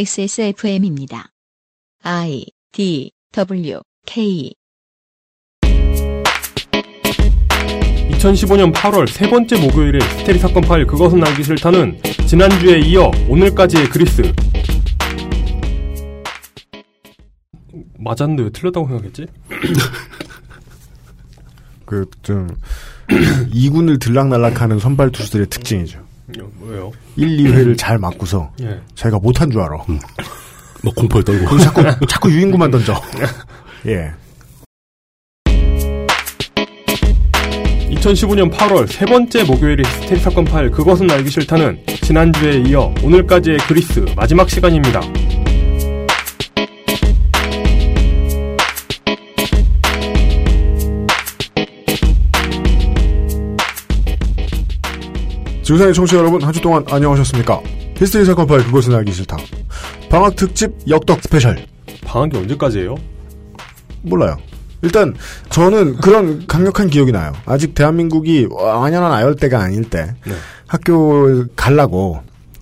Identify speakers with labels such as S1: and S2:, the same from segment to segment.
S1: XSFM입니다. I D W K
S2: 2015년 8월 세 번째 목요일에 스테리 사건 파일 그것은 알기 싫다는 지난주에 이어 오늘까지의 그리스 맞았는데 왜 틀렸다고 생각했지?
S3: 그 좀 이군을 들락날락하는 선발 투수들의 특징이죠.
S2: 왜요?
S3: 1, 2회를 잘 맞고서
S2: 예.
S3: 자기가 못한 줄 알아.
S4: 막 음. 뭐 공포에 떨고.
S3: 그럼 자꾸 자꾸 유인구만 던져. 예.
S2: 2015년 8월 세 번째 목요일에 스테리 사건 파일 그것은 알기 싫다는 지난주에 이어 오늘까지의 그리스 마지막 시간입니다.
S3: 지구상의 청취자 여러분 한 주 동안 안녕하셨습니까? 히스테리 사건 파일 그것은 알기 싫다. 방학 특집 역덕 스페셜.
S2: 방학이 언제까지예요?
S3: 몰라요. 일단 저는 그런 강력한 기억이 나요. 아직 대한민국이 완연한 아열 때가 아닐 때
S2: 네.
S3: 학교 가려고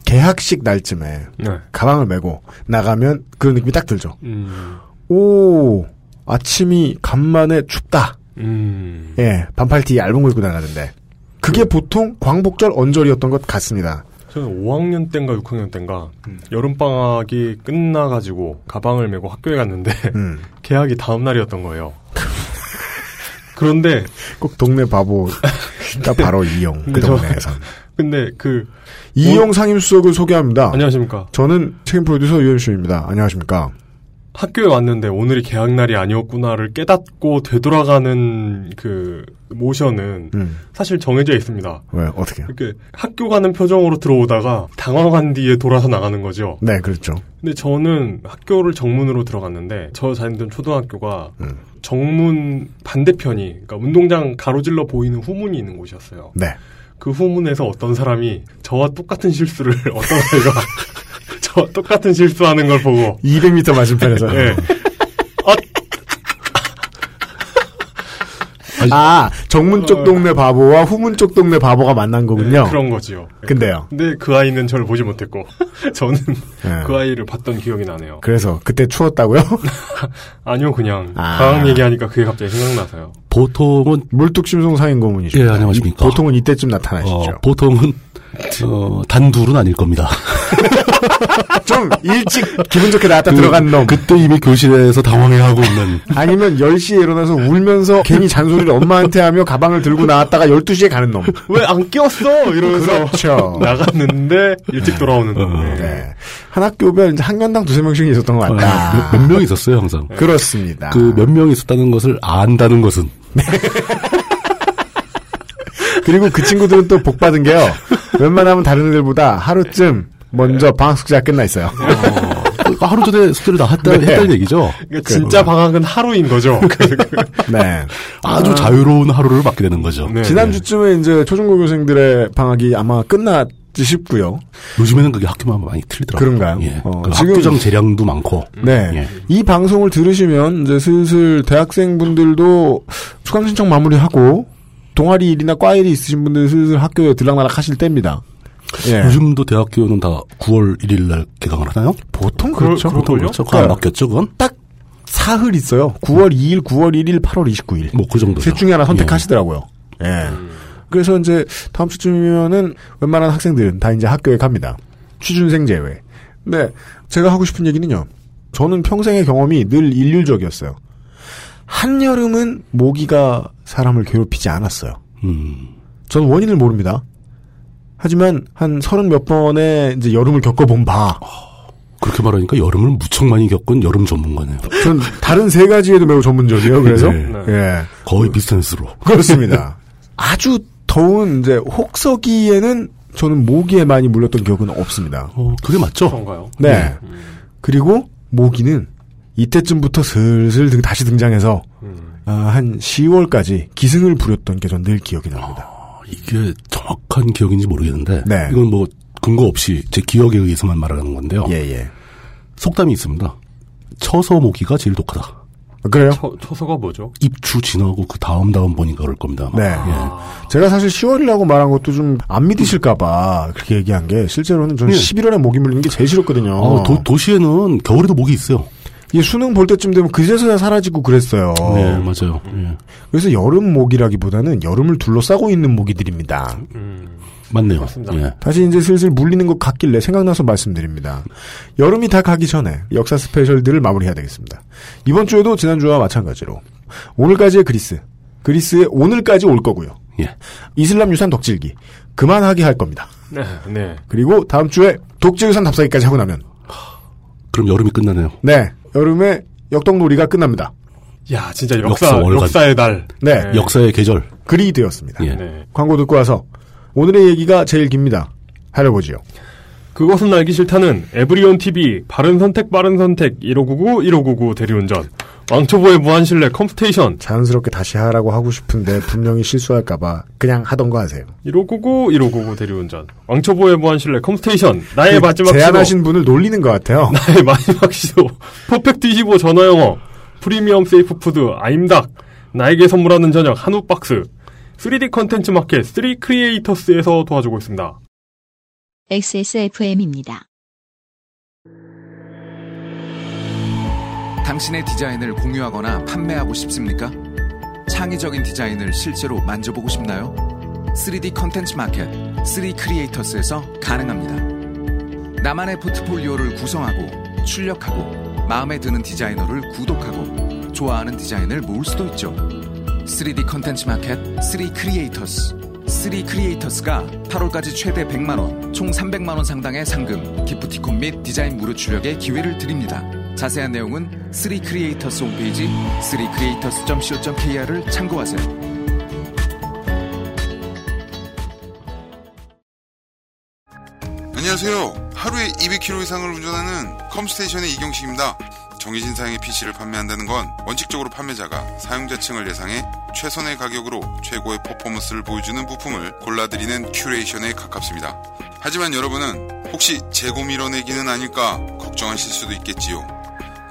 S3: 개학식 날쯤에
S2: 네.
S3: 가방을 메고 나가면 그런 느낌이 딱 들죠.
S2: 음.
S3: 오 아침이 간만에 춥다.
S2: 음.
S3: 예 반팔티 얇은 거 입고 나가는데 그게 보통 광복절 언절이었던 것 같습니다.
S2: 저는 5학년 땐가 6학년 땐가 여름방학이 끝나가지고 가방을 메고 학교에 갔는데
S3: 음.
S2: 계약이 다음 날이었던 거예요. 그런데
S3: 꼭 동네 바보 가 바로 이용 그
S2: 근데 저-
S3: 동네에서
S2: 근데 그
S3: 이용 상임수석을 소개합니다.
S2: 안녕하십니까
S3: 저는 책임 프로듀서 유엠씨입니다. 안녕하십니까?
S2: 학교에 왔는데 오늘이 계약 날이 아니었구나를 깨닫고 되돌아가는 그 모션은
S3: 음.
S2: 사실 정해져 있습니다.
S3: 왜 어떻게?
S2: 이렇게 학교 가는 표정으로 들어오다가 당황한 뒤에 돌아서 나가는 거죠.
S3: 네, 그렇죠.
S2: 근데 저는 학교를 정문으로 들어갔는데 저 다니던 초등학교가
S3: 음.
S2: 정문 반대편이 그러니까 운동장 가로질러 보이는 후문이 있는 곳이었어요.
S3: 네.
S2: 그 후문에서 어떤 사람이 저와 똑같은 실수를 어떤 아이가 저와 똑같은 실수하는 걸 보고
S3: 200m 맞은편에서.
S2: 예.
S3: 아, 정문 쪽 동네 바보와 후문 쪽 동네 바보가 만난 거군요.
S2: 그런 거지요.
S3: 근데요.
S2: 근데 그 아이는 저를 보지 못했고 저는
S3: 예.
S2: 그 아이를 봤던 기억이 나네요.
S3: 그래서 그때 추웠다고요?
S2: 아니요 그냥
S3: 아.
S2: 방학 얘기하니까 그게 갑자기 생각나서요.
S4: 보통은
S3: 물뚝심송 사인고문이죠.
S4: 예, 안녕하십니까.
S3: 이- 보통은 이때쯤 나타나시죠.
S4: 어, 보통은 어, 단둘은 아닐 겁니다.
S3: 좀 일찍 기분 좋게 나왔다
S4: 그-
S3: 들어간 놈.
S4: 그때 이미 교실에서 당황해하고 있는
S3: 아니면 10시에 일어나서
S4: 그,
S3: 울면서 괜히 잔소리를 엄마한테 하며 가방을 들고 나왔다가 12시에 가는 놈.
S2: 왜 안 끼웠어 이러면서
S3: 그렇죠.
S2: 나갔는데 일찍 돌아오는 놈. 네.
S3: 네. 한 학교별 이제 한 명당 두세 명씩 있었던 것 같다.
S4: 어, 몇 명 있었어요 항상.
S3: 그렇습니다.
S4: 그 몇 명 있었다는 것을 안다는 것은
S3: 그리고 그 친구들은 또 복 받은 게요. 웬만하면 다른 애들보다 하루쯤 먼저 방학 숙제가 끝나 있어요.
S4: 그 하루 전에 숙제를 다 했다,
S3: 네.
S4: 했다는 얘기죠.
S2: 그러니까 진짜
S3: 뭐.
S2: 방학은 하루인 거죠. 그-
S3: 네.
S4: 아주 자유로운 하루를 맞게 되는 거죠.
S2: 네.
S3: 지난주쯤에 이제 초중고 교생들의 방학이 아마 끝났지 싶고요.
S4: 요즘에는 그게 학교만 많이 틀리더라고요.
S3: 그런가요?
S4: 예.
S3: 어,
S4: 그
S3: 지금-
S4: 학교장 재량도 많고.
S2: 음,
S3: 네.
S4: 예.
S3: 이 방송을 들으시면 이제 슬슬 대학생분들도 수강 신청 마무리하고 동아리 일이나 과 일이 있으신 분들 슬슬 학교에 들락날락 하실 때입니다. 예.
S4: 요즘도 대학교는 다 9월 1일 날 개강을 하나요?
S3: 보통 그렇죠.
S2: 그렇죠. 그럴걸요?
S4: 그렇죠. 그안 바뀌었죠, 그건?
S3: 딱 사흘 있어요. 9월 2일, 9월 1일, 8월 29일.
S4: 뭐 그 정도죠.
S3: 셋 중에 하나 선택하시더라고요. 예. 그래서 이제 다음 주쯤이면은 웬만한 학생들은 다 이제 학교에 갑니다. 취준생 제외. 네. 제가 하고 싶은 얘기는요. 저는 평생의 경험이 늘 일률적이었어요. 한여름은 모기가 사람을 괴롭히지 않았어요.
S4: 음.
S3: 저는 원인을 모릅니다. 하지만 한 서른 몇 번의 이제 여름을 겪어본 바,
S4: 그렇게 말하니까 여름을 무척 많이 겪은 여름 전문가네요.
S3: 전 다른 세 가지에도 매우 전문적이에요. 그래서
S4: 네.
S3: 예.
S4: 거의 비슷한 수로.
S3: 그렇습니다. 아주 더운 이제 혹서기에는 저는 모기에 많이 물렸던 기억은 없습니다.
S4: 어, 그게 맞죠?
S2: 그런가요?
S3: 네.
S2: 음.
S3: 그리고 모기는 이때쯤부터 슬슬 등- 다시 등장해서
S2: 음.
S3: 아, 한 10월까지 기승을 부렸던 게 전 늘 기억이 납니다.
S4: 아, 이게 정확한 기억인지 모르겠는데
S3: 네.
S4: 이건 뭐 근거 없이 제 기억에
S3: 예.
S4: 의해서만 말하는 건데요.
S3: 아, 예예.
S4: 속담이 있습니다. 처서 모기가 제일 독하다.
S3: 아, 그래요?
S2: 처, 처서가 뭐죠?
S4: 입추 지나고 그 다음 다음 보니까 그럴 겁니다. 아마.
S3: 네.
S2: 아,
S3: 제가 사실 10월이라고 말한 것도 좀 안 믿으실까봐 그렇게 얘기한 게 실제로는 저는
S4: 예.
S3: 11월에 목이 물리는 게 제일 싫었거든요.
S4: 어, 도, 도시에는 겨울에도 목이 있어요.
S3: 이 수능 볼 때쯤 되면 그제서야 사라지고 그랬어요.
S4: 네, 맞아요. 예.
S3: 그래서 여름 모기라기보다는 여름을 둘러싸고 있는 모기들입니다.
S2: 음.
S4: 맞네요.
S2: 맞습니다.
S4: 예.
S3: 다시 이제 슬슬 물리는 것 같길래 생각나서 말씀드립니다. 여름이 다 가기 전에 역사 스페셜들을 마무리해야 되겠습니다. 이번 주에도 지난주와 마찬가지로 오늘까지의 그리스, 그리스의 오늘까지 올 거고요.
S4: 예.
S3: 이슬람 유산 덕질기 그만하게 할 겁니다.
S2: 네, 네.
S3: 그리고 다음 주에 독재 유산 답사기까지 하고 나면
S4: 그럼 여름이 끝나네요.
S3: 네 여름에 역덕놀이가 끝납니다.
S2: 야, 진짜
S4: 역사
S2: 역사,
S4: 월간.
S2: 역사 의 달.
S3: 네,
S2: 네.
S4: 역사의 계절.
S3: 그리 되었습니다.
S4: 예.
S2: 네.
S3: 광고 듣고 와서 오늘의 얘기가 제일 깁니다. 할아버지요.
S2: 그것은 알기 싫다는 에브리온 TV 바른 선택 빠른 선택 1599 1599 대리운전 왕초보의 무한신뢰 컴스테이션
S3: 자연스럽게 다시 하라고 하고 싶은데 분명히 실수할까봐 그냥 하던 거 하세요.
S2: 1599 1599 대리운전 왕초보의 무한신뢰 컴스테이션 나의
S3: 그
S2: 마지막 시도
S3: 제안하신 분을 놀리는 것 같아요.
S2: 예, 나의 마지막 시도 퍼펙트 25 전화영어 프리미엄 세이프 푸드 아임닭 나에게 선물하는 저녁 한우 박스 3D 컨텐츠 마켓 3 크리에이터스에서 도와주고 있습니다.
S1: XSFM입니다.
S5: 당신의 디자인을 공유하거나 판매하고 싶습니까? 창의적인 디자인을 실제로 만져보고 싶나요? 3D 컨텐츠 마켓 3크리에이터스에서 가능합니다. 나만의 포트폴리오를 구성하고 출력하고 마음에 드는 디자이너를 구독하고 좋아하는 디자인을 모을 수도 있죠. 3D 컨텐츠 마켓 3크리에이터스 3크리에이터스가 8월까지 최대 100만원, 총 300만원 상당의 상금, 기프티콘 및 디자인 무료 출력의 기회를 드립니다. 자세한 내용은 3크리에이터스 홈페이지 3creators.co.kr을 참고하세요.
S6: 안녕하세요. 하루에 200km 이상을 운전하는 컴스테이션의 이경식입니다. 정해진 사양의 PC를 판매한다는 건 원칙적으로 판매자가 사용자층을 예상해 최선의 가격으로 최고의 퍼포먼스를 보여주는 부품을 골라드리는 큐레이션에 가깝습니다. 하지만 여러분은 혹시 재고 밀어내기는 아닐까 걱정하실 수도 있겠지요.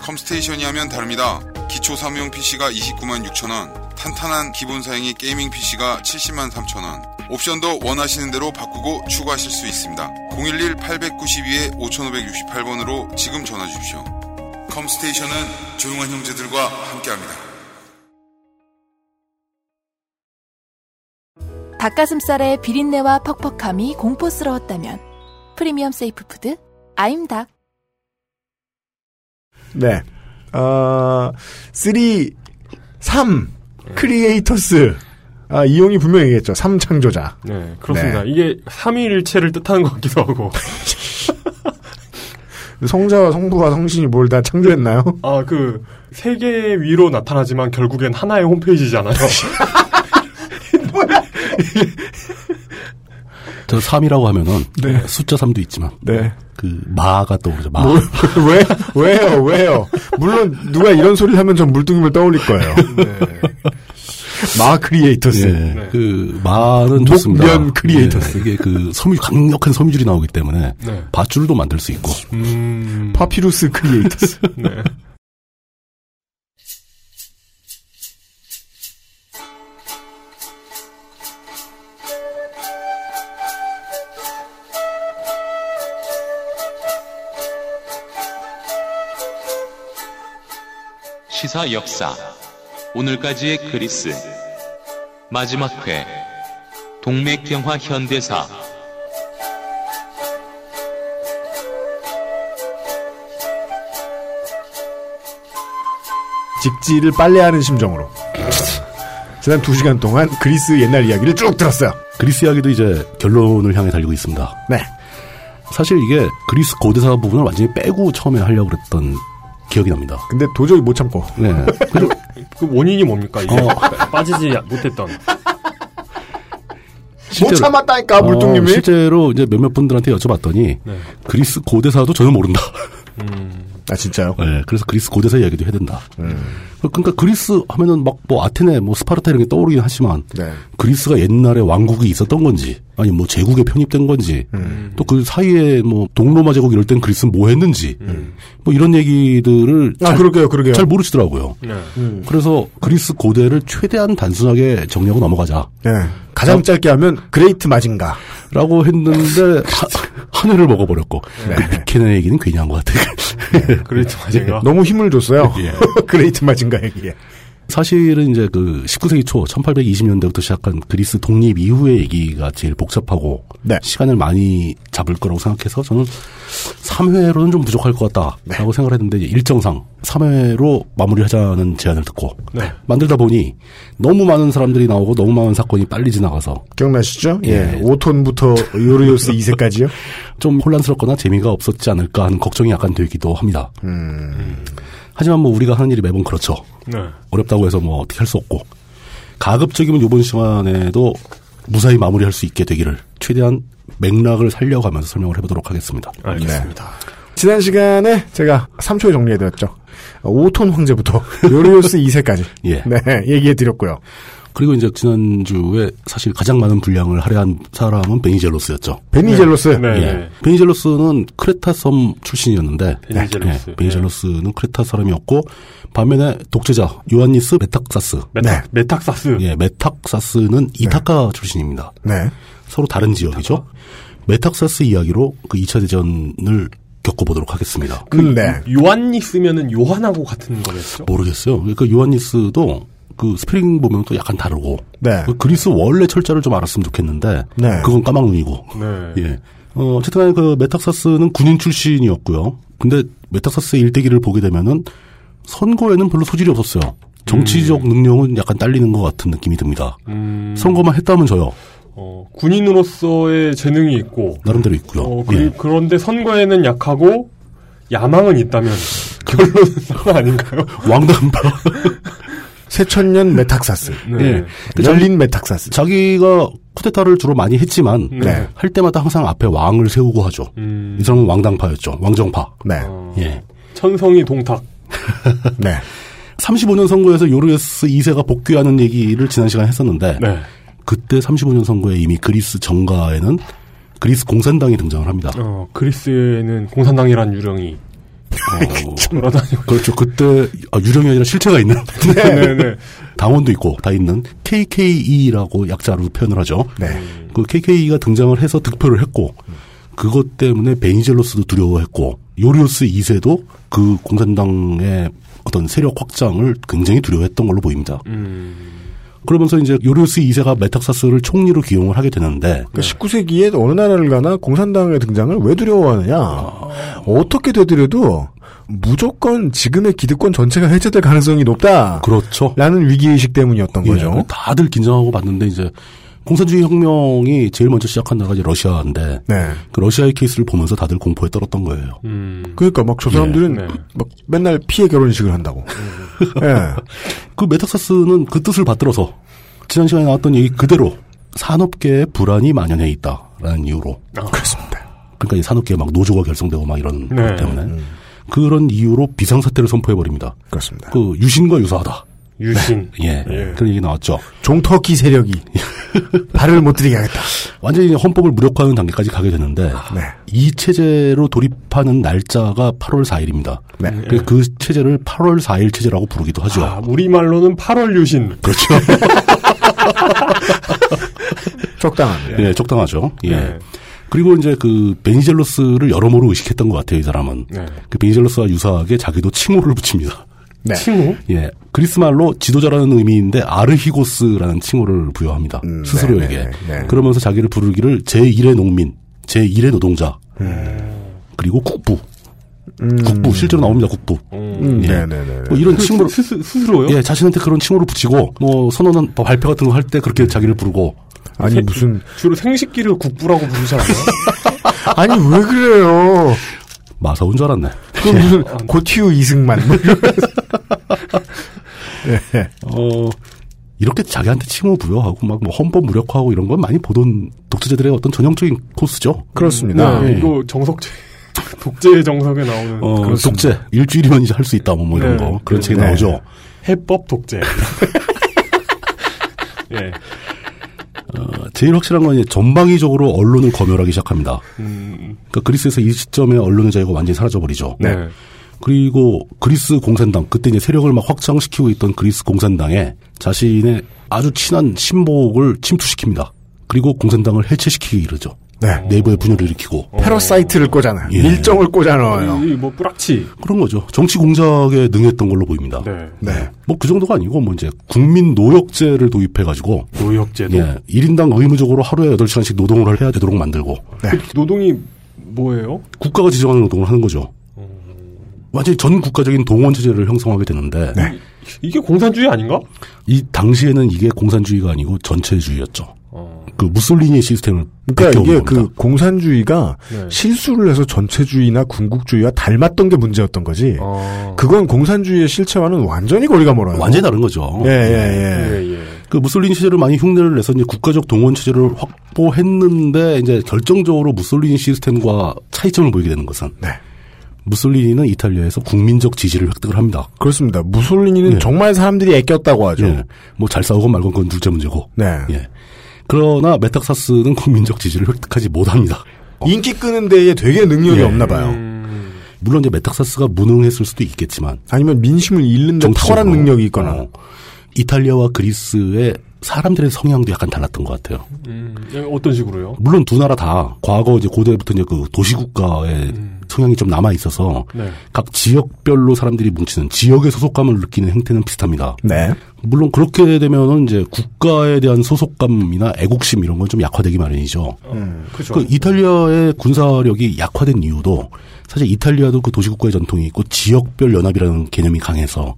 S6: 컴스테이션이 하면 다릅니다. 기초 사무용 PC가 29만 6천 원, 탄탄한 기본 사양의 게이밍 PC가 70만 3천 원. 옵션도 원하시는 대로 바꾸고 추가하실 수 있습니다. 011-892-5568번으로 지금 전화 주십시오. 컴스테이션은 조용한 형제들과 함께합니다.
S7: 닭가슴살의 비린내와 퍽퍽함이 공포스러웠다면 프리미엄 세이프 푸드 아임닭
S3: 네. 아, 3, 3 크리에이터스. 아, 이용이 분명히 얘기했죠. 3 창조자.
S2: 네, 그렇습니다. 이게 삼위일체를 뜻하는 것 같기도 하고.
S3: 성자와 성부와 성신이 뭘 다 창조했나요?
S2: 아, 그, 세 개 위로 나타나지만 결국엔 하나의 홈페이지잖아요.
S4: 저 3이라고 하면은 숫자 3도 있지만
S3: 네.
S4: 그 마가 떠오르죠.
S2: 아.
S4: 마.
S3: 뭐 왜, 왜요, 왜요? 물론, 누가 이런 소리를 하면 전 물뚱임을 떠올릴 거예요. 마 크리에이터스.
S4: 예.
S2: 네.
S4: 그 마는 좋습니다.
S3: 목련 크리에이터스.
S4: 예. 이게 그 섬유 강력한 섬유질이 나오기 때문에
S2: 네.
S4: 밧줄도 만들 수 있고.
S2: 음,
S3: 파피루스 크리에이터스.
S2: 네.
S8: 시사 역사 오늘까지의 그리스 마지막 회 동맥경화 현대사
S3: 직지를 빨래하는 심정으로. 지난 두 시간 동안 그리스 옛날 이야기를 쭉 들었어요.
S4: 그리스 이야기도 이제 결론을 향해 달리고 있습니다.
S3: 네.
S4: 사실 이게 그리스 고대사 부분을 완전히 빼고 처음에 하려고 그랬던 기억이 납니다.
S3: 근데 도저히 못 참고.
S4: 네. 그래서
S2: 그 원인이 mov니까? 이게 네. 빠지지 못했던.
S3: 못
S4: 실제로-
S3: 참았다니까,
S4: 어,
S3: 물뚱님이.
S4: 실제로 이제 몇몇 분들한테 여쭤봤더니
S2: 네.
S4: 그리스 고대사도 전혀 모른다.
S3: 아 진짜요?
S4: 예, 그래서 그리스 고대사 이야기도 해야 된다.
S3: 음.
S4: 그러니까 그리스 하면은 막 뭐 아테네, 뭐 스파르타 이런 게 떠오르긴 하지만
S3: 네.
S4: 그리스가 옛날에 왕국이 있었던 건지 아니 뭐 제국에 편입된 건지
S3: 음.
S4: 또 그 사이에 뭐 동로마 제국 이럴 땐 그리스 뭐 했는지 뭐 이런 얘기들을
S3: 음. 아
S4: 잘,
S3: 그러게요, 그러게요. 음.
S4: 잘 모르시더라고요.
S2: 네.
S4: 그래서 그리스 고대를 최대한 단순하게 정리하고 넘어가자라고
S3: 예. 가장 짧게 하면 그레이트 마징가.
S4: 했는데 하- 한 해를 먹어버렸고 그 미케네 얘기는 괜히 한 것 같아요.
S2: 네. 그레이트
S4: 아.
S2: 마징가.
S3: 너무 힘을 줬어요.
S4: 예.
S3: 그레이트 마징가 얘기에.
S4: 사실은 이제 그 19세기 초 1820년대부터 시작한 그리스 독립 이후의 얘기가 제일 복잡하고
S3: 네.
S4: 시간을 많이 잡을 거라고 생각해서 저는 3회로는 좀 부족할 것 같다라고 생각을 했는데 이제 일정상 3회로 마무리하자는 제안을 듣고
S2: 네.
S4: 만들다 보니 너무 많은 사람들이 나오고 너무 많은 사건이 빨리 지나가서
S3: 기억나시죠? 예.
S4: 예.
S3: 5톤부터 요르요스 2세까지요?
S4: 좀 혼란스럽거나 재미가 없었지 않을까 하는 걱정이 약간 되기도 합니다. 하지만 뭐 우리가 하는 일이 매번 그렇죠.
S2: 네.
S4: 어렵다고 해서 뭐 어떻게 할 수 없고 가급적이면 이번 시간에도 무사히 마무리할 수 있게 되기를 최대한 맥락을 살려가면서 설명을 해보도록 하겠습니다.
S2: 알겠습니다.
S3: 네. 지난 시간에 제가 3초에 정리해드렸죠. 5톤 황제부터 요르요스 2세까지.
S4: 예.
S3: 네, 얘기해드렸고요.
S4: 그리고 이제 지난주에 사실 가장 많은 분량을 할애한 사람은 베니젤로스였죠.
S3: 베니젤로스.
S2: 네.
S4: 예. 베니젤로스는 크레타 섬 출신이었는데
S2: 베니젤로스.
S4: 예, 베니젤로스는 크레타 사람이었고 반면에 독재자 요한니스 메탁사스
S2: 메타, 메탁사스.
S4: 예, 메탁사스는 이타카 출신입니다.
S3: 네.
S4: 서로 다른 지역이죠. 메탁사스 이야기로 그 2차 대전을 겪어보도록 하겠습니다.
S3: 근데
S2: 요한니 쓰면은 요한하고 같은 거겠죠?
S4: 모르겠어요. 그러니까 요한니스도 그 스프링 보면 또 약간 다르고
S3: 네.
S4: 그 그리스 원래 철자를 좀 알았으면 좋겠는데
S3: 네.
S4: 그건 까막눈이고
S2: 네.
S4: 예. 어, 어쨌든 간에 그 메탁사스는 군인 출신이었고요. 근데 메탁사스의 일대기를 보게 되면은 선거에는 별로 소질이 없었어요. 정치적 능력은 약간 딸리는 것 같은 느낌이 듭니다. 선거만 했다면 저요.
S2: 어, 군인으로서의 재능이 있고,
S4: 나름대로 있고요.
S2: 어,
S4: 예.
S2: 그, 런데 선거에는 약하고, 야망은 있다면, 결론은 상관 아닌가요?
S4: 왕담파.
S3: 세천년 메탁사스.
S4: 예. 그 자-
S3: 네. 열린 메탁사스.
S4: 자기가 쿠데타를 주로 많이 했지만
S3: 네.
S4: 할 때마다 항상 앞에 왕을 세우고 하죠.
S2: 음.
S4: 이 사람은 왕당파였죠. 왕정파.
S3: 네.
S4: 예.
S2: 천성이 동탁.
S3: 네.
S4: 35년 선거에서 요르예스 2세가 복귀하는 얘기를 지난 시간에 했었는데
S2: 네.
S4: 그때 35년 선거에 이미 그리스 정가에는 그리스 공산당이 등장을 합니다.
S2: 어, 그리스에는 공산당이란 아, 유령이
S4: 어,
S2: 돌아다니고.
S4: 그렇죠. 그때 아, 유령이 아니라 실체가 있는
S2: 네네.
S4: 당원도 있고 다 있는 KKE라고 약자로 표현을 하죠.
S3: 네.
S4: 그 KKE가 등장을 해서 득표를 했고 그것 때문에 베니젤로스도 두려워했고 요리오스 2세도 그 공산당의 어떤 세력 확장을 굉장히 두려워했던 걸로 보입니다. 그러면서 이제 요리오스 2세가 메탁사스를 총리로 기용을 하게 되는데
S3: 그 19세기에 어느 나라를 가나 공산당의 등장을 왜 두려워하느냐. 아. 어떻게 되더라도 무조건 지금의 기득권 전체가 해체될 가능성이 높다.
S4: 그렇죠.
S3: 라는 위기의식 때문이었던
S4: 예,
S3: 거죠.
S4: 다들 긴장하고 봤는데 이제 공산주의 혁명이 제일 먼저 시작한 나라가 이제 러시아인데
S3: 네.
S4: 그 러시아의 케이스를 보면서 다들 공포에 떨었던 거예요.
S2: 음.
S3: 그러니까 막 저 사람들은
S2: 네.
S3: 막 맨날 피해 결혼식을 한다고. 예.
S4: 그 메탁사스는 그 뜻을 받들어서 지난 시간에 나왔던 얘기 그대로 산업계에 불안이 만연해 있다라는 이유로
S3: 아. 그렇습니다.
S4: 그러니까 이 산업계에 막 노조가 결성되고 막 이런
S2: 네.
S4: 것 때문에 그런 이유로 비상사태를 선포해 버립니다.
S3: 그렇습니다.
S4: 그 유신과 유사하다.
S2: 유신.
S4: 예. 그런 얘기 나왔죠.
S3: 종터키 세력이 발을 못 들이게 하겠다.
S4: 완전히 헌법을 무력화하는 단계까지 가게 되는데
S2: 아.
S3: 네.
S4: 이 체제로 돌입하는 날짜가 8월 4일입니다.
S3: 네.
S4: 그 체제를 8월 4일 체제라고 부르기도 하죠.
S2: 아, 우리말로는 8월 유신.
S4: 그렇죠.
S3: 적당합니다.
S4: 예, 적당하죠. 예.
S2: 네.
S4: 그리고 이제 그 베니젤로스를 여러모로 의식했던 것 같아요, 이 사람은.
S2: 네.
S4: 그 베니젤로스와 유사하게 자기도 칭호를 붙입니다.
S3: 네.
S2: 칭호?
S4: 예. 그리스 말로 지도자라는 의미인데 아르히고스라는 칭호를 부여합니다.
S2: 음,
S4: 스스로에게.
S3: 네, 네, 네.
S4: 그러면서 자기를 부르기를 제1의 농민, 제1의 노동자.
S2: 네.
S4: 그리고 국부.
S2: 음.
S4: 국부 실제로 나옵니다. 국부.
S3: 음,
S4: 예.
S3: 네, 네, 네.
S4: 뭐
S2: 그
S4: 이런 칭호를
S2: 스, 스, 스스로요?
S4: 예, 자신한테 그런 칭호를 붙이고 뭐 선언한 발표 같은 거 할 때 그렇게 자기를 부르고
S3: 아니 무슨
S2: 주로 생식기를 국부라고 부르지 않아요?
S3: 아니 왜 그래요?
S4: 마사온 줄 알았네.
S3: 그 무슨 고티우 이승만 뭐 이러면서. 예.
S4: 어, 이렇게 자기한테 칭호 부여하고 막뭐 헌법 무력화하고 이런 건 많이 보던 독재자들의 어떤 전형적인 코스죠.
S3: 그렇습니다.
S2: 이거 네, 정석재. 독재의 정석에 나오는
S4: 예. 어,
S3: 그렇습니다.
S4: 독재 일주일이면 이제 할 수 있다 뭐, 뭐 이런
S2: 네.
S4: 거 그런 책이
S3: 네.
S4: 나오죠.
S2: 해법 독재. 예.
S4: 어, 제일 확실한 건 이제 전방위적으로 언론을 검열하기 시작합니다.
S2: 음,
S4: 그러니까 그리스에서 이 시점에 언론의 자유가 완전히 사라져버리죠.
S2: 네.
S4: 그리고 그리스 공산당 그때 이제 세력을 막 확장시키고 있던 그리스 공산당에 자신의 아주 친한 신복을 침투시킵니다. 그리고 공산당을 해체시키기 이르죠.
S3: 네.
S4: 내부에 분열을 일으키고
S3: 패러사이트를 꽂아놔요.
S4: 네. 예. 음.
S3: 일정을 꽂아넣어요.
S2: 이, 뭐 뿌락치.
S4: 그런 거죠. 정치 공작에 능했던 걸로 보입니다.
S2: 네.
S3: 네.
S4: 뭐 그 정도가 아니고 뭐 이제 국민 노역제를 도입해가지고
S2: 노역제도.
S4: 예, 1인당 의무적으로 하루에 8시간씩 노동을 해야 되도록 만들고
S3: 네.
S2: 그 노동이 뭐예요?
S4: 국가가 지정하는 노동을 하는 거죠. 완전히 전 국가적인 동원 체제를 형성하게 되는데
S3: 네.
S2: 이게 공산주의 아닌가?
S4: 이 당시에는 이게 공산주의가 아니고 전체주의였죠.
S2: 어.
S4: 그 무솔리니의 시스템을
S3: 그러니까 이게
S4: 베껴온
S3: 그
S4: 겁니다.
S3: 공산주의가
S2: 네.
S3: 실수를 해서 전체주의나 군국주의와 닮았던 게 문제였던 거지.
S2: 어.
S3: 그건 공산주의의 실체와는 완전히 거리가 멀어요.
S4: 완전히 다른 거죠.
S3: 예, 예, 예.
S2: 예, 예.
S4: 그 무솔리니 체제를 많이 흉내를 내서 이제 국가적 동원 체제를 확보했는데 이제 결정적으로 무솔리니 시스템과 차이점을 보이게 되는 것은
S3: 네.
S4: 무솔리니는 이탈리아에서 국민적 지지를 획득을 합니다.
S3: 그렇습니다. 무솔리니는
S4: 예.
S3: 정말 사람들이 애꼈다고 하죠.
S4: 예. 뭐 잘 싸우건 말건 그건 둘째 문제고.
S3: 네.
S4: 예. 그러나 메탁사스는 국민적 지지를 획득하지 못합니다.
S3: 인기 끄는 데에 되게 능력이
S4: 예.
S3: 없나 봐요.
S4: 물론 이제 메탁사스가 무능했을 수도 있겠지만
S3: 아니면 민심을 잃는 데
S4: 정치적으로.
S3: 탁월한 능력이 있거나.
S4: 어, 이탈리아와 그리스의 사람들의 성향도 약간 달랐던 것 같아요.
S2: 음, 예, 어떤 식으로요?
S4: 물론 두 나라 다 과거 이제 고대부터 이제 그 도시국가의 성향이 좀 남아 있어서
S2: 네.
S4: 각 지역별로 사람들이 뭉치는 지역의 소속감을 느끼는 행태는 비슷합니다.
S3: 네.
S4: 물론 그렇게 되면은 이제 국가에 대한 소속감이나 애국심 이런 건 좀 약화되기 마련이죠.
S2: 그죠.
S4: 그 이탈리아의 군사력이 약화된 이유도 사실 이탈리아도 그 도시국가의 전통이 있고 지역별 연합이라는 개념이 강해서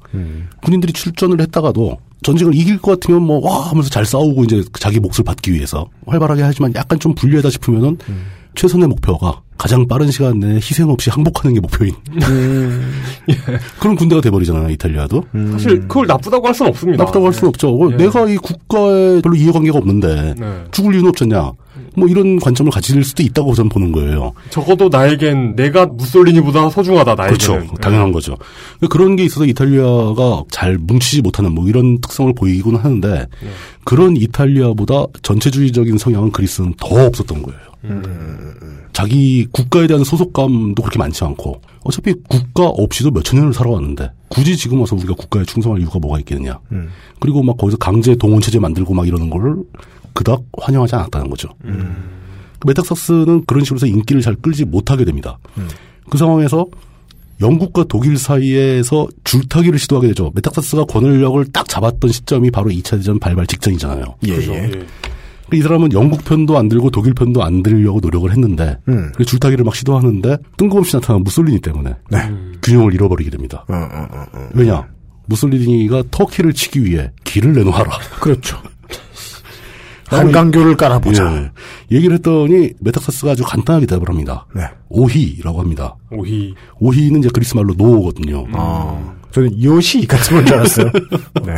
S4: 군인들이 출전을 했다가도 전쟁을 이길 것 같으면 뭐 와 하면서 잘 싸우고 이제 자기 몫을 받기 위해서 활발하게 하지만 약간 좀 불리하다 싶으면은 최선의 목표가 가장 빠른 시간 내에 희생 없이 항복하는 게 목표인 예. 그런 군대가 돼버리잖아요 이탈리아도
S2: 사실 그걸 나쁘다고 할 수는 없습니다.
S4: 음. 나쁘다고 할 수는 없죠 내가 이 국가에 별로 이해관계가 없는데
S2: 네.
S4: 죽을 이유는 없잖냐 뭐 이런 관점을 가질 수도 있다고 저는 보는 거예요
S2: 적어도 나에겐 내가 무솔리니보다 소중하다
S4: 그렇죠.
S2: 나에게는.
S4: 당연한 거죠. 그런 게 있어서 이탈리아가 잘 뭉치지 못하는 뭐 이런 특성을 보이곤 하는데 그런 이탈리아보다 전체주의적인 성향은 그리스는 더 없었던 거예요. 음. 자기 국가에 대한 소속감도 그렇게 많지 않고 어차피 국가 없이도 몇천 년을 살아왔는데 굳이 지금 와서 우리가 국가에 충성할 이유가 뭐가 있겠느냐. 그리고 막 거기서 강제 동원체제 만들고 막 이러는 거를 그닥 환영하지 않았다는 거죠. 그 메탁사스는 그런 식으로 해서 인기를 잘 끌지 못하게 됩니다.
S3: 음.
S4: 그 상황에서 영국과 독일 사이에서 줄타기를 시도하게 되죠. 메탁사스가 권력을 딱 잡았던 시점이 바로 2차 대전 발발 직전이잖아요. 그렇죠?
S3: 예,
S2: 그죠.
S3: 예.
S2: 예.
S4: 이 사람은 영국 편도 안 들고 독일 편도 안 들려고 노력을 했는데
S3: 음.
S4: 그래서 줄타기를 막 시도하는데 뜬금없이 나타난 무솔리니 때문에
S3: 네.
S4: 균형을 잃어버리게 됩니다.
S3: 어, 어, 어, 어.
S4: 왜냐? 무솔리니가 터키를 치기 위해 길을 내놓아라.
S3: 그렇죠. 한강교를 깔아보자.
S4: 예. 얘기를 했더니 메탁사스가 아주 간단하게 대답을 합니다.
S3: 네.
S4: 오히라고 합니다.
S2: 네. 오히.
S4: 오히는 이제 그리스 말로 노거든요.
S3: 어. 저는 요시 같은 건 줄 알았어요. 네.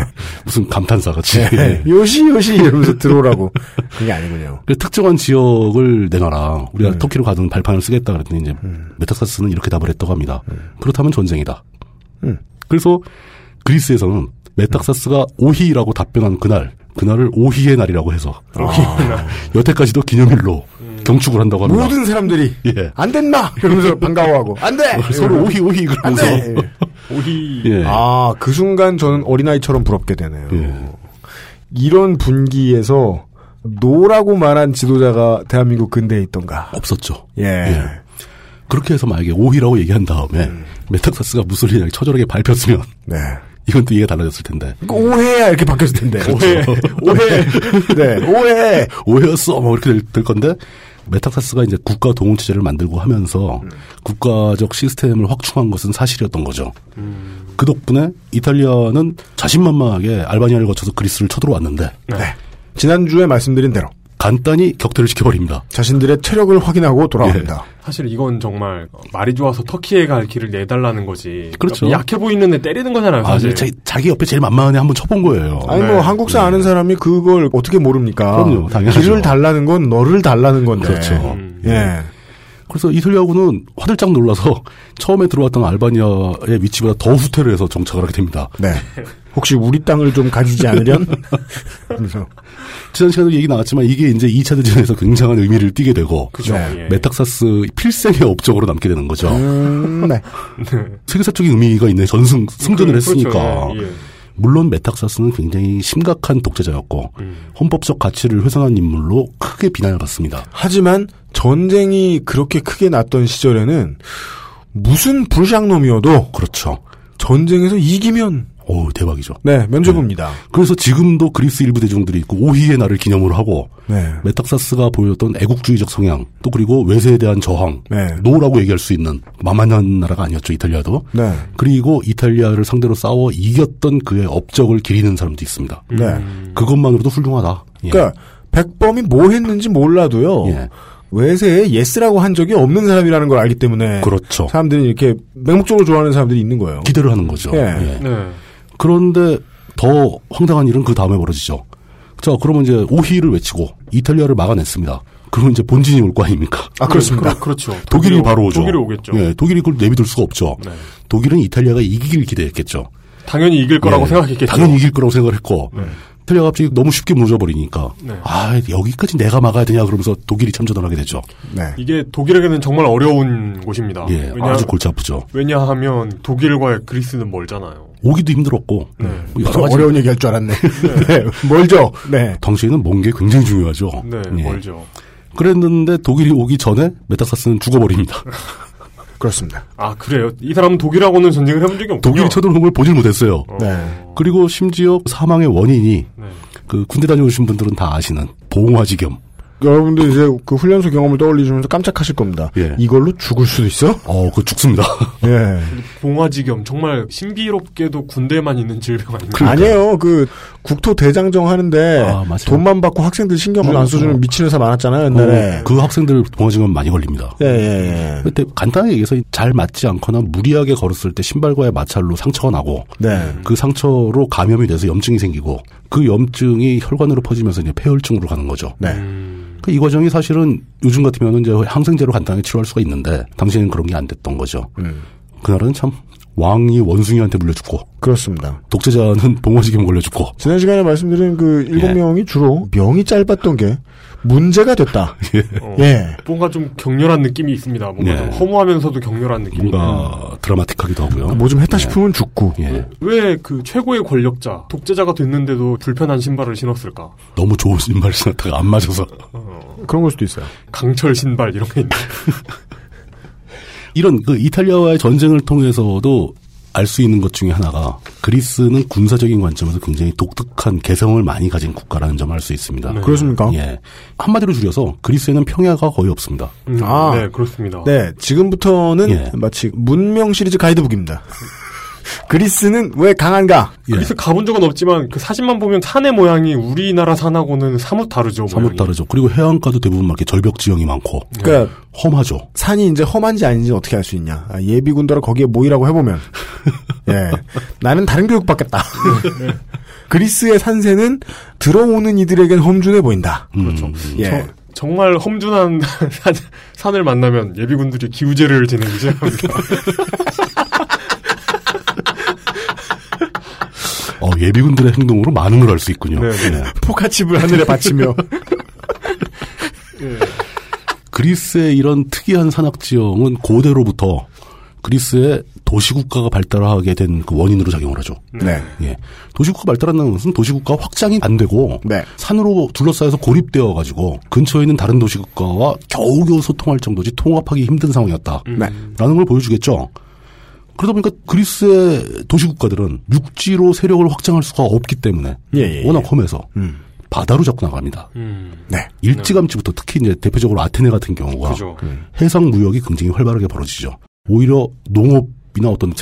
S4: 무슨 감탄사 같이.
S3: 네. 요시 요시 이러면서 들어오라고 그게 아니군요.
S4: 그 특정한 지역을 내놔라.
S3: 네.
S4: 우리가 터키로 가든 발판을 쓰겠다 그랬더니 이제 메타사스는 이렇게 답을 했다고 합니다. 그렇다면 전쟁이다.
S3: 음.
S4: 그래서 그리스에서는 메탁사스가 오히라고 답변한 그날, 그날을 오히의 날이라고 해서
S3: 아.
S4: 여태까지도 기념일로 경축을 한다고 합니다.
S3: 음. 모든 사람들이
S4: 뭐. 예. 뭐,
S3: 안 된다 이러면서 반가워하고 안 돼.
S4: 서로 오히 오히
S3: 안
S4: 그러면서
S3: 돼.
S2: 오히.
S4: 예.
S3: 네. 아, 그 순간 저는 어린아이처럼 부럽게 되네요.
S4: 예.
S3: 이런 분기에서 노라고 말한 지도자가 대한민국 근대에 있던가.
S4: 없었죠.
S3: 예.
S4: 예. 그렇게 해서 만약에 오히라고 얘기한 다음에 메탁사스가 무솔리니에게 처절하게 밟혔으면
S3: 네.
S4: 이건 또 이해가 달라졌을 텐데
S3: 이거 오해야 이렇게 바뀌었을 텐데. 오해. 그렇죠. 오해. 네. 오해.
S4: 오해였어 뭐 이렇게 될, 될 건데 메타사스가 이제 국가 동원 체제를 만들고 하면서
S3: 음.
S4: 국가적 시스템을 확충한 것은 사실이었던 거죠.
S3: 음.
S4: 그 덕분에 이탈리아는 자신만만하게 알바니아를 거쳐서 그리스를 쳐들어왔는데
S3: 네. 지난주에 말씀드린 대로
S4: 간단히 격퇴를 시켜버립니다.
S3: 자신들의 체력을 확인하고 돌아옵니다.
S4: 예.
S2: 사실 이건 정말 말이 좋아서 터키에 갈 길을 내달라는 거지. 그러니까
S4: 그렇죠.
S2: 약해 보이는 애 때리는 거잖아요,
S4: 아,
S2: 사실.
S4: 이제 자기, 자기 옆에 제일 만만한 애 한번 쳐본 거예요.
S3: 네. 아니 뭐
S2: 네.
S3: 한국사 아는 사람이 그걸 어떻게 모릅니까?
S4: 그럼요, 당연하죠.
S3: 길을 달라는 건 너를 달라는 건데.
S4: 그렇죠.
S2: 음.
S3: 예.
S4: 그래서 이슬야구는 화들짝 놀라서 처음에 들어왔던 알바니아의 위치보다 더 후퇴를 해서 정착을 하게 됩니다.
S3: 네. 혹시 우리 땅을 좀 가지지 않으련? 그래서
S4: 지난 시간에도 얘기 나왔지만 이게 이제 2차 대전에서 굉장한 의미를 띠게 되고
S2: 그죠.
S3: 네.
S2: 예.
S4: 메탁사스 필생의 업적으로 남게 되는 거죠.
S3: 음, 네.
S4: 세계사적인 의미가 있네. 전승 승전을
S2: 그렇죠.
S4: 했으니까.
S2: 예, 예.
S4: 물론 메탁사스는 굉장히 심각한 독재자였고
S2: 음.
S4: 헌법적 가치를 훼손한 인물로 크게 비난을 받습니다.
S3: 하지만 전쟁이 그렇게 크게 났던 시절에는 무슨 불샹놈이어도
S4: 그렇죠.
S3: 전쟁에서 이기면
S4: 오 대박이죠.
S3: 네 면죄부입니다.
S4: 그래서 지금도 그리스 일부 대중들이 있고 오히의 날을 기념으로 하고
S3: 네.
S4: 메탁사스가 보여줬던 애국주의적 성향 또 그리고 외세에 대한 저항
S3: 네.
S4: 노라고 얘기할 수 있는 만만한 나라가 아니었죠 이탈리아도
S3: 네.
S4: 그리고 이탈리아를 상대로 싸워 이겼던 그의 업적을 기리는 사람도 있습니다
S3: 네.
S4: 그것만으로도 훌륭하다 예.
S3: 그러니까 백범이 뭐 했는지 몰라도요.
S4: 예.
S3: 외세에 예스라고 한 적이 없는 사람이라는 걸 알기 때문에
S4: 그렇죠
S3: 사람들이 이렇게 맹목적으로 좋아하는 사람들이 있는 거예요.
S4: 기대를 하는 거죠
S3: 예.
S4: 예.
S2: 네.
S4: 그런데 더 황당한 일은 그 다음에 벌어지죠 자 그러면 이제 오히를 외치고 이탈리아를 막아냈습니다 그러면 이제 본진이 올 거 아닙니까
S3: 아 그렇습니다.
S2: 네, 그렇, 죠
S4: 독일이 바로 오죠.
S2: 독일이 오겠죠.
S4: 예, 독일이 그걸 내비둘 수가 없죠.
S2: 네.
S4: 독일은 이탈리아가 이기길 기대했겠죠.
S2: 당연히 이길 거라고
S4: 예,
S2: 생각했겠죠. 네.
S4: 당연히 이길 거라고 생각을 했고 이탈리아가 갑자기 너무 쉽게 무너져버리니까 아 여기까지 내가 막아야 되냐 그러면서 독일이 참전하게 을 되죠.
S3: 네.
S2: 이게 독일에게는 정말 어려운 곳입니다.
S4: 예,
S2: 왜냐,
S4: 아주 골치 아프죠.
S2: 왜냐하면 독일과 그리스는 멀잖아요.
S4: 오기도 힘들었고
S2: 네.
S4: 뭐 여러 가지
S3: 어려운 얘기할 줄 알았네. 네. 멀죠. 네.
S4: 당시에는 먼 게 굉장히 중요하죠.
S2: 네,
S4: 예.
S2: 멀죠.
S4: 그랬는데 독일이 오기 전에 메타사스는 죽어버립니다.
S3: 그렇습니다.
S2: 아 그래요. 이 사람은 독일하고는 전쟁을 해본 적이 없군요.
S4: 독일이 쳐들어온 걸 보질 못했어요.
S3: 네.
S4: 그리고 심지어 사망의 원인이
S2: 네.
S4: 그 군대 다녀오신 분들은 다 아시는 봉화지겸.
S3: 여러분들 이제 그 훈련소 경험을 떠올리시면서 깜짝하실 겁니다.
S4: 예.
S3: 이걸로 죽을 수도 있어?
S4: 어, 그거 죽습니다.
S3: 예.
S2: 봉화지겸 정말 신비롭게도 군대만 있는 질병 아닌가.
S3: 아니에요. 그 국토 대장정 하는데
S4: 아, 맞아요.
S3: 돈만 받고 학생들 신경 안 써주는 미친 회사 많았잖아요. 옛날에.
S4: 어, 그 학생들 봉화지겸 많이 걸립니다.
S3: 예, 예, 예.
S4: 그때 간단하게 얘기해서 잘 맞지 않거나 무리하게 걸었을 때 신발과의 마찰로 상처가 나고
S3: 네.
S4: 그 상처로 감염이 돼서 염증이 생기고 그 염증이 혈관으로 퍼지면서 이제 폐혈증으로 가는 거죠.
S3: 네.
S4: 그 이 과정이 사실은 요즘 같으면 이제 항생제로 간단하게 치료할 수가 있는데 당시에는 그런 게 안 됐던 거죠.
S3: 음.
S4: 그날은 참 왕이 원숭이한테 물려 죽고
S3: 그렇습니다.
S4: 독재자는 봉화지겸 걸려 죽고
S3: 지난 시간에 말씀드린 그 일곱
S4: 예.
S3: 명이 주로 명이 짧았던 게 문제가 됐다.
S2: 어.
S3: 예.
S2: 뭔가 좀 격렬한 느낌이 있습니다. 뭔가
S4: 네.
S2: 좀 허무하면서도 격렬한 느낌이.
S4: 뭔가 드라마틱하기도 하고요.
S3: 음. 뭐 좀 했다 싶으면 죽고.
S4: 예.
S2: 왜 그 최고의 권력자, 독재자가 됐는데도 불편한 신발을 신었을까?
S4: 너무 좋은 신발 신었다가 안 맞아서
S3: 그런 걸 수도 있어요.
S2: 강철 신발 이런 게 있네.
S4: 이런 그 이탈리아와의 전쟁을 통해서도 알 수 있는 것 중에 하나가 그리스는 군사적인 관점에서 굉장히 독특한 개성을 많이 가진 국가라는 점을 알 수 있습니다.
S3: 네. 그렇습니까?
S4: 예. 한마디로 줄여서 그리스에는 평야가 거의 없습니다.
S2: 음,
S3: 아.
S2: 네, 그렇습니다.
S3: 네, 지금부터는
S4: 어. 예.
S3: 마치 문명 시리즈 가이드북입니다. 그리스는 왜 강한가?
S4: 예.
S2: 그래서 가본 적은 없지만 그 사진만 보면 산의 모양이 우리나라 산하고는 사뭇 다르죠.
S4: 사뭇
S3: 네.
S2: 모양이.
S4: 다르죠. 그리고 해안가도 대부분 막 이렇게 절벽 지형이 많고
S3: 그러니까
S4: 험하죠.
S3: 산이 이제 험한지 아닌지 어떻게 알 수 있냐? 아, 예비군대로 거기에 모이라고 해보면 예, 나는 다른 교육 받겠다. 그리스의 산세는 들어오는 이들에겐 험준해 보인다.
S4: 그렇죠.
S3: 예,
S2: 정말 험준한 산, 산을 만나면 예비군들이 기우제를 지내기 시작합니다.
S4: 어, 예비군들의 행동으로 많은 걸 알 수 있군요.
S2: 네, 네.
S4: 예.
S3: 포카칩을 하늘에 바치며
S4: 그리스의 이런 특이한 산악 지형은 고대로부터 그리스의 도시 국가가 발달하게 된 그 원인으로 작용을 하죠.
S3: 네,
S4: 예. 도시국가 발달한다는 것은 도시국가 확장이 안 되고
S3: 네.
S4: 산으로 둘러싸여서 고립되어 가지고 근처에 있는 다른 도시국가와 겨우겨우 소통할 정도지 통합하기 힘든 상황이었다.
S3: 네,
S4: 라는 걸 보여주겠죠. 그러다 보니까 그리스의 도시국가들은 육지로 세력을 확장할 수가 없기 때문에
S3: 예, 예, 예.
S4: 워낙 험해서
S3: 음,
S4: 바다로 자꾸 나갑니다.
S2: 음,
S3: 네,
S4: 일찌감치부터 특히 이제 대표적으로 아테네 같은 경우가
S2: 그죠.
S4: 해상 무역이 굉장히 활발하게 벌어지죠. 오히려 농업이나 어떤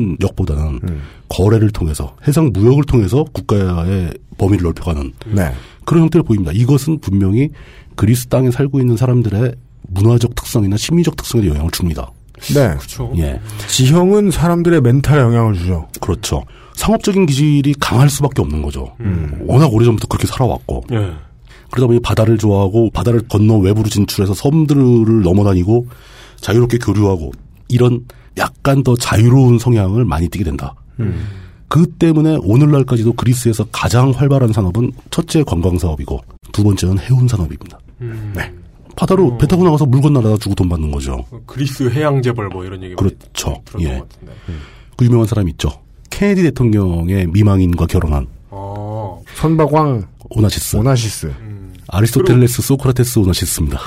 S4: 생산력보다는 거래를 통해서 해상 무역을 통해서 국가의 범위를 넓혀가는
S3: 네,
S4: 그런 형태를 보입니다. 이것은 분명히 그리스 땅에 살고 있는 사람들의 문화적 특성이나 심리적 특성에 영향을 줍니다.
S3: 네.
S2: 그렇죠.
S4: 예,
S3: 지형은 사람들의 멘탈에 영향을 주죠.
S4: 그렇죠. 상업적인 기질이 강할 수밖에 없는 거죠. 워낙 오래전부터 그렇게 살아왔고
S2: 예.
S4: 그러다 보니 바다를 좋아하고 바다를 건너 외부로 진출해서 섬들을 넘어다니고 자유롭게 교류하고 이런 약간 더 자유로운 성향을 많이 띠게 된다. 그 때문에 오늘날까지도 그리스에서 가장 활발한 산업은 첫째 관광 사업이고 두 번째는 해운 산업입니다. 네. 바다로 배 타고 나가서 물건 날아다 주고 돈 받는 거죠.
S2: 뭐 그리스 해양 재벌 뭐 이런 얘기 많이
S4: 그렇죠.
S2: 들었던
S4: 예.
S2: 것 같은데.
S4: 그 유명한 사람 있죠. 케네디 대통령의 미망인과 결혼한
S2: 어,
S3: 선박왕
S4: 오나시스.
S3: 오나시스.
S4: 아리스토텔레스 소크라테스 오나시스입니다.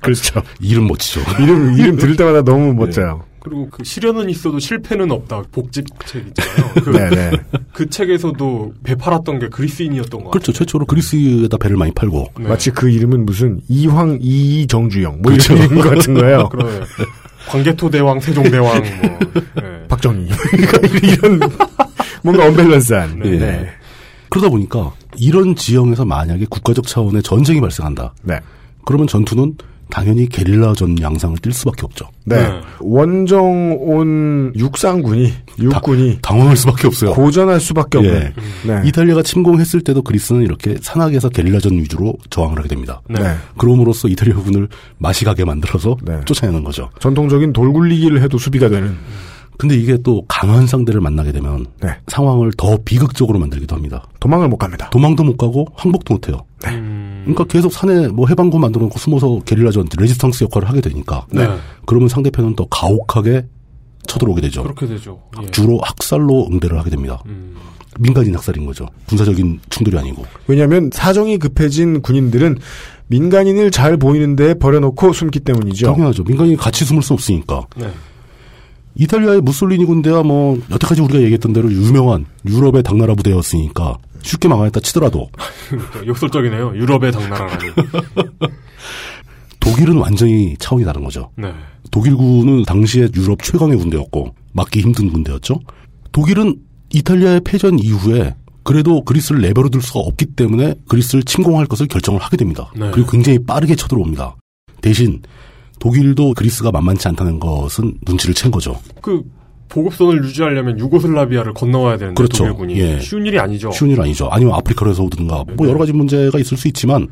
S3: 그렇죠. 네.
S4: 이름 멋지죠.
S3: 이름 이름 들을 때마다 너무 멋져요.
S2: 그리고 그 실현은 있어도 실패는 없다 복집 책 있잖아요. 그,
S3: 네, 네.
S2: 그 책에서도 배 팔았던 게 그리스인이었던 것 같아요.
S4: 그렇죠. 최초로 그리스에다 배를 많이 팔고
S2: 네.
S3: 마치 그 이름은 무슨 이황 이이 정주영 뭐 이런 이름 같은 거예요.
S2: 그러네. 광개토 대왕, 세종 대왕 뭐. 예.
S3: 박정희 그러니까 이런 뭔가 언밸런스한.
S2: 네.
S3: 네.
S4: 예.
S3: 네.
S4: 그러다 보니까 이런 지형에서 만약에 국가적 차원의 전쟁이 발생한다.
S3: 네.
S4: 그러면 전투는 당연히 게릴라전 양상을 띌 수밖에 없죠.
S3: 네.
S2: 네.
S3: 원정온 육상군이 육군이
S4: 당황할 수밖에 없어요. 예.
S3: 고전할 수밖에 없는. 네.
S4: 이탈리아가 침공했을 때도 그리스는 이렇게 산악에서 게릴라전 위주로 저항을 하게 됩니다.
S2: 네.
S3: 네.
S4: 그럼으로써 이탈리아 군을 맛이 가게 만들어서
S3: 네.
S4: 쫓아내는 거죠.
S3: 전통적인 돌굴리기를 해도 수비가 되는.
S4: 근데 이게 또 강한 상대를 만나게 되면
S3: 네.
S4: 상황을 더 비극적으로 만들기도 합니다.
S3: 도망을 못 갑니다.
S4: 도망도 못 가고 항복도 못 해요.
S2: 음,
S4: 그러니까 계속 산에 뭐 해방군 만들어 놓고 숨어서 게릴라전 레지스탕스 역할을 하게 되니까
S2: 네.
S4: 그러면 상대편은 더 가혹하게 쳐들어오게 되죠.
S2: 그렇게 되죠. 예.
S4: 주로 학살로 응대를 하게 됩니다.
S2: 음.
S4: 민간인 학살인 거죠. 군사적인 충돌이 아니고.
S3: 왜냐하면 사정이 급해진 군인들은 민간인을 잘 보이는 데 버려놓고 숨기 때문이죠.
S4: 당연하죠. 민간인이 같이 숨을 수 없으니까.
S2: 네.
S4: 이탈리아의 무솔리니 군대와 뭐 여태까지 우리가 얘기했던 대로 유명한 유럽의 당나라 부대였으니까 쉽게 망하였다 치더라도
S2: 그러니까 역설적이네요. 유럽의 당나라라니.
S4: 독일은 완전히 차원이 다른 거죠.
S2: 네.
S4: 독일군은 당시에 유럽 최강의 군대였고 막기 힘든 군대였죠. 독일은 이탈리아의 패전 이후에 그래도 그리스를 레벨로 들 수가 없기 때문에 그리스를 침공할 것을 결정을 하게 됩니다.
S2: 네.
S4: 그리고 굉장히 빠르게 쳐들어옵니다. 대신 독일도 그리스가 만만치 않다는 것은 눈치를 챈 거죠.
S2: 그 보급선을 유지하려면 유고슬라비아를 건너와야 되는데
S4: 그렇죠.
S2: 독일군이
S4: 예.
S2: 쉬운 일이 아니죠.
S4: 쉬운 일 아니죠. 아니면 아프리카로 해서 오든가 뭐 여러 가지 문제가 있을 수 있지만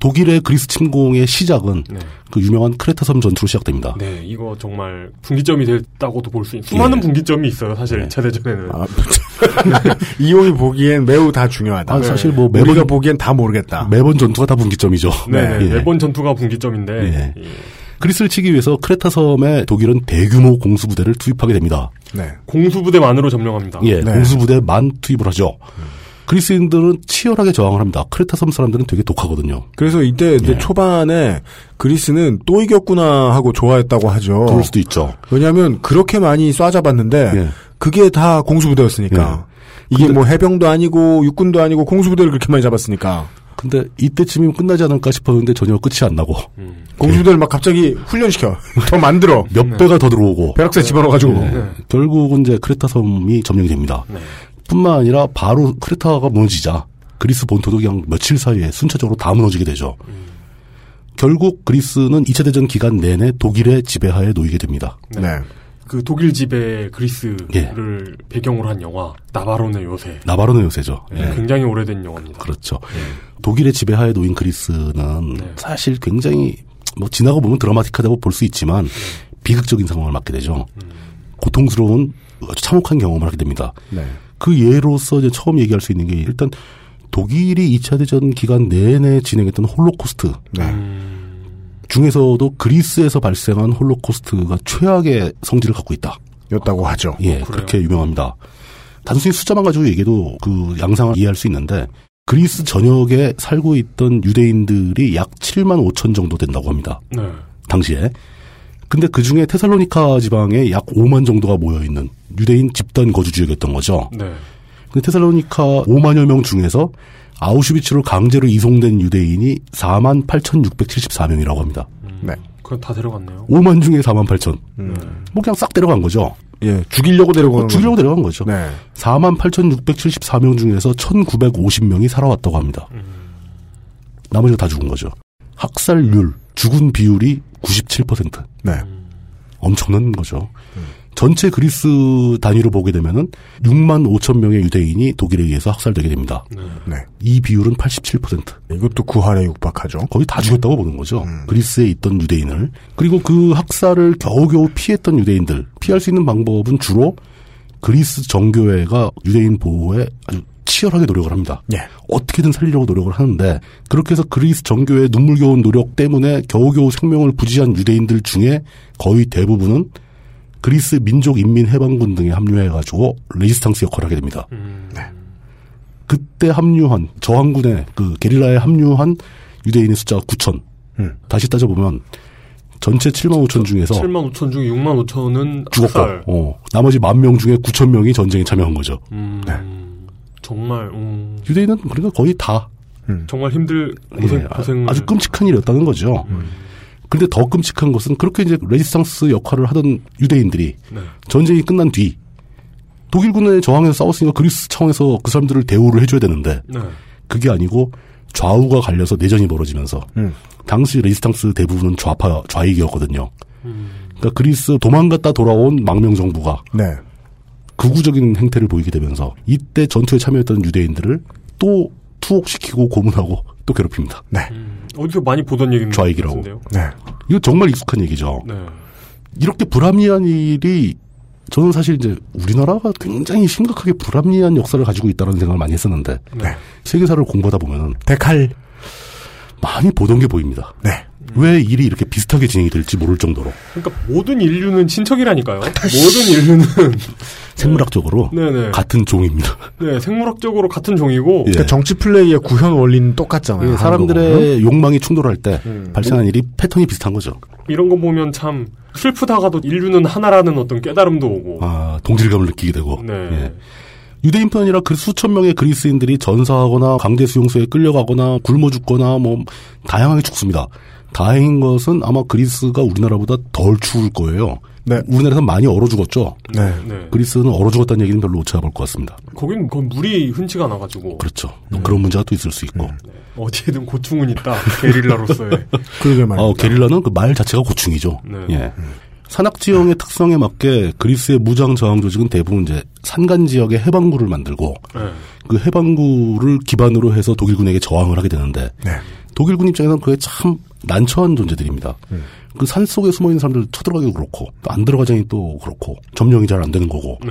S4: 독일의 그리스 침공의 시작은
S2: 네.
S4: 그 유명한 크레타 섬 전투로 시작됩니다.
S2: 네, 이거 정말 분기점이 됐다고도 볼 수 있어요. 수많은
S4: 예.
S2: 분기점이 있어요, 사실.
S4: 네.
S2: 제대전에는.
S3: 아, 이용이 보기엔 매우 다 중요하다.
S4: 아, 사실 뭐 매번-
S3: 우리가 보기엔 다 모르겠다.
S4: 매번 전투가 다 분기점이죠.
S2: 네,
S4: 예.
S2: 매번 전투가 분기점인데.
S4: 예.
S2: 예.
S4: 그리스를 치기 위해서 크레타 섬에 독일은 대규모 공수부대를 투입하게 됩니다.
S3: 네.
S2: 공수부대만으로 점령합니다.
S4: 예,
S3: 네.
S4: 공수부대만 투입을 하죠. 그리스인들은 치열하게 저항을 합니다. 크레타 섬 사람들은 되게 독하거든요.
S3: 그래서 이때 이제
S4: 예.
S3: 초반에 그리스는 또 이겼구나 하고 좋아했다고 하죠.
S4: 그럴 수도 있죠.
S3: 왜냐하면 그렇게 많이 쏴잡았는데
S4: 예.
S3: 그게 다 공수부대였으니까. 이게 뭐 해병도 아니고 육군도 아니고 공수부대를 그렇게 많이 잡았으니까
S4: 근데 이때쯤이면 끝나지 않을까 싶었는데 전혀 끝이 안 나고
S3: 공수부대를 막 갑자기 훈련시켜 더 만들어
S4: 몇 네. 배가 더 들어오고
S3: 벼락새 집어넣어가지고
S4: 네. 결국은 이제 크레타 섬이 점령이 됩니다. 뿐만 아니라 바로 크레타가 무너지자 그리스 본토도 그냥 며칠 사이에 순차적으로 다 무너지게 되죠. 결국 그리스는 2차 대전 기간 내내 독일의 지배하에 놓이게 됩니다.
S3: 네.
S2: 그 독일 지배 그리스를 배경으로 한 영화, 나바론의 요새.
S4: 나바로는 요새죠. 예.
S2: 굉장히 오래된 영화입니다.
S4: 그렇죠. 독일의 지배하에 놓인 그리스는
S2: 네.
S4: 사실 굉장히 뭐 지나고 보면 드라마틱하다고 볼 수 있지만 비극적인 상황을 맞게 되죠. 고통스러운 아주 참혹한 경험을 하게 됩니다.
S3: 네.
S4: 그 예로서 이제 처음 얘기할 수 있는 게 일단 독일이 2차 대전 기간 내내 진행했던 홀로코스트
S3: 네.
S4: 중에서도 그리스에서 발생한 홀로코스트가 최악의 성질을 갖고 있다.
S3: 였다고 하죠.
S4: 예, 그렇게 유명합니다. 단순히 숫자만 가지고 얘기해도 그 양상을 이해할 수 있는데 그리스 전역에 살고 있던 유대인들이 약 7만 5천 정도 된다고 합니다.
S2: 네.
S4: 당시에. 근데 그 중에 테살로니카 지방에 약 5만 정도가 모여 있는 유대인 집단 거주 지역이었던 거죠.
S2: 네.
S4: 근데 테살로니카 5만여 명 중에서 아우슈비츠로 강제로 이송된 유대인이 4만 8,674명이라고 합니다.
S3: 네.
S2: 그건 다 데려갔네요.
S4: 5만 중에 4만 8천. 뭐 그냥 싹 데려간 거죠.
S3: 예, 죽이려고 데려가는
S4: 죽이려고 데려간 거죠.
S3: 거죠. 네.
S4: 48,674명 중에서 1,950명이 살아왔다고 합니다. 나머지가 다 죽은 거죠. 학살률, 죽은 비율이 97%.
S3: 네.
S4: 엄청난 거죠. 전체 그리스 단위로 보게 되면은 6만 5천 명의 유대인이 독일에 의해서 학살되게 됩니다.
S3: 네.
S4: 이 비율은 87%.
S3: 이것도 그 구할에 육박하죠.
S4: 거의 다 죽였다고 보는 거죠. 그리스에 있던 유대인을. 그리고 그 학살을 겨우겨우 피했던 유대인들, 피할 수 있는 방법은 주로 그리스 정교회가 유대인 보호에 아주 치열하게 노력을 합니다.
S3: 예.
S4: 어떻게든 살리려고 노력을 하는데 그렇게 해서 그리스 정교회의 눈물겨운 노력 때문에 겨우겨우 생명을 부지한 유대인들 중에 거의 대부분은 그리스 민족 인민 해방군 등에 합류해가지고 레지스탕스 역할을 하게 됩니다.
S2: 음.
S4: 네. 그때 합류한 저항군에 그 게릴라에 합류한 유대인의 숫자가 9천.
S3: 음.
S4: 다시 따져보면 전체 7만 5천 중에서
S2: 7만 5천 중에 6만 5천은
S4: 어. 죽었고,
S2: 학살.
S4: 어, 나머지 1만 명 중에 9천 명이 전쟁에 참여한 거죠.
S2: 음, 정말 음,
S4: 유대인은 그러니까 거의 다
S2: 정말 힘들 고생
S4: 음. 예, 아-
S2: 고생 음.
S4: 아주 끔찍한 일이었다는 거죠. 그런데 더 끔찍한 것은 그렇게 이제 레지스탕스 역할을 하던 유대인들이
S2: 네.
S4: 전쟁이 끝난 뒤 독일군에 저항해서 싸웠으니까 그리스 차원에서 그 사람들을 대우를 해줘야 되는데
S2: 네.
S4: 그게 아니고 좌우가 갈려서 내전이 벌어지면서
S3: 음.
S4: 당시 레지스탕스 대부분은 좌파 좌익이었거든요.
S2: 음.
S4: 그러니까 그리스 도망갔다 돌아온 망명 정부가
S3: 네.
S4: 극우적인 행태를 보이게 되면서 이때 전투에 참여했던 유대인들을 또 투옥시키고 고문하고 또 괴롭힙니다.
S3: 네.
S2: 어디서 많이 보던 얘기인데
S4: 좌익이라고.
S3: 네.
S4: 이거 정말 익숙한 얘기죠.
S2: 네.
S4: 이렇게 불합리한 일이 저는 사실 이제 우리나라가 굉장히 심각하게 불합리한 역사를 가지고 있다는 생각을 많이 했었는데
S2: 네.
S4: 세계사를 공부하다 보면
S3: 데칼.
S4: 많이 보던 게 보입니다.
S3: 네.
S4: 왜 일이 이렇게 비슷하게 진행이 될지 모를 정도로
S2: 그러니까 모든 인류는 친척이라니까요. 모든 인류는
S4: 생물학적으로
S2: 네네.
S4: 같은 종입니다.
S2: 네, 생물학적으로 같은 종이고
S4: 예.
S3: 그러니까 정치 플레이의 구현 원리는 똑같잖아요. 하는 거 보면.
S4: 사람들의 욕망이 충돌할 때 발생한 일이 패턴이 비슷한 거죠.
S2: 이런 거 보면 참 슬프다가도 인류는 하나라는 어떤 깨달음도 오고.
S4: 아, 동질감을 느끼게 되고.
S2: 네.
S4: 예. 유대인뿐 아니라 그 수천 명의 그리스인들이 전사하거나 강제 수용소에 끌려가거나 굶어 죽거나 뭐 다양하게 죽습니다. 다행인 것은 아마 그리스가 우리나라보다 덜 추울 거예요.
S3: 네.
S4: 우리나라에서 많이 얼어 죽었죠.
S3: 네.
S2: 네.
S4: 그리스는 얼어 죽었다는 얘기는 별로 못 찾아볼 것 같습니다.
S2: 거긴 그 물이 흔치가 않아가지고
S4: 그렇죠.
S3: 네.
S4: 그런 문제가 또 있을 수 있고.
S3: 음,
S2: 어디에든 고충은 있다. 게릴라로서의.
S3: 그러게 말이에요. 음.
S4: 어, 게릴라는 그 말 자체가 고충이죠.
S2: 네.
S4: 예. 산악 지형의 특성에 맞게 그리스의 무장 저항 조직은 대부분 이제 산간 지역에 해방구를 만들고
S2: 네.
S4: 그 해방구를 기반으로 해서 독일군에게 저항을 하게 되는데
S3: 네.
S4: 독일군 입장에서는 그게 참 난처한 존재들입니다.
S3: 음.
S4: 그 산 속에 숨어 있는 사람들 쳐들어가기도 그렇고 또 안 들어가자니 또 그렇고 점령이 잘 안 되는 거고
S2: 네.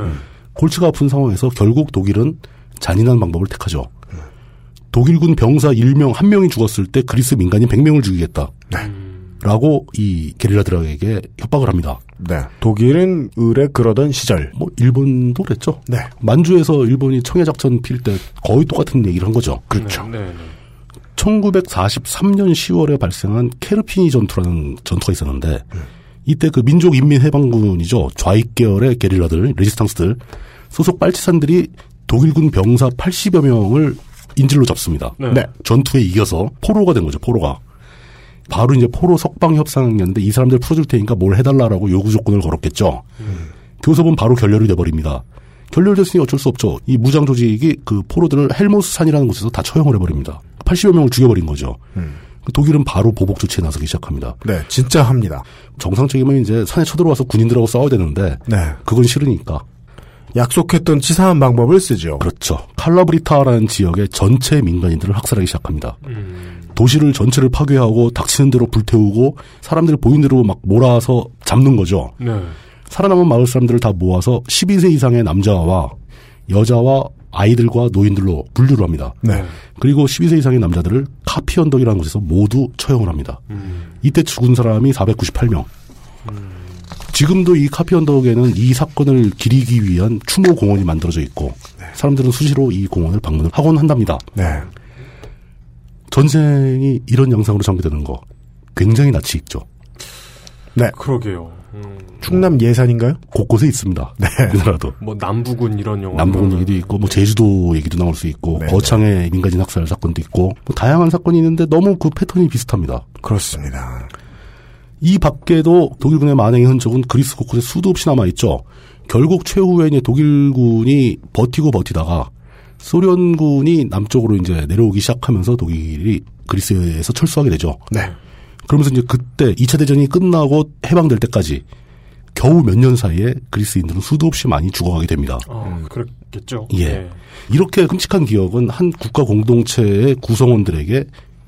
S4: 골치가 아픈 상황에서 결국 독일은 잔인한 방법을 택하죠.
S3: 네.
S4: 독일군 병사 1명, 1명이 죽었을 때 그리스 민간인 100명을 죽이겠다.
S3: 네.
S4: 라고 이 게릴라들에게 협박을 합니다.
S3: 네. 독일은 의뢰 그러던 시절.
S4: 뭐 일본도 그랬죠.
S3: 네.
S4: 만주에서 일본이 청해작전 필 때 거의 똑같은 얘기를 한 거죠.
S3: 그렇죠.
S2: 네. 네.
S4: 1943년 10월에 발생한 케르피니 전투라는 전투가 있었는데 이때 그 민족 인민 해방군이죠 좌익 계열의 게릴라들 레지스탕스들 소속 빨치산들이 독일군 병사 80여 명을 인질로 잡습니다.
S2: 네.
S3: 네.
S4: 전투에 이겨서 포로가 된 거죠 포로가 바로 이제 포로 석방 협상이었는데 이 사람들 풀어줄 테니까 뭘 해달라라고 요구 조건을 걸었겠죠. 교섭은 바로 결렬이 돼버립니다. 결렬됐으니 어쩔 수 없죠. 이 무장 조직이 그 포로들을 헬모스 산이라는 곳에서 다 처형을 해버립니다. 80여 명을 죽여버린 거죠. 그 독일은 바로 보복 조치에 나서기 시작합니다.
S3: 네. 진짜 합니다.
S4: 정상적이면 이제 산에 쳐들어와서 군인들하고 싸워야 되는데
S3: 네.
S4: 그건 싫으니까
S3: 약속했던 치사한 방법을 쓰죠.
S4: 그렇죠. 칼라브리타라는 지역의 전체 민간인들을 학살하기 시작합니다. 도시를 전체를 파괴하고 닥치는 대로 불태우고 사람들 보이는 대로 막 몰아서 잡는 거죠.
S2: 네.
S4: 살아남은 마을 사람들을 다 모아서 12세 이상의 남자와 여자와 아이들과 노인들로 분류를 합니다.
S3: 네.
S4: 그리고 12세 이상의 남자들을 카피 언덕이라는 곳에서 모두 처형을 합니다. 이때 죽은 사람이 498명. 지금도 이 카피 언덕에는 이 사건을 기리기 위한 추모 공원이 만들어져 있고 사람들은 수시로 이 공원을 방문을 하곤 한답니다.
S3: 네.
S4: 전쟁이 이런 양상으로 전개되는 거 굉장히 낯이 익죠.
S3: 네.
S2: 그러게요. 음,
S3: 충남 예산인가요?
S4: 곳곳에 있습니다. 우리나라도.
S2: 뭐 남부군 이런 영화.
S4: 남북은 얘기도 있고 뭐 제주도 얘기도 나올 수 있고
S3: 네.
S4: 거창의 민간인 학살 사건도 있고 뭐 다양한 사건이 있는데 너무 그 패턴이 비슷합니다.
S3: 그렇습니다.
S4: 이 밖에도 독일군의 만행의 흔적은 그리스 곳곳에 수도 없이 남아 있죠. 결국 최후에 이제 독일군이 버티고 버티다가 소련군이 남쪽으로 이제 내려오기 시작하면서 독일이 그리스에서 철수하게 되죠.
S3: 네.
S4: 그러면서 이제 그때 2차 대전이 끝나고 해방될 때까지 겨우 몇 년 사이에 그리스인들은 수도 없이 많이 죽어가게 됩니다.
S2: 아, 그렇겠죠.
S4: 음. 예. 이렇게 끔찍한 기억은 한 국가 공동체의 구성원들에게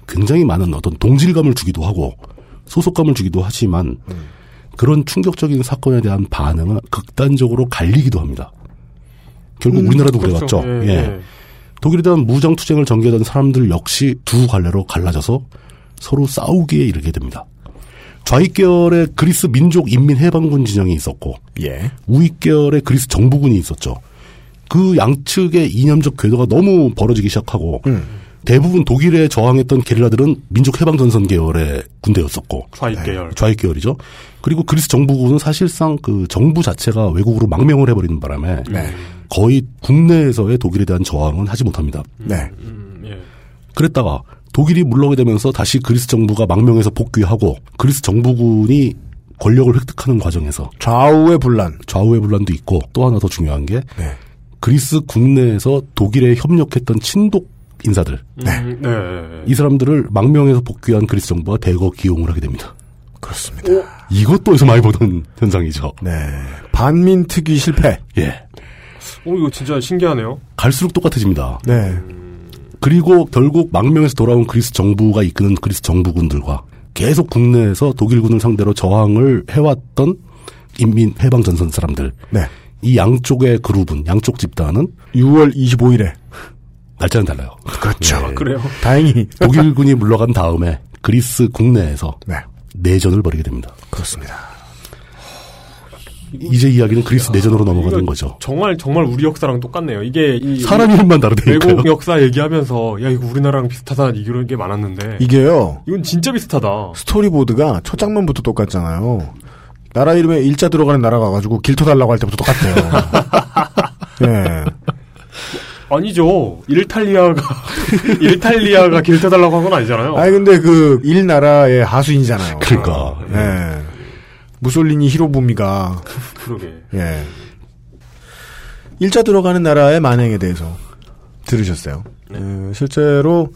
S4: 굉장히 많은 어떤 동질감을 주기도 하고 소속감을 주기도 하지만
S2: 음.
S4: 그런 충격적인 사건에 대한 반응은 극단적으로 갈리기도 합니다. 결국 우리나라도
S2: 그렇죠.
S4: 그래왔죠. 예. 독일에 대한 무장 투쟁을 전개하던 사람들 역시 두 갈래로 갈라져서 서로 싸우기에 이르게 됩니다. 좌익계열의 그리스 민족 인민 해방군 진영이 있었고
S3: 예.
S4: 우익계열의 그리스 정부군이 있었죠. 그 양측의 이념적 궤도가 너무 벌어지기 시작하고 대부분 독일에 저항했던 게릴라들은 민족 해방 전선 계열의 군대였었고
S2: 좌익 계열.
S4: 좌익 계열이죠. 그리고 그리스 정부군은 사실상 그 정부 자체가 외국으로 망명을 해버리는 바람에
S3: 네.
S4: 거의 국내에서의 독일에 대한 저항은 하지 못합니다.
S3: 네.
S2: 음, 예.
S4: 그랬다가 독일이 물러게 되면서 다시 그리스 정부가 망명해서 복귀하고 그리스 정부군이 권력을 획득하는 과정에서
S3: 좌우의 분란.
S4: 좌우의 분란도 있고 또 하나 더 중요한 게
S3: 네.
S4: 그리스 국내에서 독일에 협력했던 친독 인사들
S2: 음, 네.
S4: 이 사람들을 망명해서 복귀한 그리스 정부가 대거 기용을 하게 됩니다.
S3: 그렇습니다.
S4: 이것도 어디서 많이 보던 현상이죠.
S3: 네. 반민 특위 실패.
S4: 예.
S2: 오, 이거 진짜 신기하네요.
S4: 갈수록 똑같아집니다.
S3: 네.
S4: 그리고 결국 망명에서 돌아온 그리스 정부가 이끄는 그리스 정부군들과 계속 국내에서 독일군을 상대로 저항을 해왔던 인민 해방 전선 사람들
S3: 네.
S4: 이 양쪽의 그룹은 양쪽 집단은
S3: 6월 25일에
S4: 날짜는 달라요.
S3: 그렇죠.
S2: 아,
S4: 예.
S2: 그래요.
S3: 다행히
S4: 독일군이 물러간 다음에 그리스 국내에서
S3: 네.
S4: 내전을 벌이게 됩니다.
S3: 그렇습니다.
S4: 이제 이야기는 그리스 내전으로 넘어가는
S2: 이거
S4: 거죠.
S2: 정말 정말 우리 역사랑 똑같네요. 이게 이
S4: 사람 이름만 다르다니까요.
S2: 외국 역사 얘기하면서 야 이거 우리나라랑 비슷하다 이런 게 많았는데
S3: 이게요.
S2: 이건 진짜 비슷하다.
S3: 스토리보드가 첫 장면부터 똑같잖아요. 나라 이름에 일자 들어가는 나라가 가지고 길터 달라고 할 때부터 똑같아요. 예.
S2: 아니죠. 일탈리아가 일탈리아가 길 터달라고 한 건 아니잖아요.
S3: 아니 근데 그 일나라의 하수인이잖아요.
S4: 그러니까
S3: 예. 무솔리니 히로부미가
S2: 그러게.
S3: 예. 일자 들어가는 나라의 만행에 대해서 들으셨어요.
S4: 네.
S3: 예, 실제로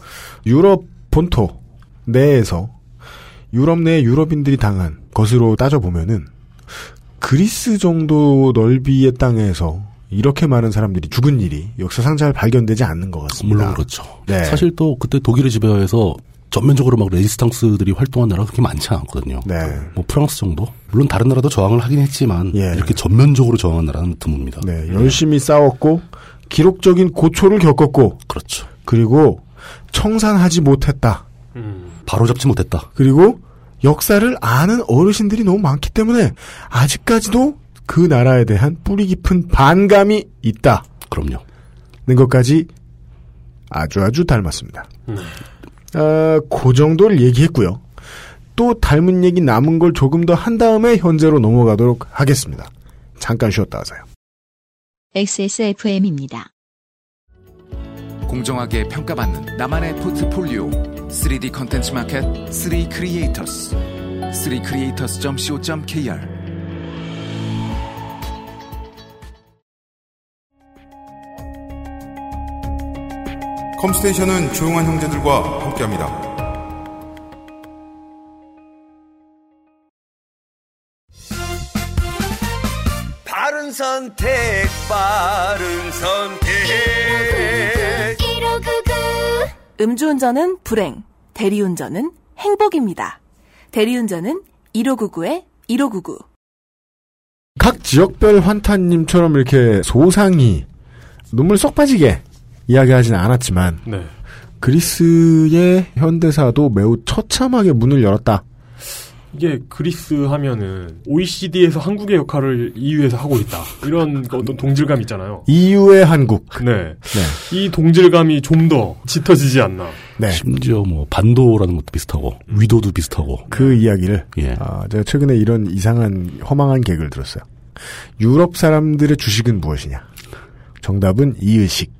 S3: 유럽 본토 내에서 유럽 내 유럽인들이 당한 것으로 따져보면은 그리스 정도 넓이의 땅에서 이렇게 많은 사람들이 죽은 일이 역사상 잘 발견되지 않는 것 같습니다.
S4: 물론 그렇죠.
S3: 네.
S4: 사실 또 그때 독일의 지배하에서 전면적으로 막 레지스탕스들이 활동한 나라가 그렇게 많지 않거든요.
S3: 네.
S4: 뭐 프랑스 정도? 물론 다른 나라도 저항을 하긴 했지만
S3: 예.
S4: 이렇게 전면적으로 저항한 나라는 드뭅니다.
S3: 네, 열심히 싸웠고 기록적인 고초를 겪었고
S4: 그렇죠.
S3: 그리고 청산하지 못했다.
S2: 음.
S4: 바로잡지 못했다.
S3: 그리고 역사를 아는 어르신들이 너무 많기 때문에 아직까지도 그 나라에 대한 뿌리 깊은 반감이 있다는
S4: 그럼요.
S3: 것까지 아주 아주 닮았습니다.
S2: 음.
S3: 아, 그 정도를 얘기했고요. 또 닮은 얘기 남은 걸 조금 더 한 다음에 현재로 넘어가도록 하겠습니다. 잠깐 쉬었다 하세요.
S1: XSFM입니다.
S5: 공정하게 평가받는 나만의 포트폴리오 3D 컨텐츠 마켓 3 크리에이터스 3 creators.co.kr
S6: 컴스테이션은 조용한 형제들과 함께합니다.
S9: 바른 선택, 바른 선택.
S7: 음주운전은 불행, 대리운전은 행복입니다. 대리운전은 1599-1599.
S3: 각 지역별 환타님처럼 이렇게 소상히 눈물 쏙 빠지게 이야기하지는 않았지만
S2: 네.
S3: 그리스의 현대사도 매우 처참하게 문을 열었다.
S2: 이게 그리스 하면은 OECD에서 한국의 역할을 EU에서 하고 있다. 이런 어떤 동질감 있잖아요.
S3: EU의 한국.
S2: 네.
S3: 네.
S2: 이 동질감이 좀 더 짙어지지 않나.
S3: 네.
S4: 심지어 뭐 반도라는 것도 비슷하고 위도도 비슷하고
S3: 그 이야기를
S4: 예.
S3: 아, 제가 최근에 이런 이상한 허망한 개그를 들었어요. 유럽 사람들의 주식은 무엇이냐? 정답은 이의식.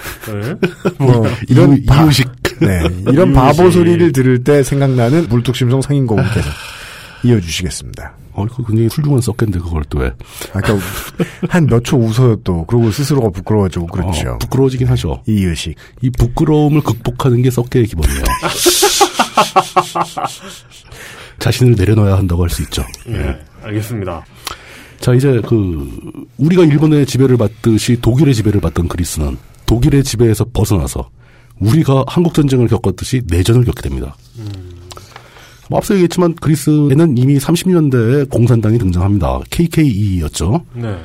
S2: 네.
S3: 뭐
S4: 이런
S3: 이런 바-
S4: 이유식
S3: 네, 이런
S2: 이의식.
S3: 바보 소리를 들을 때 생각나는 물뚝심성 상인고문께서 아. 이어주시겠습니다.
S4: 어, 이거 굉장히 훌륭한 썩겠는데 그걸 또 왜?
S3: 아까 한 몇 초 웃어요 또 그러고 스스로가 부끄러워지고 그렇죠.
S4: 어, 부끄러워지긴 하죠.
S3: 이의식.
S4: 이 부끄러움을 극복하는 게 썩게의 기본이에요. 자신을 내려놔야 한다고 할 수 있죠.
S2: 예, 네. 알겠습니다.
S4: 자, 이제 그, 우리가 일본의 지배를 받듯이 독일의 지배를 받던 그리스는 독일의 지배에서 벗어나서 우리가 한국전쟁을 겪었듯이 내전을 겪게 됩니다. 뭐 앞서 얘기했지만 그리스에는 이미 30년대에 공산당이 등장합니다. KKE였죠.
S2: 네.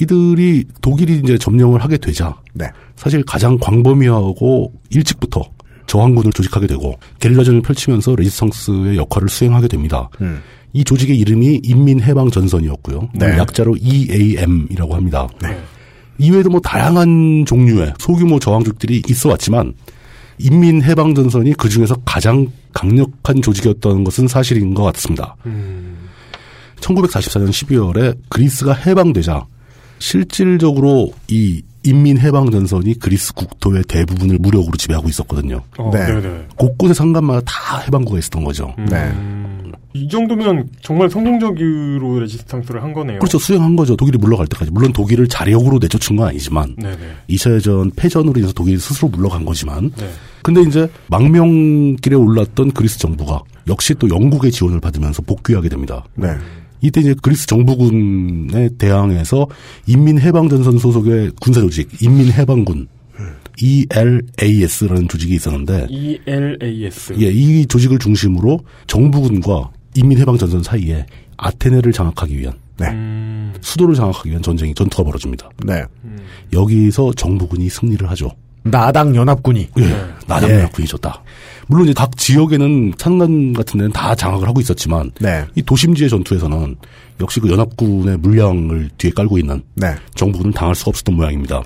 S4: 이들이 독일이 이제 점령을 하게 되자
S3: 네.
S4: 사실 가장 광범위하고 일찍부터 저항군을 조직하게 되고 게릴라전을 펼치면서 레지스탕스의 역할을 수행하게 됩니다. 이 조직의 이름이 인민해방전선이었고요. 뭐
S3: 네.
S4: 약자로 EAM이라고 합니다. 이외에도 뭐 다양한 종류의 소규모 저항조직들이 있어 왔지만 인민해방전선이 그 중에서 가장 강력한 조직이었던 것은 사실인 것 같습니다. 1944년 12월에 그리스가 해방되자 실질적으로 이 인민해방전선이 그리스 국토의 대부분을 무력으로 지배하고 있었거든요.
S2: 어,
S3: 네.
S2: 네. 네
S4: 곳곳의 상가마다 다 해방구가 있었던 거죠.
S2: 음.
S3: 네.
S2: 이 정도면 정말 성공적으로 레지스탕스를 한 거네요.
S4: 그렇죠. 수행한 거죠. 독일이 물러갈 때까지. 물론 독일을 자력으로 내쫓은 건 아니지만
S2: 네네.
S4: 2차 대전 패전으로 인해서 독일이 스스로 물러간 거지만
S2: 네.
S4: 근데 이제 망명길에 올랐던 그리스 정부가 역시 또 영국의 지원을 받으면서 복귀하게 됩니다.
S3: 네.
S4: 이때 이제 그리스 정부군에 대항해서 인민해방전선 소속의 군사조직 인민해방군 E ELAS라는 조직이 있었는데
S2: E ELAS.
S4: 예, 이 조직을 중심으로 정부군과 인민해방전선 사이에 아테네를 장악하기 위한
S2: 음,
S4: 수도를 장악하기 위한 전쟁이 전투가 벌어집니다.
S3: 네.
S4: 여기서 정부군이 승리를 하죠.
S3: 나당 연합군이.
S4: 예, 나당연합군이 졌다. 물론 이제 각 지역에는 산간 같은 데는 다 장악을 하고 있었지만
S3: 네.
S4: 이 도심지의 전투에서는 역시 그 연합군의 물량을 뒤에 깔고 있는
S3: 네.
S4: 정부군을 당할 수가 없었던 모양입니다.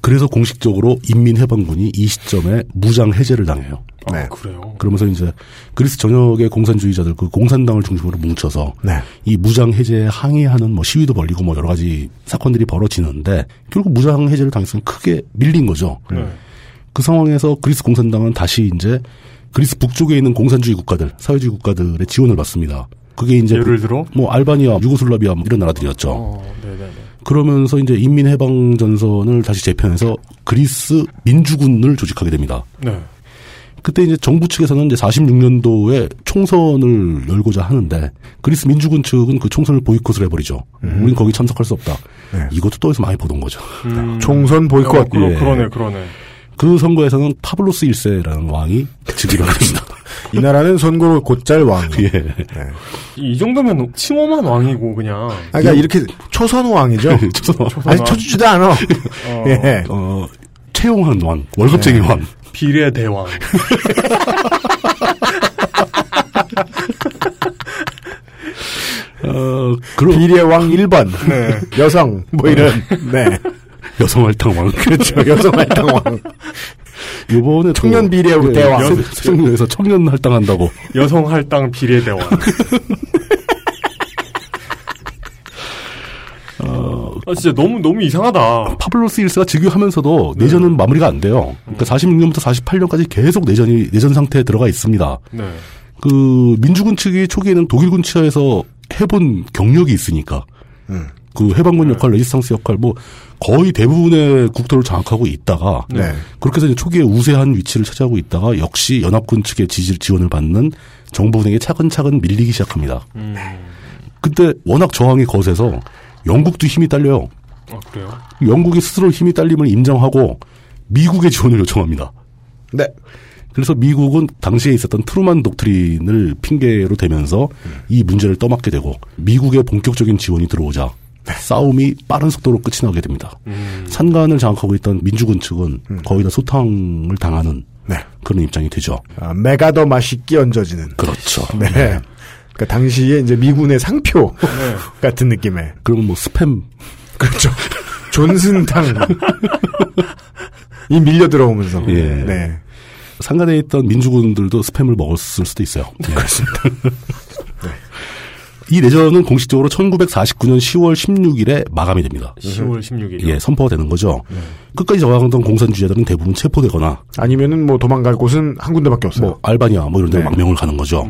S4: 그래서 공식적으로 인민해방군이 이 시점에 무장 해제를 당해요.
S3: 네.
S2: 그래요.
S4: 그러면서 이제 그리스 전역의 공산주의자들 그 공산당을 중심으로 뭉쳐서
S3: 네.
S4: 이 무장 해제에 항의하는 뭐 시위도 벌리고 뭐 여러 가지 사건들이 벌어지는데 결국 무장 해제를 당했으면 크게 밀린 거죠.
S2: 네.
S4: 그 상황에서 그리스 공산당은 다시 이제 그리스 북쪽에 있는 공산주의 국가들, 사회주의 국가들의 지원을 받습니다. 그게 이제
S2: 예를 들어?
S4: 뭐 알바니아, 유고슬라비아 뭐 이런 나라들이었죠.
S2: 어, 네네네.
S4: 그러면서 이제 인민해방전선을 다시 재편해서 그리스 민주군을 조직하게 됩니다.
S2: 네.
S4: 그때 이제 정부 측에서는 이제 46년도에 총선을 열고자 하는데 그리스 민주군 측은 그 총선을 보이콧을 해버리죠. 우린 거기 참석할 수 없다.
S3: 네.
S4: 이것도 떠에서 많이 보던 거죠.
S2: 음,
S3: 총선
S2: 어,
S3: 보이콧.
S2: 그러,
S4: 예.
S2: 그러네, 그러네.
S4: 그 선거에서는 파블로스 1세라는 왕이 즉위를 합니다.
S3: 이 나라는 선거로 곧잘 왕.
S4: 예.
S2: 이, 이 정도면 칭호만 왕이고, 그냥.
S3: 아, 그러니까 이렇게 초선 왕이죠.
S4: 조선 왕.
S3: 아직 쳐주지도 않아.
S2: 어,
S3: 예.
S4: 어, 채용한 왕, 월급쟁이 왕.
S2: 비례 대왕.
S4: 어, 그런
S3: 비리의 왕 1번. 여성, 뭐 이런. 네.
S4: 여성활탕 왕. 그렇죠.
S3: 저 여성 할당 왕. 네.
S4: 요번에
S3: 청년 비례 대왕.
S4: 수정에서 청년 할당한다고.
S2: 여성 할당 비례 대왕.
S4: 어.
S2: 아, 진짜 너무, 너무 이상하다.
S4: 파블로스 1세가 즉위하면서도 내전은 마무리가 안 돼요. 그러니까 46년부터 48년까지 계속 내전이 내전 상태에 들어가 있습니다.
S2: 네.
S4: 그 민주군 측이 초기에는 독일군 치하에서 해본 경력이 있으니까 그 해방군 역할, 레지스탕스 역할 뭐 거의 대부분의 국토를 장악하고 있다가
S3: 네.
S4: 그렇게 해서 이제 초기에 우세한 위치를 차지하고 있다가 역시 연합군 측의 지지 지원을 받는 정부군에게 차근차근 밀리기 시작합니다. 그때 워낙 저항이 거세서 영국도 힘이 딸려요.
S2: 아, 그래요?
S4: 영국이 스스로 힘이 딸림을 인정하고 미국의 지원을 요청합니다.
S3: 네.
S4: 그래서 미국은 당시에 있었던 트루만 독트린을 핑계로 대면서
S3: 음.
S4: 이 문제를 떠맡게 되고 미국의 본격적인 지원이 들어오자
S3: 네.
S4: 싸움이 빠른 속도로 끝이 나게 됩니다.
S3: 음.
S4: 산간을 장악하고 있던 민주군 측은 거의 다 소탕을 당하는
S3: 네.
S4: 그런 입장이 되죠.
S3: 아, 메가 더 맛이 끼얹어지는.
S4: 그렇죠.
S3: 네. 그러니까 당시에 이제 미군의 상표 같은 느낌의.
S4: 그러면 뭐 스팸
S3: 그렇죠. 존슨탕. 이 밀려 들어오면서.
S4: 예.
S3: 네.
S4: 상간에 있던 민주군들도 스팸을 먹었을 수도 있어요. 네, 그렇습니다. 이 내전은 공식적으로 1949년 10월 16일에 마감이 됩니다.
S2: 10월 16일.
S4: 예, 선포가 되는 거죠. 끝까지 저항하던 공산주의자들은 대부분 체포되거나
S3: 아니면은 뭐 도망갈 곳은 한 군데밖에 없어요.
S4: 뭐 알바니아 뭐 이런 데
S3: 네.
S4: 망명을 가는 거죠.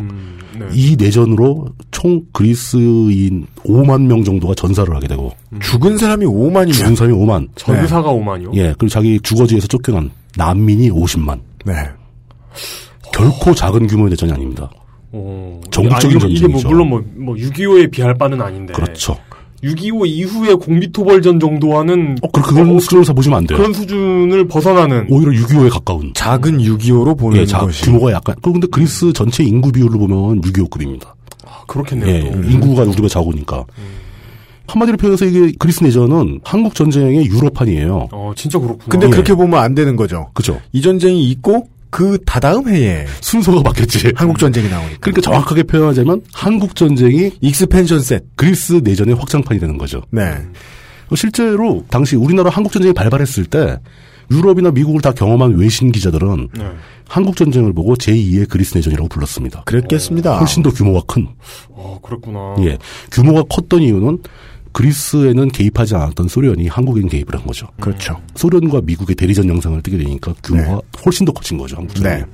S2: 네.
S4: 이 내전으로 총 그리스인 5만 명 정도가 전사를 하게 되고
S3: 죽은 사람이 5만이면.
S4: 죽은 사람이 5만,
S2: 전사가 5만이요?
S4: 예, 그리고 자기 주거지에서 쫓겨난 난민이 50만.
S3: 네.
S4: 결코 작은 규모의 내전이 아닙니다.
S2: 어,
S4: 정국적인
S2: 아, 이게- 이게 뭐
S4: 전쟁이죠.
S2: 물론 뭐, 뭐 6.25에 비할 바는 아닌데
S4: 그렇죠.
S2: 6.25 이후의 공비토벌전 정도와는
S4: 어, 그, 그런 수준으로서 보시면 안 돼요.
S2: 그런 수준을 벗어나는
S4: 오히려 6.25에 가까운.
S3: 작은 6.25로 보는
S4: 예, 자,
S3: 것이
S4: 규모가 약간. 그런데 그리스 전체 인구 비율로 보면 6.25급입니다.
S2: 아, 그렇겠네요.
S4: 예,
S2: 또.
S4: 인구가 우리보다 적으니까.
S3: 음.
S4: 한마디로 표현해서 이게 그리스 내전은 한국 전쟁의 유럽판이에요.
S2: 어, 진짜 그렇구나.
S3: 근데
S4: 예.
S3: 그렇게 보면 안 되는 거죠.
S4: 그죠?
S3: 이 전쟁이 있고 그 다다음 해에
S4: 순서가 바뀌었지.
S3: 한국 전쟁이 나오니까.
S4: 그러니까 정확하게 표현하자면 한국 전쟁이
S3: 익스펜션 셋.
S4: 그리스 내전의 확장판이 되는 거죠.
S3: 네.
S4: 실제로 당시 우리나라 한국 전쟁이 발발했을 때 유럽이나 미국을 다 경험한 외신 기자들은
S2: 네.
S4: 한국 전쟁을 보고 제2의 그리스 내전이라고 불렀습니다.
S3: 그랬겠습니다.
S4: 훨씬 더 규모가 큰.
S2: 어, 그렇구나.
S4: 예. 규모가 컸던 이유는 그리스에는 개입하지 않았던 소련이 한국엔 개입을 한 거죠. 음.
S3: 그렇죠.
S4: 소련과 미국의 대리전 영상을 뜨게 되니까 규모가 훨씬 더 커진 거죠. 한국 전쟁이.
S3: 네.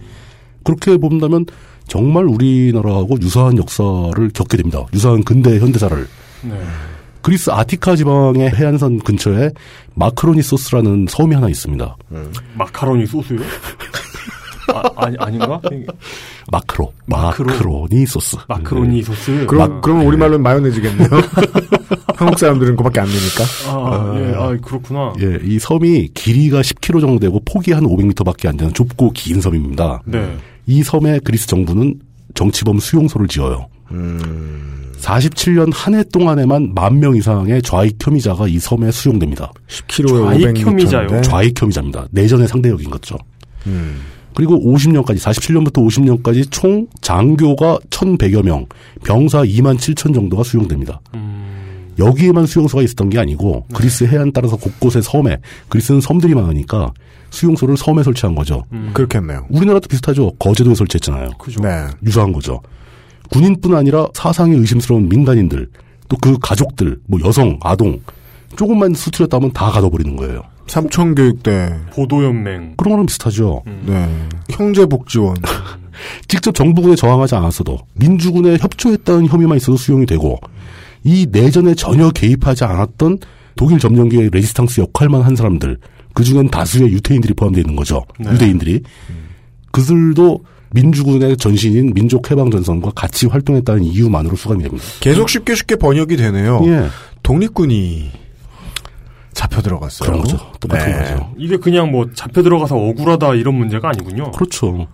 S4: 그렇게 본다면 정말 우리나라하고 유사한 역사를 겪게 됩니다. 유사한 근대 현대사를.
S2: 네.
S4: 그리스 아티카 지방의 해안선 근처에 마크로니소스라는 섬이 하나 있습니다.
S2: 마카로니 소스요? 아, 아니, 아닌가?
S4: 마크로.
S2: 마크로.
S4: 마크로니소스. 음. 네.
S2: 마카로니 소스. 아.
S3: 그럼 그럼 우리말로는 마요네즈겠네요. 한국 사람들은 그밖에 안 되니까.
S2: 아, 예, 아, 그렇구나.
S4: 예, 이 섬이 길이가 10km 정도 되고 폭이 한 500m밖에 안 되는 좁고 긴 섬입니다.
S2: 네.
S4: 이 섬에 그리스 정부는 정치범 수용소를 지어요. 47년 한 해 동안에만 만 명 이상의 좌익 혐의자가 이 섬에 수용됩니다.
S3: 10km에
S2: 좌익
S3: 500m.
S2: 혐의자요.
S3: 인데.
S4: 좌익 혐의자입니다. 내전의 상대역인 거죠. 그리고 50년까지 47년부터 50년까지 총 장교가 1,100여 명, 병사 2만 7천 정도가 수용됩니다. 여기에만 수용소가 있었던 게 아니고 그리스 해안 따라서 곳곳의 섬에 그리스는 섬들이 많으니까 수용소를 섬에 설치한 거죠.
S3: 음. 그렇겠네요.
S4: 우리나라도 비슷하죠. 거제도에 설치했잖아요.
S3: 네.
S4: 유사한 거죠. 군인뿐 아니라 사상이 의심스러운 민간인들, 또 그 가족들, 뭐 여성, 아동 조금만 수틀렸다 하면 다 가둬버리는 거예요.
S3: 삼청교육대.
S2: 보도연맹.
S4: 그런 거랑 비슷하죠.
S3: 네. 형제복지원.
S4: 직접 정부군에 저항하지 않았어도 민주군에 협조했다는 혐의만 있어도 수용이 되고 이 내전에 전혀 개입하지 않았던 독일 점령기의 레지스탕스 역할만 한 사람들 그중엔 다수의 유태인들이 포함되어 있는 거죠. 유대인들이 그들도 민주군의 전신인 민족해방전선과 같이 활동했다는 이유만으로 수감이 됩니다.
S3: 계속 쉽게 쉽게 번역이 되네요.
S4: 예,
S3: 독립군이 잡혀 들어갔어요.
S4: 그런 거죠. 똑같은
S3: 네.
S4: 거죠.
S2: 이게 그냥 뭐 잡혀 들어가서 억울하다 이런 문제가 아니군요.
S4: 그렇죠.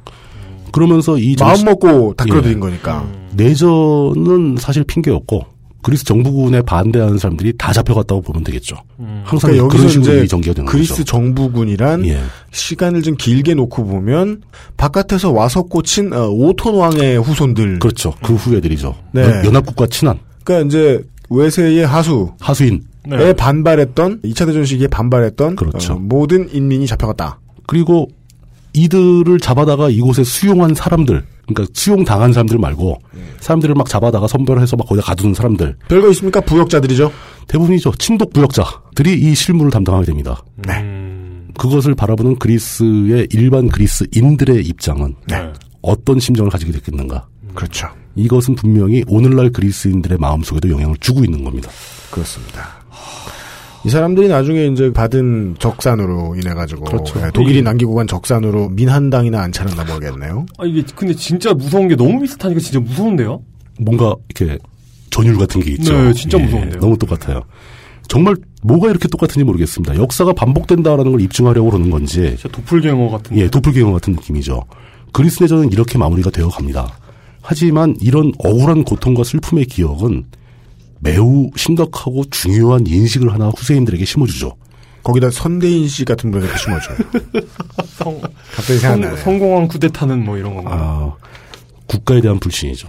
S4: 그러면서 이
S3: 마음
S4: 정치-
S3: 먹고 다
S4: 예.
S3: 끌어들인 거니까. 그러니까
S4: 내전은 사실 핑계였고 그리스 정부군에 반대하는 사람들이 다 잡혀갔다고 보면 되겠죠. 항상
S3: 그러니까
S4: 그런
S3: 여기서
S4: 식으로
S3: 이제
S4: 일이 전개가 되는
S3: 그리스
S4: 거죠.
S3: 정부군이란
S4: 예.
S3: 시간을 좀 길게 놓고 보면 바깥에서 와서 꽂힌 어, 오톤 왕의 후손들. 그,
S4: 그렇죠. 그 후예들이죠.
S3: 네.
S4: 연- 연합국과 친한
S3: 러니까 그러니까 이제 외세의 하수에
S4: 하수인
S2: 네.
S3: 반발했던 2차 대전 시기에 반발했던
S4: 그렇죠.
S3: 어, 모든 인민이 잡혀갔다.
S4: 그리고 이들을 잡아다가 이곳에 수용한 사람들 그러니까 수용 당한 사람들 말고
S3: 네.
S4: 사람들을 막 잡아다가 선별해서 막 거기다 가두는 사람들
S3: 별거 있습니까? 부역자들이죠.
S4: 대부분이죠. 친독 부역자들이 이 실무를 담당하게 됩니다.
S2: 네.
S4: 그것을 바라보는 그리스의 일반 그리스인들의 입장은
S2: 네.
S4: 어떤 심정을 가지게 됐겠는가?
S3: 그렇죠.
S4: 이것은 분명히 오늘날 그리스인들의 마음속에도 영향을 주고 있는 겁니다.
S3: 그렇습니다. 이 사람들이 나중에 이제 받은 적산으로 인해 가지고 그렇죠. 예, 독일이 남기고 간 적산으로 민한당이나 안 차렸나 모르겠네요.
S2: 아, 이게 근데 진짜 무서운 게 너무 비슷하니까 진짜 무서운데요?
S4: 뭔가 이렇게 전율 같은 게 있죠. 예,
S2: 네, 진짜 무서운데요.
S4: 너무 똑같아요. 정말 뭐가 이렇게 똑같은지 모르겠습니다. 역사가 반복된다라는 걸 입증하려고 그러는 건지
S2: 진짜 도플갱어 같은.
S4: 예, 도플갱어 같은 느낌이죠. 그리스 내전은 이렇게 마무리가 되어 갑니다. 하지만 이런 억울한 고통과 슬픔의 기억은 매우 심각하고 중요한 인식을 하나 후세인들에게 심어주죠.
S3: 거기다 선대인 씨 같은 분을 이렇게 심어줘요.
S2: 성,
S3: 갑자기
S2: 성,
S3: 생각나네요.
S2: 성공한 쿠데타는 뭐 이런 건가?
S4: 아, 국가에 대한 불신이죠.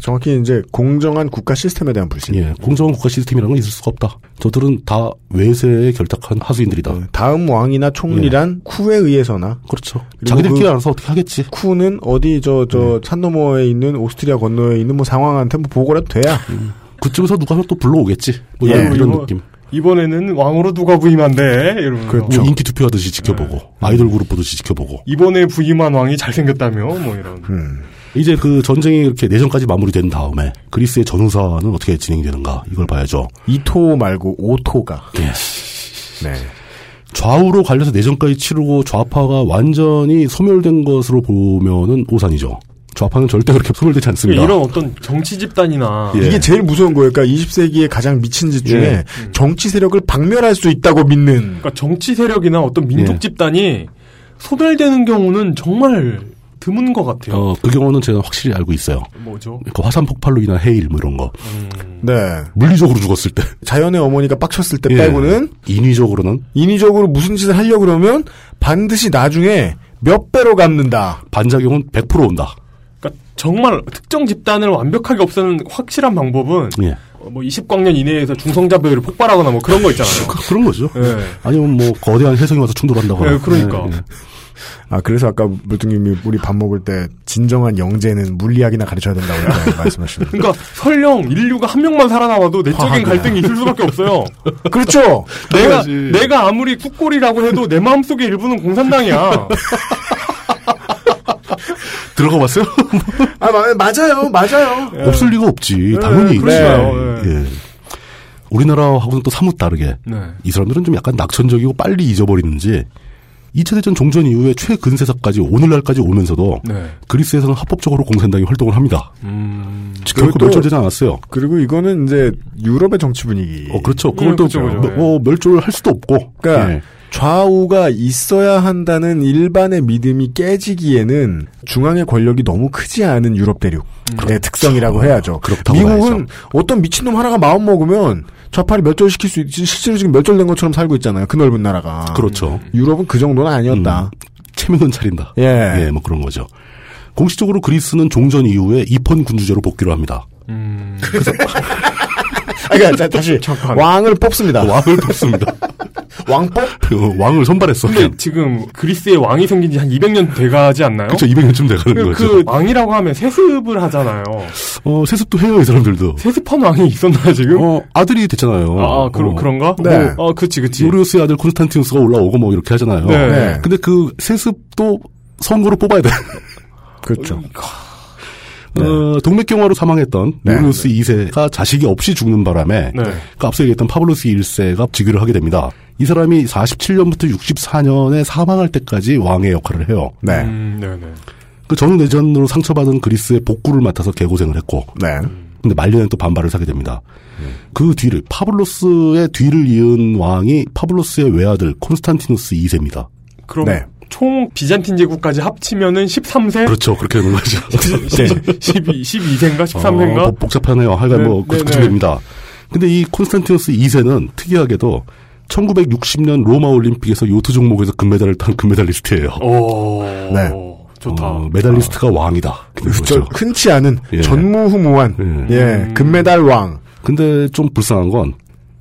S3: 정확히 이제 공정한 국가 시스템에 대한 불신.
S4: 예, 공정한 국가 시스템이라는 건 있을 수가 없다. 저들은 다 외세에 결탁한 하수인들이다.
S3: 다음 왕이나
S4: 예.
S3: 총리란 쿠에 의해서나
S4: 그렇죠.
S3: 그리고
S4: 자기들끼리
S3: 그-
S4: 알아서 어떻게 하겠지.
S3: 쿠는 어디 저 저
S4: 예.
S3: 산 너머에 있는 오스트리아 건너에 있는 뭐 상황한테 뭐 보고라도 돼야
S4: 음. 그쪽에서 누가 또 불러오겠지. 뭐
S3: 예,
S4: 이런, 이런
S2: 그리고
S4: 느낌.
S2: 이번에는 왕으로 누가 부임한대? 이러면서.
S4: 뭐 인기 투표하듯이 지켜보고 아이돌 그룹 보듯이 지켜보고
S2: 이번에 부임한 왕이 잘생겼다며? 뭐 이런.
S4: 이제 그 전쟁이 이렇게 내전까지 마무리된 다음에 그리스의 전후사는 어떻게 진행되는가 이걸 봐야죠.
S3: 이토 말고 오토가
S4: 예.
S3: 네.
S4: 좌우로 갈려서 내전까지 치르고 좌파가 완전히 소멸된 것으로 보면은 오산이죠. 좌파는 절대 그렇게 손을 대지 않습니다.
S2: 이런 어떤 정치 집단이나
S4: 예.
S3: 이게 제일 무서운 거예요. 그러니까 20세기의 가장 미친 짓 중에
S4: 예.
S3: 정치 세력을 박멸할 수 있다고 믿는
S2: 그러니까 정치 세력이나 어떤 민족
S4: 예.
S2: 집단이 소멸되는 경우는 정말 드문 것 같아요.
S4: 어, 그 경우는 제가 확실히 알고 있어요.
S2: 뭐죠?
S4: 그러니까 화산 폭발로 인한 해일 뭐 이런 거.
S3: 네.
S4: 물리적으로 죽었을 때.
S3: 자연의 어머니가 빡쳤을 때
S2: 네,
S4: 예.
S3: 빼고는
S4: 인위적으로는
S3: 인위적으로 무슨 짓을 하려고 그러면 반드시 나중에 몇 배로 갚는다.
S4: 반작용은 100% 온다.
S2: 그러니까 정말 특정 집단을 완벽하게 없애는 확실한 방법은
S4: 예.
S2: 어, 뭐 20광년 이내에서 중성자 배율이 폭발하거나 뭐 그런 거 있잖아요.
S4: 그, 그런 거죠.
S2: 예.
S4: 아니면 뭐 거대한 혜성이 와서 충돌한다거나.
S2: 예, 그러니까.
S3: 아, 그래서 아까 물뚱님이 우리 밥 먹을 때 진정한 영재는 물리학이나 가르쳐야 된다고 이렇게 말씀하시는데.
S2: 그러니까 설령 인류가 한 명만 살아남아도 내적인
S3: 과학이야.
S2: 갈등이 있을 수밖에 없어요.
S3: 그렇죠!
S2: 내가
S4: 당연하지.
S2: 내가 아무리 꾹꼬리라고 해도 내 마음속의 일부는 공산당이야.
S4: 들어가 봤어요?
S3: 아, 마- 맞아요, 맞아요.
S4: 없을 리가 없지. 당연히. 있지.
S2: 예. 그러니까요.
S4: 예. 우리나라하고는 또 사뭇 다르게
S2: 네.
S4: 이 사람들은 좀 약간 낙천적이고 빨리 잊어버리는지 2차 대전 종전 이후에 최근세사까지 오늘날까지 오면서도
S2: 네.
S4: 그리스에서는 합법적으로 공산당이 활동을 합니다.
S2: 음.
S4: 결코
S3: 그리고 또-
S4: 멸절되지 않았어요.
S3: 그리고 이거는 이제 유럽의 정치 분위기.
S4: 어 그렇죠. 그걸 또
S2: 그렇죠, 그렇죠.
S4: 멸- 어, 멸절을 할 수도 없고.
S3: 그러니까
S4: 예.
S3: 좌우가 있어야 한다는 일반의 믿음이 깨지기에는 중앙의 권력이 너무 크지 않은 유럽 대륙의 특성이라고 해야죠.
S4: 그렇다고
S3: 미국은
S4: 봐야죠.
S3: 어떤 미친놈 하나가 마음 먹으면 좌파를 멸절시킬 수 있지 실제로 지금 멸절된 것처럼 살고 있잖아요. 그 넓은 나라가.
S4: 그렇죠.
S3: 유럽은 그 정도는 아니었다.
S4: 음, 체면은 차린다.
S3: 예.
S4: 뭐 그런 거죠. 공식적으로 그리스는 종전 이후에 입헌 군주제로 복귀를 합니다.
S3: 아, 그러니까 자, 다시 왕을
S2: 아.
S3: 뽑습니다.
S4: 왕을 돕습니다.
S3: 왕뽑?
S4: 그 왕을 선발했어.
S2: 근데
S4: 그냥.
S2: 지금 그리스에 왕이 생긴 지 한 200년 돼가지 않나요?
S4: 그쵸, 200년쯤 돼가는
S2: 그,
S4: 거죠.
S2: 그 왕이라고 하면 세습을 하잖아요.
S4: 어, 세습도 해요, 이 사람들도.
S2: 세습한 왕이 있었나 지금?
S4: 어, 아들이 됐잖아요.
S2: 아, 그,
S4: 어.
S2: 그런가?
S3: 네.
S2: 어, 그치, 그치.
S4: 요리오스의 아들 콘스탄티누스가 올라오고 뭐 이렇게 하잖아요.
S2: 네.
S3: 네.
S4: 근데 그 세습도 선거로 뽑아야 돼.
S3: 그렇죠.
S4: 음,
S2: 네.
S4: 어, 동맥경화로 사망했던
S3: 네.
S4: 요리오스 2세가 자식이 없이 죽는 바람에
S2: 네.
S4: 그 앞서 얘기했던 파블로스 1세가 즉위를 하게 됩니다. 이 사람이 47년부터 64년에 사망할 때까지 왕의 역할을 해요.
S3: 네.
S2: 음, 네네.
S4: 그 전후내전으로 상처받은 그리스의 복구를 맡아서 개고생을 했고
S3: 네.
S4: 근데 말년에 또 반발을 사게 됩니다. 그 뒤를 파블로스의 뒤를 이은 왕이 파블로스의 외아들 콘스탄티누스 2세입니다.
S2: 그럼
S3: 네.
S2: 총 비잔틴 제국까지 합치면은 13세?
S4: 그렇죠. 그렇게 되는 거죠.
S2: 12, 12세인가? 13세인가?
S4: 어, 복- 복잡하네요. 하여간
S2: 네,
S4: 뭐
S2: 네,
S4: 그렇게 됩니다. 근데 이 콘스탄티누스 2세는 특이하게도 1960년 로마 올림픽에서 요트 종목에서 금메달을 탄 금메달리스트예요.
S2: 오.
S3: 네.
S2: 어, 좋다. 아.
S4: 어, 메달리스트가 왕이다.
S3: 저
S4: 그렇죠.
S3: 흔치 않은
S4: 예.
S3: 전무후무한 예. 금메달 왕.
S2: 그-
S4: 근데 좀 불쌍한 건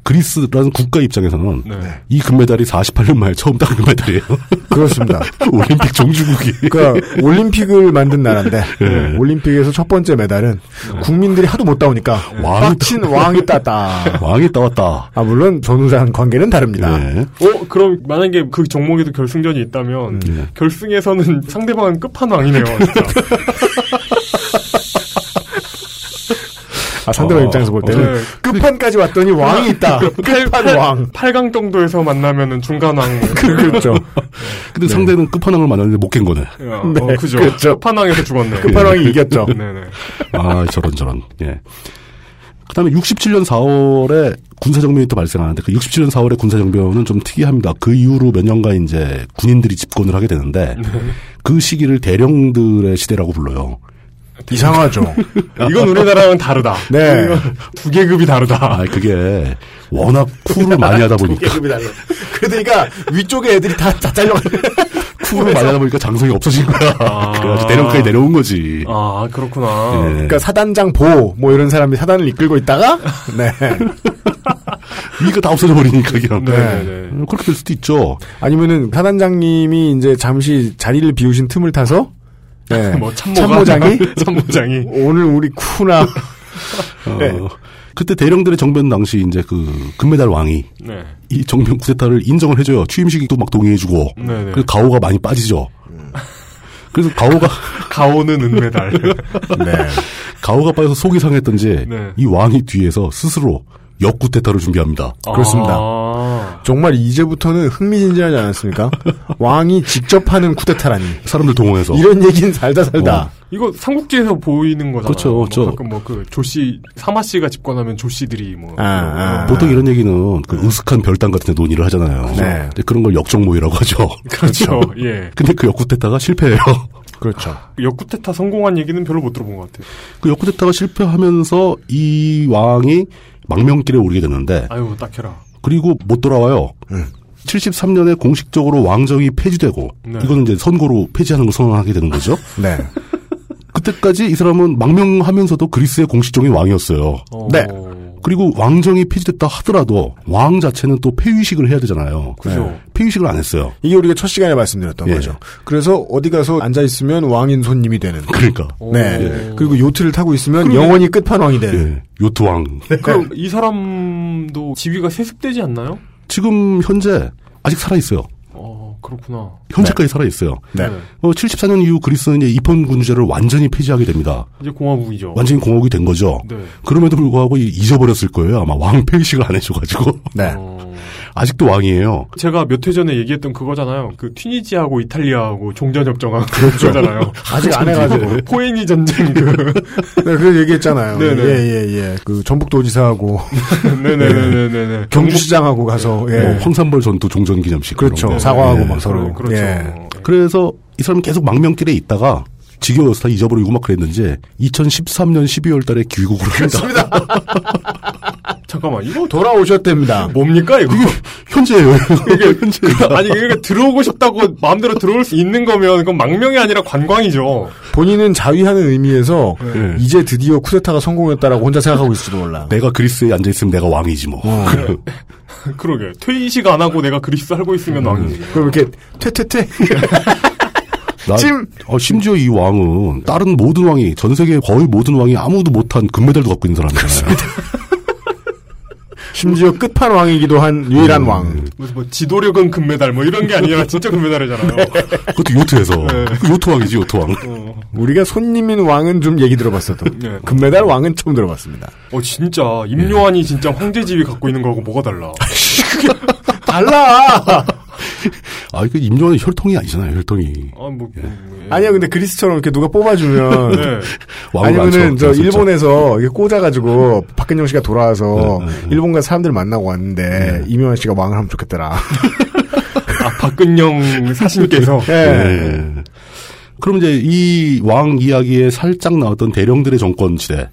S4: 그리스라는 국가 입장에서는
S2: 네.
S4: 이 금메달이 48년 만에 처음 딴 금메달이에요.
S3: 그렇습니다.
S4: 올림픽 종주국이.
S3: 그러니까 올림픽을 만든 나라인데
S4: 예.
S3: 올림픽에서 첫 번째 메달은 국민들이 하도 못 따오니까
S4: 왕이
S3: 빡친 왕이 따다.
S4: 왕이 따왔다.
S3: 아 물론 전후상 관계는 다릅니다.
S4: 예.
S2: 어, 그럼 만약에 그 종목에도 결승전이 있다면
S3: 음. 네.
S2: 결승에서는 상대방은 끝판왕이네요. 진짜.
S3: 아 상대방
S4: 어,
S3: 입장에서 볼 때는
S2: 네.
S3: 끝판까지 왔더니 왕이 있다. 끝판 왕.
S2: 8강 정도에서 만나면은 중간왕. 뭐.
S3: 그렇죠.
S4: 근데
S2: 네.
S4: 상대는 끝판왕을 만났는데 못 깬 거네.
S2: 야,
S3: 네,
S2: 어, 그죠.
S3: 그렇죠.
S2: 끝판왕에서 죽었네.
S3: 끝판
S4: 예.
S3: 왕이 이겼죠.
S2: 네네.
S4: 아, 저런, 저런. 예. 그 다음에 67년 4월에 군사정변이 또 발생하는데, 그 67년 4월에 군사정변은 좀 특이합니다. 그 이후로 몇 년간 이제 군인들이 집권을 하게 되는데,
S2: 네.
S4: 그 시기를 대령들의 시대라고 불러요.
S3: 이상하죠.
S4: 아,
S2: 이건 우리나라랑 다르다.
S3: 네.
S2: 이건 두 계급이 다르다.
S4: 아, 그게 워낙 쿨을 많이 하다 보니까,
S3: 계급이 달라. 그러니까 위쪽에 애들이 다, 다 잘려가.
S2: 네.
S4: 쿨을 많이 하다 보니까 장성이 없어진 거야. 그래가지고 대령까지 내려온 거지.
S2: 아, 그렇구나.
S4: 예.
S3: 그러니까 사단장 보, 뭐 이런 사람이 사단을 이끌고 있다가, 네.
S4: 위가 그러니까 다 없어져 버리니까, 그냥.
S2: 네네네.
S4: 음, 그렇게 될 수도 있죠.
S3: 아니면은 사단장님이 이제 잠시 자리를 비우신 틈을 타서, 네.
S2: 뭐 참모가
S3: 참모장이
S2: 참모장이
S3: 오늘 우리 쿠나
S4: 어,
S3: 네.
S4: 그때 대령들의 정변 당시 이제 그 금메달 왕이
S2: 네.
S4: 이 정변 쿠데타를 인정을 해줘요. 취임식도 막 동의해주고.
S2: 네네.
S4: 그래서 가오가 많이 빠지죠.
S3: 음.
S4: 그래서 가오가
S2: 가오는 은메달.
S3: 네.
S4: 가오가 빠져서 속이 상했던지
S2: 네.
S4: 이 왕이 뒤에서 스스로 역구 대타를 준비합니다.
S3: 그렇습니다.
S2: 아,
S3: 정말 이제부터는 흥미진진하지 않았습니까? 왕이 직접 하는 쿠데타라니.
S4: 사람들 동원해서
S3: 이런 얘기는 살다 살다.
S2: 이거 삼국지에서 보이는 거잖아요.
S4: 그렇죠,
S2: 뭐
S4: 그렇죠.
S2: 가끔 뭐그 조씨 사마 씨가 집권하면 조씨들이 뭐
S3: 아, 아.
S4: 보통 이런 얘기는 그 으슥한 별당 같은 데 논의를 하잖아요.
S3: 네.
S4: 근데 그런 걸 역정모의라고 하죠.
S2: 그렇죠. 예.
S4: 근데 그 역구테타가 실패해요.
S3: 그렇죠.
S2: 역구테타 성공한 얘기는 별로 못 들어본 것 같아요.
S4: 그 역구테타가 실패하면서 이 왕이 망명길에 오르게 되는데
S2: 아유, 딱해라.
S4: 그리고 못 돌아와요. 73년에 공식적으로 왕정이 폐지되고
S2: 네.
S4: 이거는 이제 선거로 폐지하는 걸 선언하게 되는 거죠.
S3: 네.
S4: 그때까지 이 사람은 망명하면서도 그리스의 공식적인 왕이었어요.
S2: 어,
S3: 네.
S4: 그리고 왕정이 폐지됐다 하더라도 왕 자체는 또 폐위식을 해야 되잖아요. 네.
S2: 그죠.
S4: 폐위식을 안 했어요.
S3: 이게 우리가 첫 시간에 말씀드렸던
S4: 예.
S3: 거죠. 그래서 어디 가서 앉아 있으면 왕인 손님이 되는.
S4: 그러니까
S2: 어.
S3: 네.
S2: 오.
S3: 그리고 요트를 타고 있으면 영원히 끝판왕이 되는.
S4: 예, 요트왕.
S2: 그럼 이 사람도 지위가 세습되지 않나요?
S4: 지금 현재 아직 살아 있어요.
S2: 어, 그렇구나.
S4: 현재까지 살아 있어요.
S3: 네.
S4: 어, 74년 이후 그리스는 이제 입헌 군주제를 완전히 폐지하게 됩니다.
S2: 이제 공화국이죠.
S4: 완전히 공화국이 된 거죠.
S2: 네.
S4: 그럼에도 불구하고 이- 잊어버렸을 거예요. 아마 왕 폐위식을 안 해줘가지고
S3: 네.
S2: 어,
S4: 아직도 왕이에요.
S2: 제가 몇 회 전에 얘기했던 그거잖아요. 그 튀니지하고 이탈리아하고 종전협정한 그렇죠. 그거잖아요.
S3: 아직 안 해가지고. 네,
S2: 포에니 전쟁 그
S3: 그래서 얘기했잖아요.
S2: 네네.
S3: 예, 예, 예. 그 전북도지사하고
S2: 네, 네네네네네
S3: 경주시장하고 가서, 예.
S4: 뭐 황산벌 전투 종전 기념식
S3: 그렇죠.
S4: 이런 거.
S3: 사과하고
S4: 예.
S3: 막 서로. 예.
S2: 그렇죠.
S4: 그래서 이 사람은 계속 망명길에 있다가 지겨워서 다 잊어버리고 막 그랬는지 2013년 12월 달에 귀국을 합니다.
S2: 잠깐만 이거 더
S3: 돌아오셨답니다.
S2: 뭡니까 이거
S4: 현재예요.
S2: 이게 그, 아니 이게 들어오고 싶다고 마음대로 들어올 수 있는 거면 그건 망명이 아니라 관광이죠.
S3: 그 본인은 자위하는 의미에서
S4: 네.
S3: 이제 드디어 쿠데타가 성공했다라고 혼자 생각하고 있을지도 몰라.
S4: 내가 그리스에 앉아있으면 내가 왕이지 뭐.
S3: 네.
S2: 그러게 퇴위식 안 하고 내가 그리스 살고 있으면 왕이지.
S3: 그럼 이렇게 퇴퇴퇴
S4: 나-
S3: 찜!
S4: 어, 심지어 이 왕은 다른 모든 왕이 전 세계 거의 모든 왕이 아무도 못한 금메달도 갖고 있는 사람이잖아요.
S3: 심지어 끝판왕이기도 한 유일한 왕.
S2: 무슨 뭐 지도력은 금메달 뭐 이런 게 아니라 진짜 금메달이잖아요.
S4: 그것도 요트에서
S3: 네.
S4: 그 요트 왕이지 요트 왕.
S3: 우리가 손님인 왕은 좀 얘기 들어봤어도
S2: 네.
S3: 금메달 왕은 처음 들어봤습니다.
S2: 어 진짜 임요한이 진짜 황제 지위 갖고 있는 거하고 뭐가 달라?
S3: 달라.
S4: 아 이거 임요한은 혈통이 아니잖아요 혈통이.
S2: 아뭐
S4: 예.
S3: 아니야 근데 그리스처럼 이렇게 누가 뽑아주면
S2: 네.
S4: 왕을
S3: 아니면은
S4: 안 쳐,
S3: 저
S4: 안 쳐.
S3: 일본에서 이게 꽂아가지고 박근영 씨가 돌아와서
S4: 네,
S3: 일본 가 사람들 만나고 왔는데 이명환 씨가 왕을 하면 좋겠더라.
S2: 아 박근영 사신께서
S3: 예.
S4: 예. 그럼 이제 이 왕 이야기에 살짝 나왔던 대령들의 정권 시대로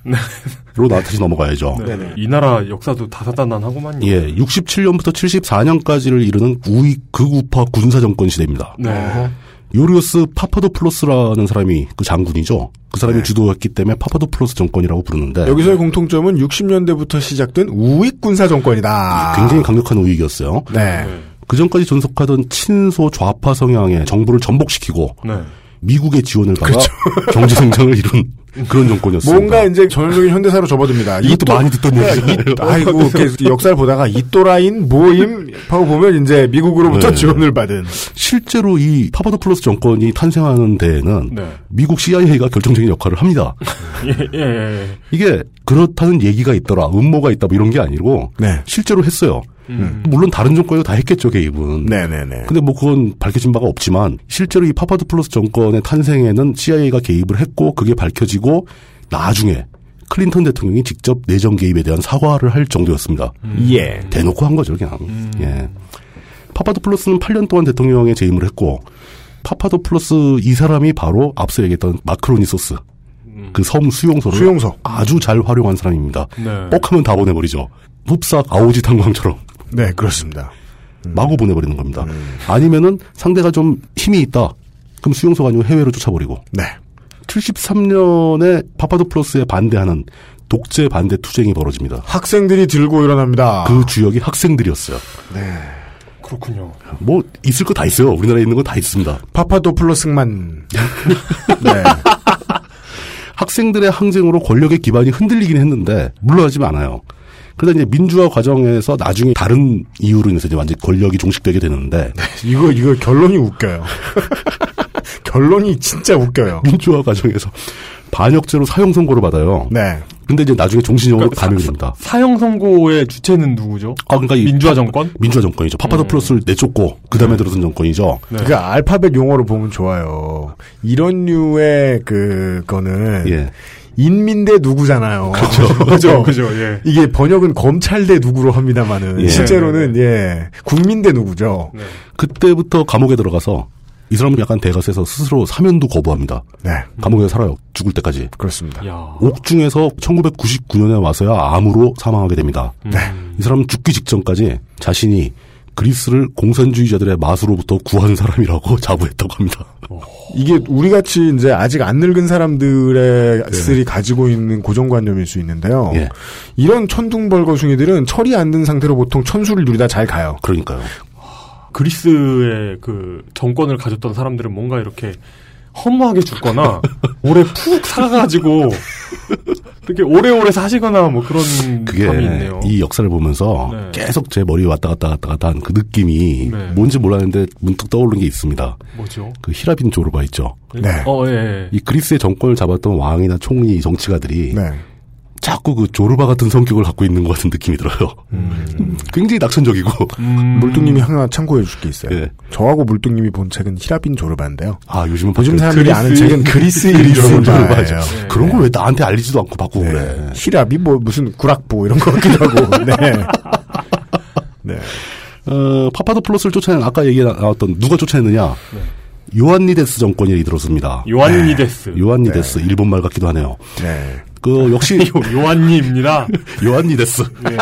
S4: 나 다시 넘어가야죠.
S3: 네.
S2: 이 나라 역사도 다사다난하고만요.
S4: 예, 67년부터 74년까지를 이르는 우익 극우파 군사 정권 시대입니다.
S2: 네.
S4: 요리오스 파파도플로스라는 사람이 그 장군이죠. 그 사람이 주도했기 때문에 파파도플로스 정권이라고 부르는데
S3: 네. 여기서의 공통점은 60년대부터 시작된 우익 군사 정권이다.
S4: 굉장히 강력한 우익이었어요.
S3: 네.
S4: 그 전까지 존속하던 친소 좌파 성향의 정부를 전복시키고
S2: 네.
S4: 미국의 지원을 받아 경제 성장을 이룬 그런 정권이었습니다.
S3: 뭔가 이제 전형적인 현대사로 접어듭니다.
S4: 이것도 많이 듣던
S3: 네,
S4: 얘기예요.
S3: 이- 아이고 이렇게 역사를 보다가 이또라인 모임 하고 보면 이제 미국으로부터
S4: 네.
S3: 지원을 받은
S4: 실제로 이 파파도플로스 정권이 탄생하는 데에는
S2: 네.
S4: 미국 CIA가 결정적인 역할을 합니다.
S2: 예, 예, 예.
S4: 이게 그렇다는 얘기가 있더라, 음모가 있다 뭐 이런 게 아니고
S3: 네.
S4: 실제로 했어요.
S2: 음.
S4: 물론 다른 정권에도 다 했겠죠 개입은.
S3: 네네네
S4: 근데 뭐 그건 밝혀진 바가 없지만 실제로 이 파파도플로스 정권의 탄생에는 CIA가 개입을 했고 그게 밝혀지고 나중에 클린턴 대통령이 직접 내정 개입에 대한 사과를 할 정도였습니다.
S3: 예
S4: 대놓고 한 거죠 그냥. 예. 파파도플로스는 8년 동안 대통령에 재임을 했고 파파도플로스 이 사람이 바로 앞서 얘기했던 마크로니소스 그 섬 수용소를
S3: 수용소.
S4: 아주 잘 활용한 사람입니다.
S2: 네.
S4: 뻑하면 다 보내버리죠. 흡사 아오지 탄광처럼.
S3: 네 그렇습니다
S4: 마구 보내버리는 겁니다. 아니면은 상대가 좀 힘이 있다. 그럼 수용소가 아니고 해외로 쫓아버리고.
S3: 네
S4: 73년에 파파도플로스에 반대하는 독재 반대 투쟁이 벌어집니다.
S3: 학생들이 들고 일어납니다
S2: 아.
S4: 그 주역이 학생들이었어요.
S2: 그렇군요.
S4: 뭐 있을 거 다 있어요. 우리나라에 있는 거 다 있습니다.
S3: 파파도플러스만 네
S4: 학생들의 항쟁으로 권력의 기반이 흔들리긴 했는데 물러나지 않아요. 그러다 이제 민주화 과정에서 나중에 다른 이유로 인해서 이제 완전히 권력이 종식되게 되는데
S2: 네.
S3: 이거 이거 결론이 웃겨요 결론이 진짜 웃겨요
S4: 민주화 과정에서 반역죄로 사형 선고를 받아요.
S3: 네.
S4: 근데 이제 나중에 종신형으로
S2: 그러니까
S4: 감형이
S2: 사-
S4: 됩니다.
S2: 사형 선고의 주체는 누구죠?
S4: 아, 그러니까 이
S2: 민주화 정권?
S4: 민주화 정권이죠. 파파더
S2: 네.
S4: 플러스를 내쫓고 그 다음에 들어선 정권이죠.
S3: 그러니까 알파벳 용어로 보면 좋아요. 이런 류의 그 거는
S2: 네.
S4: 예. 그렇죠.
S3: 인민대 누구잖아요.
S2: 그죠, 그죠, 예.
S3: 이게 번역은 검찰대 누구로 합니다만은
S4: 예.
S3: 실제로는 예 국민대 누구죠.
S2: 네.
S4: 그때부터 감옥에 들어가서 이 사람은 약간 대가서에서 스스로 사면도 거부합니다.
S2: 음.
S3: 네
S4: 감옥에서 살아요. 죽을 때까지.
S3: 그렇습니다.
S2: 야.
S4: 옥중에서 1999년에 와서야 암으로 사망하게 됩니다.
S2: 음. 네.
S4: 이 사람은 죽기 직전까지 자신이 그리스를 공산주의자들의 마수로부터 구한 사람이라고 자부했다고 합니다.
S3: 이게 우리 같이 이제 아직 안 늙은 사람들의 쓸이 가지고 있는 고정관념일 수 있는데요.
S4: 예.
S3: 이런 천둥벌거숭이들은 철이 안 든 상태로 보통 천수를 누리다 잘 가요.
S4: 그러니까요.
S2: 그리스의 그 정권을 가졌던 사람들은 뭔가 이렇게 허무하게 죽거나 오래 푹 살아가지고 되게 오래오래 사시거나 뭐 그런
S4: 그게
S2: 감이 있네요.
S4: 이 역사를 보면서
S2: 네.
S4: 계속 제 머리 왔다 갔다 갔다 갔다 한 그 느낌이
S2: 네.
S4: 뭔지 몰랐는데 문득 떠오른 게 있습니다.
S2: 뭐죠?
S4: 그 히라빈 조르바 있죠.
S3: 네.
S2: 어, 예. 예.
S4: 이 그리스의 정권을 잡았던 왕이나 총리, 정치가들이
S3: 네.
S4: 자꾸 그 조르바 같은 성격을 갖고 있는 것 같은 느낌이 들어요.
S3: 음.
S4: 음, 굉장히 낙천적이고.
S3: 물뚱님이 하나 참고해 줄 게 있어요.
S4: 예.
S3: 저하고 물뚱님이 본 책은 히라빈 조르바인데요.
S4: 아, 요즘은
S3: 요즘
S4: 그-
S3: 사람들이 아는 책은 그리스의 이름을
S4: 조르바죠.
S3: 봐요.
S4: 그런 걸 왜 나한테 알리지도 않고 바꾸고
S3: 네.
S4: 그래.
S3: 히라비 뭐 무슨 구락보 이런 거 같기도 하고. 네. 네.
S4: 어, 파파도플러스를 쫓아낸 아까 얘기 나왔던 누가 쫓아냈느냐?
S3: 네.
S4: 요한니데스 정권이 들었습니다.
S2: 요한니데스.
S4: 요한니데스 일본 말 같기도 하네요.
S3: 네.
S4: 그 역시
S2: 요, 한니입니다
S4: 요한니데스.
S3: 예.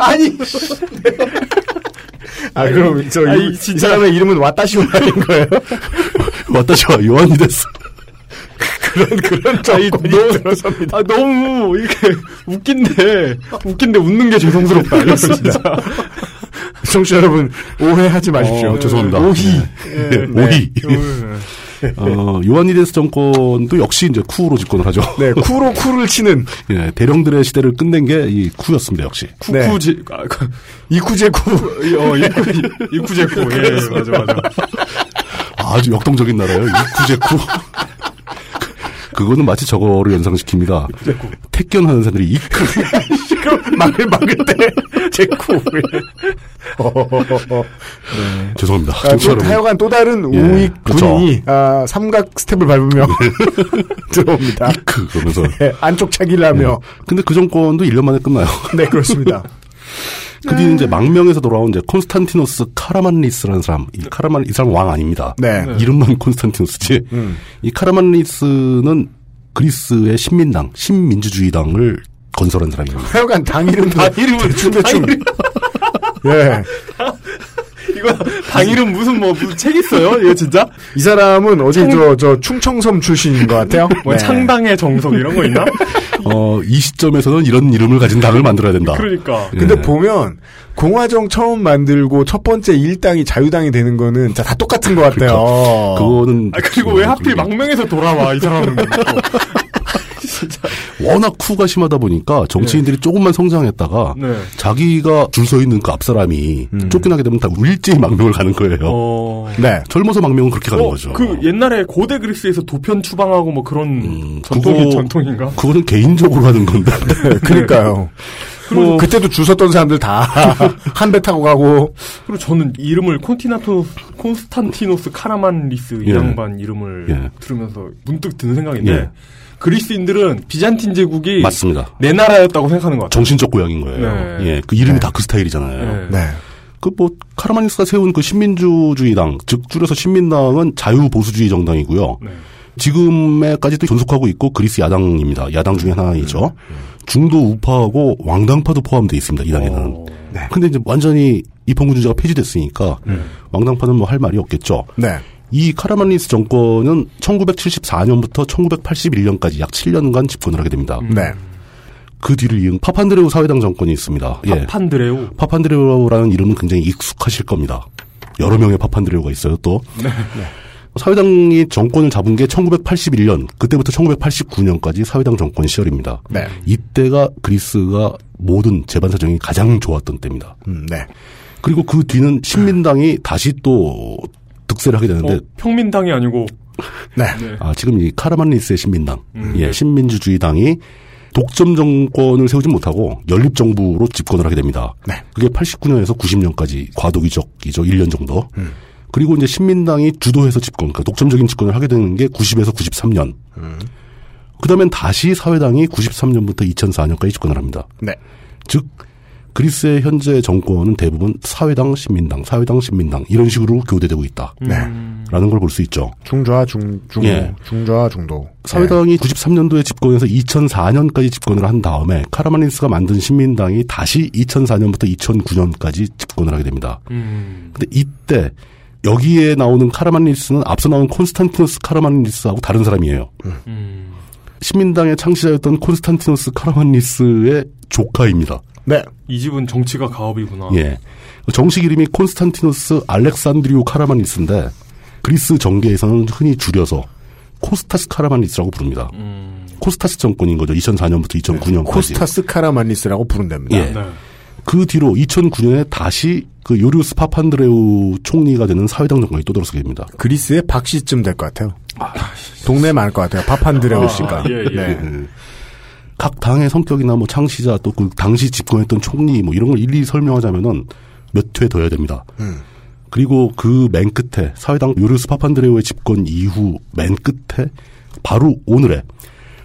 S3: 아니. 아 그럼 저
S2: 아니,
S3: 이, 이
S2: 진짜.
S3: 사람의 이름은 와타시오라인 거예요?
S4: 왔다시와 요한니데스.
S3: 그런
S2: 아이, 너무, 아, 너무, 이렇게, 웃긴데, 웃긴데 웃는 게 죄송스럽다. 이거 진짜.
S3: 청취자 여러분 오해하지 마십시오.
S4: 어, 죄송합니다.
S3: 오희.
S4: 네,
S2: 예,
S4: 오히. 어, 요한니데스 정권도 역시 이제 쿠로 집권을 하죠.
S3: 네 쿠로 쿠를 치는
S4: 예, 대령들의 시대를 끝낸 게 이 쿠였습니다, 역시.
S3: 네.
S2: 쿠쿠지, 아, 그,
S3: 이쿠제쿠.
S2: 어, 입구, 입구제코. 예, 예, 맞아, 맞아.
S4: 아주 역동적인 나라예요. 이쿠제쿠. 그거는 마치 저거를 연상시킵니다. 택견하는 사람들이 이쿠.
S3: 네. 막을 막을 때제 쿠.
S4: 어, 죄송합니다.
S3: 아, 또,
S4: 정치하러
S3: 하여간 또 다른
S4: 예,
S3: 우익
S4: 그렇죠.
S3: 군인이 아, 삼각 스텝을 밟으며
S4: 예.
S3: 들어옵니다.
S4: 이쿠 그러면서.
S3: 네, 안쪽 차기라며.
S4: 근데 그 정권도 1년 만에 끝나요.
S3: 네 그렇습니다.
S4: 그 뒤에 이제 망명에서 돌아온 이제 콘스탄티노스 카라만리스라는 사람. 이 카라만 이 사람 왕 아닙니다.
S3: 네. 음.
S4: 이름만 콘스탄티노스지. 이 카라만리스는 그리스의 신민당, 신민주주의당을 건설한 사람입니다.
S3: 하여간 당 이름 다 이름은 대충 대충. 예.
S2: 이거, 당 이름 무슨, 뭐, 무슨 책 있어요? 이거 진짜?
S3: 이 사람은 어제 저, 저 충청섬 출신인 것 같아요.
S4: 예.
S2: 뭐,
S3: 네.
S2: 창당의 정석 이런 거 있나?
S4: 어, 이 시점에서는 이런 이름을 가진 당을 만들어야 된다.
S2: 음. 그러니까.
S3: 근데
S4: 예.
S3: 보면 공화정 처음 만들고 첫 번째 일당이 자유당이 되는 거는 진짜 다 똑같은 것 같아요.
S4: 그거는 음.
S2: 아, 그리고 왜 하필 망명에서 돌아와, 이 사람은.
S4: 워낙 쿠가 심하다 보니까 정치인들이 조금만 성장했다가
S2: 네. 음.
S4: 자기가 줄 서 있는 그 앞 사람이 쫓겨나게 되면 다 일제히 망명을 가는 거예요.
S2: 어.
S3: 네.
S4: 젊어서 망명은 그렇게 가는
S2: 어,
S4: 거죠.
S2: 그 옛날에 고대 그리스에서 도편 추방하고 뭐 그런 전통이
S4: 음, 그거-
S2: 전통인가?
S4: 그거는 개인적으로 하는 건데.
S3: 네, 그러니까요. 뭐, 그때도 줄 섰던 사람들 다 한 배 타고 가고
S2: 그리고 저는 이름을 콘티나토 콘스탄티노스 카라만리스 이
S4: 예.
S2: 양반 이름을
S4: 예.
S2: 들으면서 문득 드는 생각인데
S4: 예.
S2: 그리스인들은 비잔틴 제국이
S4: 맞습니다.
S2: 내 나라였다고 생각하는 것 같아요.
S4: 정신적 고향인 거예요.
S2: 네.
S4: 예, 그 이름이 다크 스타일이잖아요.
S2: 예.
S3: 네.
S4: 그 뭐 카르마니스가 세운 그 신민주주의당, 즉 줄여서 신민당은 자유 보수주의 정당이고요.
S2: 네.
S4: 지금에까지도 존속하고 있고 그리스 야당입니다. 야당 중에 하나이죠.
S2: 네.
S4: 중도 우파하고 왕당파도 포함되어 있습니다. 이 당에는. 근데 이제 완전히 입헌군주제가 폐지됐으니까
S2: 네.
S4: 왕당파는 뭐 할 말이 없겠죠.
S3: 네.
S4: 이 카라만리스 정권은 1974년부터 1981년까지 약 7년간 집권을 하게 됩니다.
S3: 네.
S4: 그 뒤를 이은 파판드레우 사회당 정권이 있습니다. 예.
S2: 파판드레우
S4: 파판드레우라는 이름은 굉장히 익숙하실 겁니다. 여러 명의 파판드레우가 있어요, 또. 사회당이 정권을 잡은 게 1981년, 그때부터 1989년까지 사회당 정권 시절입니다.
S3: 네.
S4: 이때가 그리스가 모든 재반 사정이 가장 좋았던 때입니다.
S3: 음, 네.
S4: 그리고 그 뒤는 신민당이 다시 또 득세를 하게 되는데
S2: 어, 평민당이 아니고
S3: 네.
S4: 아, 지금 이 카르만리스의 신민당, 예, 신민주주의당이 독점 정권을 세우지 못하고 연립 정부로 집권을 하게 됩니다.
S3: 네.
S4: 그게 89년에서 90년까지 과도기적이죠. 1년 정도. 그리고 이제 신민당이 주도해서 집권, 그러니까 독점적인 집권을 하게 되는 게 90에서 93년. 그다음엔 다시 사회당이 93년부터 2004년까지 집권을 합니다.
S3: 네.
S4: 즉 그리스의 현재 정권은 대부분 사회당 신민당, 사회당 신민당 이런 식으로 교대되고 있다라는 걸 볼 수 있죠.
S3: 중좌 중, 중,
S4: 예.
S3: 중좌 중도.
S4: 사회당이 93년도에 집권해서 2004년까지 집권을 한 다음에 카라만리스가 만든 신민당이 다시 2004년부터 2009년까지 집권을 하게 됩니다. 근데 이때 여기에 나오는 카라만리스는 앞서 나온 콘스탄티노스 카라만리스하고 다른 사람이에요. 신민당의 창시자였던 콘스탄티노스 카라만리스의 조카입니다.
S3: 네.
S2: 이 집은 정치가
S3: 어.
S2: 가업이구나.
S4: 예. 정식 이름이 콘스탄티노스 알렉산드리오 카라만리스인데 그리스 정계에서는 흔히 줄여서 코스타스 카라만리스라고 부릅니다. 코스타스 정권인 거죠. 2004년부터 2009년까지.
S3: 음. 네. 코스타스 아, 카라만리스라고 부른답니다.
S4: 예.
S2: 네.
S4: 그 뒤로 2009년에 다시 그 요리우스 파판드레우 총리가 되는 사회당 정권이 또 들어서게 됩니다.
S3: 그리스의 박씨쯤 될 것 같아요. 동네 많을 것 같아요. 파판드레오 씨가.
S2: 아, 예, 예.
S3: 네.
S4: 예. 각 당의 성격이나 뭐 창시자 또 그 당시 집권했던 총리 뭐 이런 걸 일일이 설명하자면은 몇 회 더 해야 됩니다. 그리고 그 맨 끝에 사회당 요르스 파판드레오의 집권 이후 맨 끝에 바로 오늘의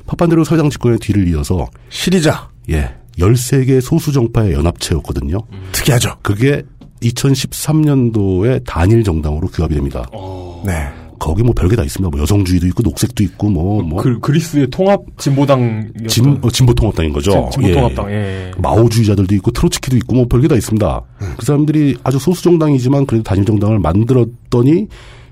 S4: 파판드레오 사회당 집권의 뒤를 이어서
S3: 시리자.
S4: 예 13개 소수 정파의 연합체였거든요.
S3: 특이하죠.
S4: 그게 2013년도에 단일 정당으로 규합이 됩니다.
S3: 네.
S4: 거기 뭐 별게 다 있습니다. 뭐 여성주의도 있고 녹색도 있고 뭐 뭐.
S2: 그, 그리스의 통합 진보당.
S4: 진, 어, 진보통합당인 거죠.
S2: 진보통합당.
S4: 예.
S2: 예.
S4: 마오주의자들도 있고 트로츠키도 있고 뭐 별게 다 있습니다.
S2: 음.
S4: 그 사람들이 아주 소수 정당이지만 그래도 단일 정당을 만들었더니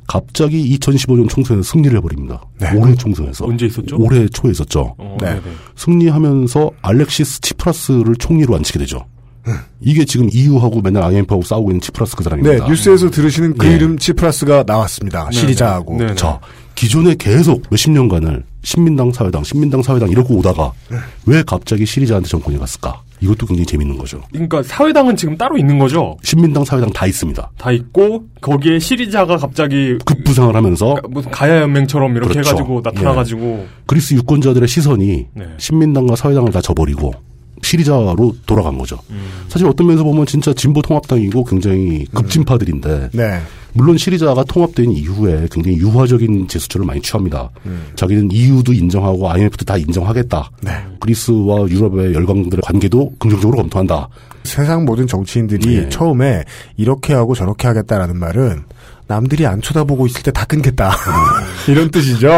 S4: 갑자기 2015년 총선에서 승리를 해버립니다. 올해 총선에서
S2: 네. 언제 있었죠?
S4: 올해 초에 있었죠.
S2: 어,
S3: 네.
S2: 네네.
S4: 승리하면서 알렉시스 치프라스를 총리로 앉히게 되죠.
S2: 음.
S4: 이게 지금 EU하고 맨날 IMF하고 싸우고 있는 치프라스 그
S3: 네,
S4: 사람입니다.
S3: 뉴스에서 들으시는 그
S4: 예.
S3: 이름 치프라스가 나왔습니다. 시리자하고.
S2: 네네.
S4: 자, 기존에 계속 몇십 년간을 신민당 사회당, 신민당 사회당 이러고 오다가
S2: 네.
S4: 왜 갑자기 시리자한테 정권이 갔을까? 이것도 굉장히 재밌는 거죠.
S2: 그러니까 사회당은 지금 따로 있는 거죠?
S4: 신민당 사회당 다 있습니다.
S2: 다 있고, 거기에 시리자가 갑자기
S4: 급부상을 하면서
S3: 음.
S2: 무슨 가야연맹처럼 이렇게
S4: 그렇죠.
S2: 해가지고
S3: 예.
S2: 나타나가지고.
S4: 그리스 유권자들의 시선이
S2: 네.
S4: 신민당과 사회당을 다 저버리고 시리자로 돌아간 거죠.
S3: 음.
S4: 사실 어떤 면에서 보면 진짜 진보 통합당이고 굉장히 급진파들인데
S3: 네.
S4: 물론 시리자가 통합된 이후에 굉장히 유화적인 제스처를 많이 취합니다.
S3: 음.
S4: 자기는 EU도 인정하고 IMF도 다 인정하겠다.
S3: 네.
S4: 그리스와 유럽의 열강들의 관계도 긍정적으로 검토한다.
S3: 세상 모든
S4: 네.
S3: 정치인들이 처음에 이렇게 하고 저렇게 하겠다라는 말은 남들이 안 쳐다보고 있을 때 다 끊겠다. 이런 뜻이죠.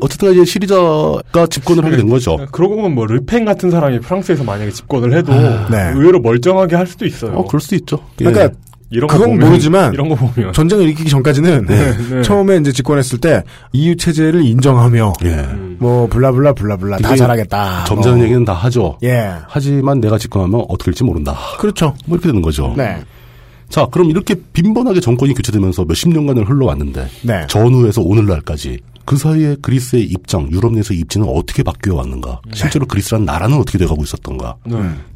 S4: 어쨌든 이제 시리자가 집권을 하게 된 거죠.
S2: 그러고 보면 뭐, 르팽 같은 사람이 프랑스에서 만약에 집권을 해도
S3: 네.
S2: 의외로 멀쩡하게 할 수도 있어요.
S4: 어, 그럴 수도 있죠. 예.
S3: 그러니까
S2: 이런 거
S3: 그건
S2: 보면,
S3: 모르지만
S2: 이런 거
S4: 그렇죠.
S2: 보면.
S3: 전쟁을 일으키기 전까지는
S2: 네.
S3: 처음에 이제 집권했을 때 EU 체제를 인정하며
S4: 예.
S3: 뭐 블라블라 블라블라 다
S4: 이게
S3: 잘하겠다.
S4: 점잖은
S3: 뭐.
S4: 얘기는 다 하죠.
S3: 예.
S4: 하지만 내가 집권하면 어떻게 될지 모른다.
S3: 그렇죠.
S4: 뭐 이렇게 되는 거죠.
S3: 네.
S4: 자, 그럼 이렇게 빈번하게 정권이 교체되면서 몇십 년간을 흘러왔는데
S3: 네.
S4: 전후에서 오늘날까지 그 사이에 그리스의 입장, 유럽 내에서 입지는 어떻게 바뀌어 왔는가?
S3: 네.
S4: 실제로 그리스란 나라는 어떻게 돼가고 있었던가?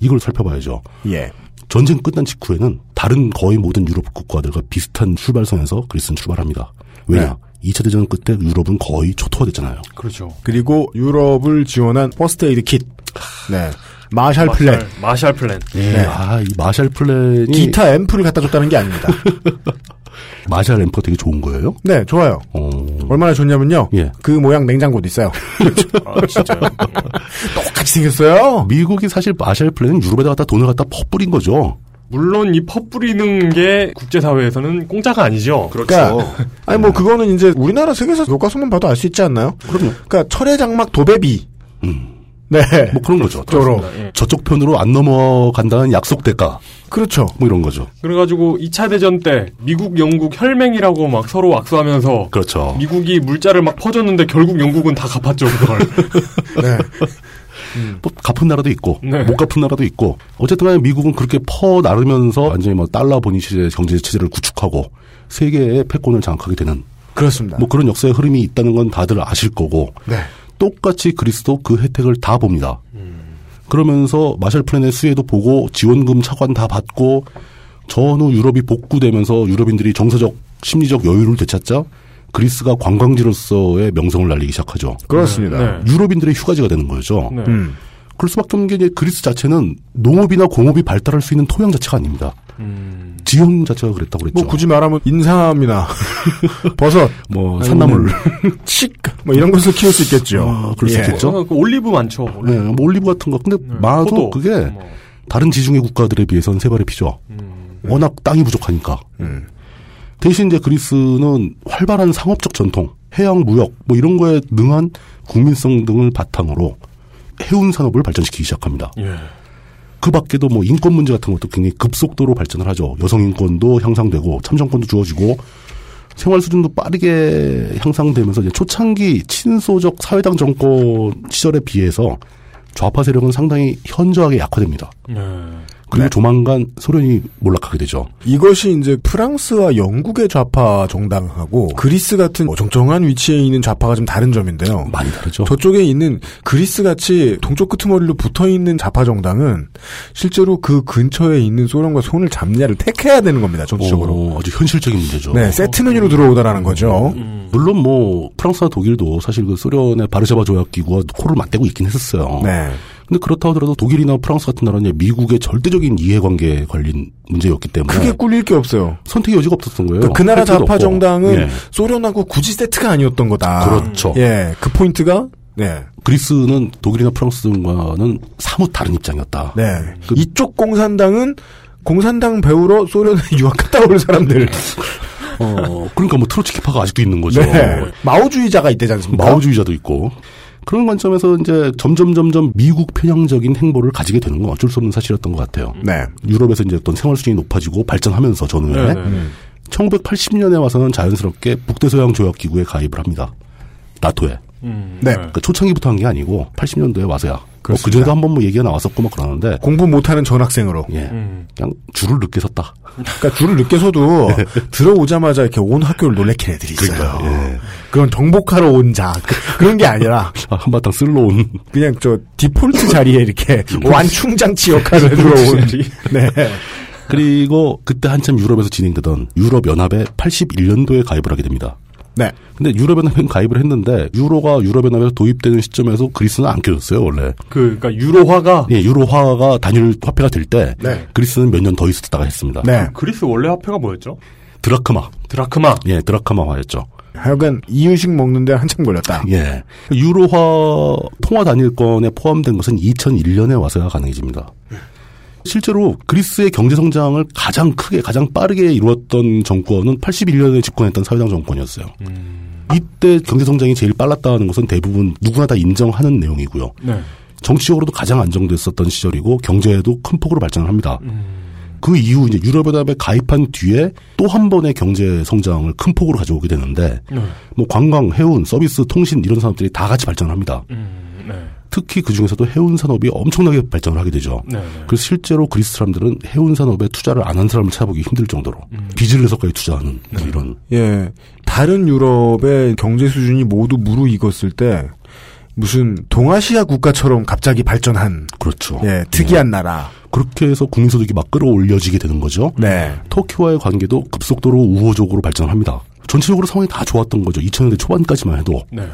S4: 이걸 살펴봐야죠.
S3: 예.
S4: 전쟁 끝난 직후에는 다른 거의 모든 유럽 국가들과 비슷한 출발선에서 그리스는 출발합니다.
S3: 네.
S4: 왜냐? 2차 대전 끝에 유럽은 거의 초토화됐잖아요.
S2: 그렇죠.
S3: 그리고 유럽을 지원한 퍼스트 에이드 kit. 네. 마샬 플랜.
S2: 마샬, 마샬 플랜.
S4: 아, 이 마샬 플랜이
S3: 네. 기타 앰프를 갖다 줬다는 게 아닙니다.
S4: 마샬 앰프가 되게 좋은 거예요?
S3: 네, 좋아요.
S4: 어.
S3: 얼마나 좋냐면요.
S4: 예.
S3: 그 모양 냉장고도 있어요.
S2: 아, 진짜요?
S3: 똑같이 생겼어요.
S4: 미국이 사실 마샬 플랜은 유럽에다 갖다 돈을 갖다 퍼뿌린 거죠.
S2: 물론 이 퍼뿌리는 게 국제사회에서는 공짜가 아니죠.
S3: 그러니까 아니 뭐 그거는 이제 우리나라 세계사 교과서만 봐도 알 수 있지 않나요?
S4: 그럼요.
S3: 그러니까 철의 장막 도배비. 네.
S4: 뭐 예. 그런 거죠. 네.
S3: 쪽으로.
S4: 저쪽 편으로 안 넘어간다는 약속 대가
S3: 그렇죠.
S4: 뭐 이런 거죠.
S2: 그래가지고 2차 대전 때 미국, 영국 혈맹이라고 막 서로 악수하면서
S4: 그렇죠.
S2: 미국이 물자를 막 퍼줬는데 결국 영국은 다 갚았죠 그걸.
S3: 네.
S4: 또뭐 갚은 나라도 있고
S2: 네.
S4: 못 갚은 나라도 있고 어쨌든 간에 미국은 그렇게 퍼 나르면서 완전히 뭐 달러 본위제 경제 체제를 구축하고 세계의 패권을 장악하게 되는
S3: 그렇습니다.
S4: 뭐 그런 역사의 흐름이 있다는 건 다들 아실 거고
S3: 네.
S4: 똑같이 그리스도 그 혜택을 다 봅니다. 그러면서 마샬 플랜의 수혜도 보고 지원금 차관 다 받고 전후 유럽이 복구되면서 유럽인들이 정서적 심리적 여유를 되찾자 그리스가 관광지로서의 명성을 날리기 시작하죠.
S3: 그렇습니다.
S2: 네.
S4: 유럽인들의 휴가지가 되는 거죠.
S2: 네.
S3: 음.
S4: 그럴 수밖에 없는 게 이제 그리스 자체는 농업이나 공업이 발달할 수 있는 토양 자체가 아닙니다.
S2: 음.
S4: 지형 자체가 그랬다고 그랬죠.
S3: 뭐 굳이 말하면 인삼이나 버섯,
S4: 뭐 산나물,
S3: 칡, 뭐 이런 것을 키울 수 있겠죠.
S4: 아, 그럴 수
S3: 예.
S4: 있겠죠.
S2: 어, 그 올리브 많죠. 올리브.
S4: 네, 뭐 올리브 같은 거. 근데
S2: 네.
S4: 마도
S2: 포도.
S4: 그게
S2: 뭐.
S4: 다른 지중해 국가들에 비해서는 세 발의 피죠.
S2: 음. 네.
S4: 워낙 땅이 부족하니까.
S3: 음.
S4: 대신 이제 그리스는 활발한 상업적 전통, 해양 무역 뭐 이런 거에 능한 국민성 등을 바탕으로 해운 산업을 발전시키기 시작합니다.
S2: 예.
S4: 그 밖에도 뭐 인권 문제 같은 것도 굉장히 급속도로 발전을 하죠. 여성 인권도 향상되고 참정권도 주어지고 생활 수준도 빠르게 향상되면서 이제 초창기 친소적 사회당 정권 시절에 비해서 좌파 세력은 상당히 현저하게 약화됩니다.
S2: 네.
S4: 그리고 조만간 소련이 몰락하게 되죠.
S3: 이것이 이제 프랑스와 영국의 좌파 정당하고 그리스 같은 뭐 정정한 위치에 있는 좌파가 좀 다른 점인데요.
S4: 많이 다르죠.
S3: 저쪽에 있는 그리스 같이 동쪽 끄트머리로 붙어 있는 좌파 정당은 실제로 그 근처에 있는 소련과 손을 잡냐를 택해야 되는 겁니다. 정치적으로.
S4: 어, 아주 현실적인 문제죠.
S3: 네, 세트 메뉴로 들어오다라는 거죠.
S4: 물론 뭐 프랑스와 독일도 사실 그 소련의 바르샤바 조약 기구와 코를 맞대고 있긴 했었어요.
S3: 네.
S4: 근데 그렇다 하더라도 독일이나 프랑스 같은 나라는 이제 미국의 절대적인 이해관계에 걸린 문제였기 때문에
S3: 크게 꿀릴 게 없어요.
S4: 선택의 여지가 없었던 거예요.
S3: 그러니까 그 나라
S4: 혜택도
S3: 좌파
S4: 네. 없고.
S3: 정당은
S4: 예.
S3: 소련하고 굳이 세트가 아니었던 거다.
S4: 그렇죠.
S3: 예, 그 포인트가 네,
S4: 그리스는 독일이나 프랑스 등과는 사뭇 다른 입장이었다.
S3: 네.
S4: 그-
S3: 이쪽 공산당은 공산당 배우러 소련에 유학갔다 온 사람들.
S4: 어, 그러니까 뭐 트로츠키파가 아직도 있는 거죠.
S3: 네. 마오주의자가 있대지 않습니까?
S4: 마오주의자도 있고 그런 관점에서 이제 점점 점점 미국 편향적인 행보를 가지게 되는 건 어쩔 수 없는 사실이었던 것 같아요.
S3: 네.
S4: 유럽에서 이제 어떤 생활 수준이 높아지고 발전하면서 전후에
S3: 네.
S4: 1980년에 와서는 자연스럽게 북대서양 조약 기구에 가입을 합니다. 나토에.
S2: 음.
S3: 네.
S4: 그러니까 초창기부터 한 게 아니고 80년도에 와서야. 그
S3: 그렇습니다.
S4: 전에도 한번 뭐 얘기가 나왔었고 막 그러는데
S3: 공부 못하는 전학생으로.
S4: 예.
S2: 음.
S4: 그냥 줄을 늦게 섰다.
S3: 그러니까 줄을 늦게 서도 들어오자마자 이렇게 온 학교를 놀래킨 애들이 있어요.
S4: 그러니까요. 예.
S3: 그런 정복하러 온 자. 그- 그런 게 아니라
S4: 아, 한바탕 쓸러온
S3: 그냥 저 디폴트 자리에 이렇게 완충장치 역할을 들어온. 네.
S4: 그리고 그때 한참 유럽에서 진행되던 유럽연합에 81년도에 가입을 하게 됩니다.
S3: 네.
S4: 근데 유럽연합에 가입을 했는데 유로가 유럽연합에서 도입되는 시점에서 그리스는 안 껴졌어요 원래.
S2: 그, 그러니까 유로화가
S4: 예, 유로화가 단일 화폐가 될 때
S3: 네.
S4: 그리스는 몇 년 더 있었다가 했습니다.
S3: 네.
S2: 그리스 원래 화폐가 뭐였죠?
S4: 드라크마,
S2: 드라크마.
S4: 예, 드라크마화였죠.
S3: 하여간 이유식 먹는데 한참 걸렸다.
S4: 예, 유로화 통화 단일권에 포함된 것은 2001년에 와서야 가능해집니다. 실제로 그리스의 경제 성장을 가장 크게 가장 빠르게 이루었던 정권은 81년에 집권했던 사회당 정권이었어요.
S3: 음.
S4: 이때 경제 성장이 제일 빨랐다는 것은 대부분 누구나 다 인정하는 내용이고요.
S2: 네.
S4: 정치적으로도 가장 안정됐었던 시절이고 경제에도 큰 폭으로 발전을 합니다.
S3: 음.
S4: 그 이후 이제 유럽연합에 가입한 뒤에 또 한 번의 경제 성장을 큰 폭으로 가져오게 되는데
S2: 네.
S4: 뭐 관광, 해운, 서비스, 통신 이런 산업들이 다 같이 발전을 합니다.
S2: 음, 네.
S4: 특히 그 중에서도 해운 산업이 엄청나게 발전을 하게 되죠.
S2: 네, 네.
S4: 그래서 실제로 그리스 사람들은 해운 산업에 투자를 안 한 사람을 찾아보기 힘들 정도로
S2: 음.
S4: 빚을 내서까지 투자하는 뭐
S2: 네.
S4: 이런
S3: 예. 다른 유럽의 경제 수준이 모두 무르익었을 때 무슨 동아시아 국가처럼 갑자기 발전한
S4: 그렇죠.
S3: 예, 특이한 나라.
S4: 그렇게 해서 국민 소득이 막 끌어올려지게 되는 거죠.
S3: 네.
S4: 터키와의 관계도 급속도로 우호적으로 발전합니다. 전체적으로 상황이 다 좋았던 거죠. 2000년대 초반까지만 해도
S2: 네.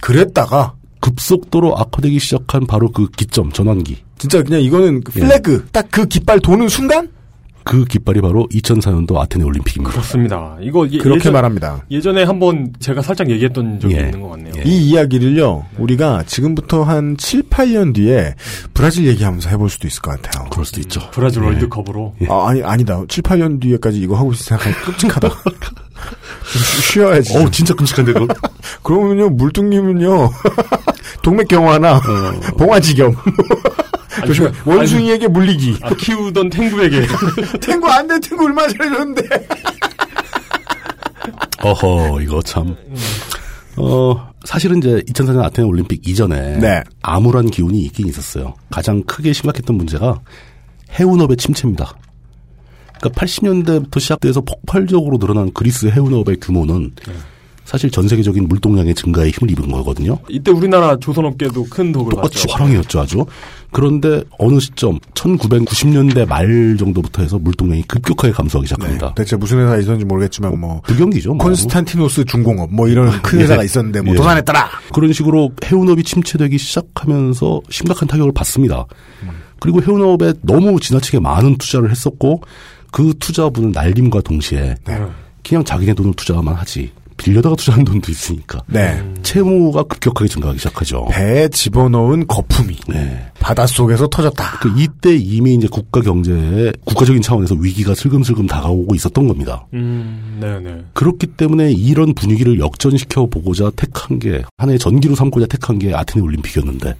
S3: 그랬다가
S4: 급속도로 악화되기 시작한 바로 그 기점 전환기.
S3: 진짜 그냥 이거는 그 플래그 딱 그 깃발 도는 순간
S4: 그 깃발이 바로 2004년도 아테네 올림픽입니다.
S2: 그렇습니다. 이거 예,
S3: 그렇게
S2: 예전,
S3: 말합니다.
S2: 예전에 한번 제가 살짝 얘기했던 적이
S4: 예.
S2: 있는 것 같네요.
S4: 예.
S3: 이 이야기를요 우리가 지금부터 한 7, 8년 뒤에 브라질 얘기하면서 해볼 수도 있을 것 같아요.
S4: 그럴 수도 있죠.
S2: 브라질
S3: 예.
S2: 월드컵으로.
S3: 아, 아니 아니다. 7, 8년 뒤에까지 이거 하고 있을 생각이 끔찍하다. 쉬- 쉬어야지.
S4: 어 진짜 끔찍한데 그걸.
S3: 그러면요 물뚱님은요 동맥경화나 봉화지경
S2: 아니,
S3: 조심
S2: 그-
S3: 원숭이에게 물리기
S2: 아니, 아, 키우던 탱구에게.
S3: 탱고 안돼 탱고 얼마 잘해줬는데
S4: 어허 이거 참. 어 사실은 이제 2004년 아테네 올림픽 이전에
S3: 네.
S4: 암울한 기운이 있긴 있었어요. 가장 크게 심각했던 문제가 해운업의 침체입니다. 그러니까 80년대부터 시작돼서 폭발적으로 늘어난 그리스 해운업의 규모는 사실 전 세계적인 물동량의 증가에 힘을 입은 거거든요.
S2: 이때 우리나라 조선업계도 큰 독을
S4: 똑같이
S2: 받죠.
S4: 화랑이었죠, 아주. 그런데 어느 시점 1990년대 말 정도부터 해서 물동량이 급격하게 감소하기 시작합니다.
S3: 대체 무슨 회사에 있었는지 모르겠지만 뭐
S4: 불경기죠. 뭐.
S3: 네, 콘스탄티노스 중공업 뭐 이런 큰 회사가 있었는데 뭐
S4: 예.
S3: 도산에 따라
S4: 그런 식으로 해운업이 침체되기 시작하면서 심각한 타격을 받습니다.
S3: 음.
S4: 그리고 해운업에 너무 지나치게 많은 투자를 했었고 그 투자분은 날림과 동시에 그냥 자기네 돈을 투자만 하지 빌려다가 투자한 돈도 있으니까
S3: 네
S4: 채무가 급격하게 증가하기 시작하죠.
S3: 배에 집어넣은 거품이
S4: 네.
S3: 바닷속에서 터졌다.
S4: 그 이때 이미 이제 국가 경제에 국가적인 차원에서 위기가 슬금슬금 다가오고 있었던 겁니다.
S2: 음, 네네.
S4: 그렇기 때문에 이런 분위기를 역전시켜 보고자 택한 게 하나의 전기로 삼고자 택한 게 아테네 올림픽이었는데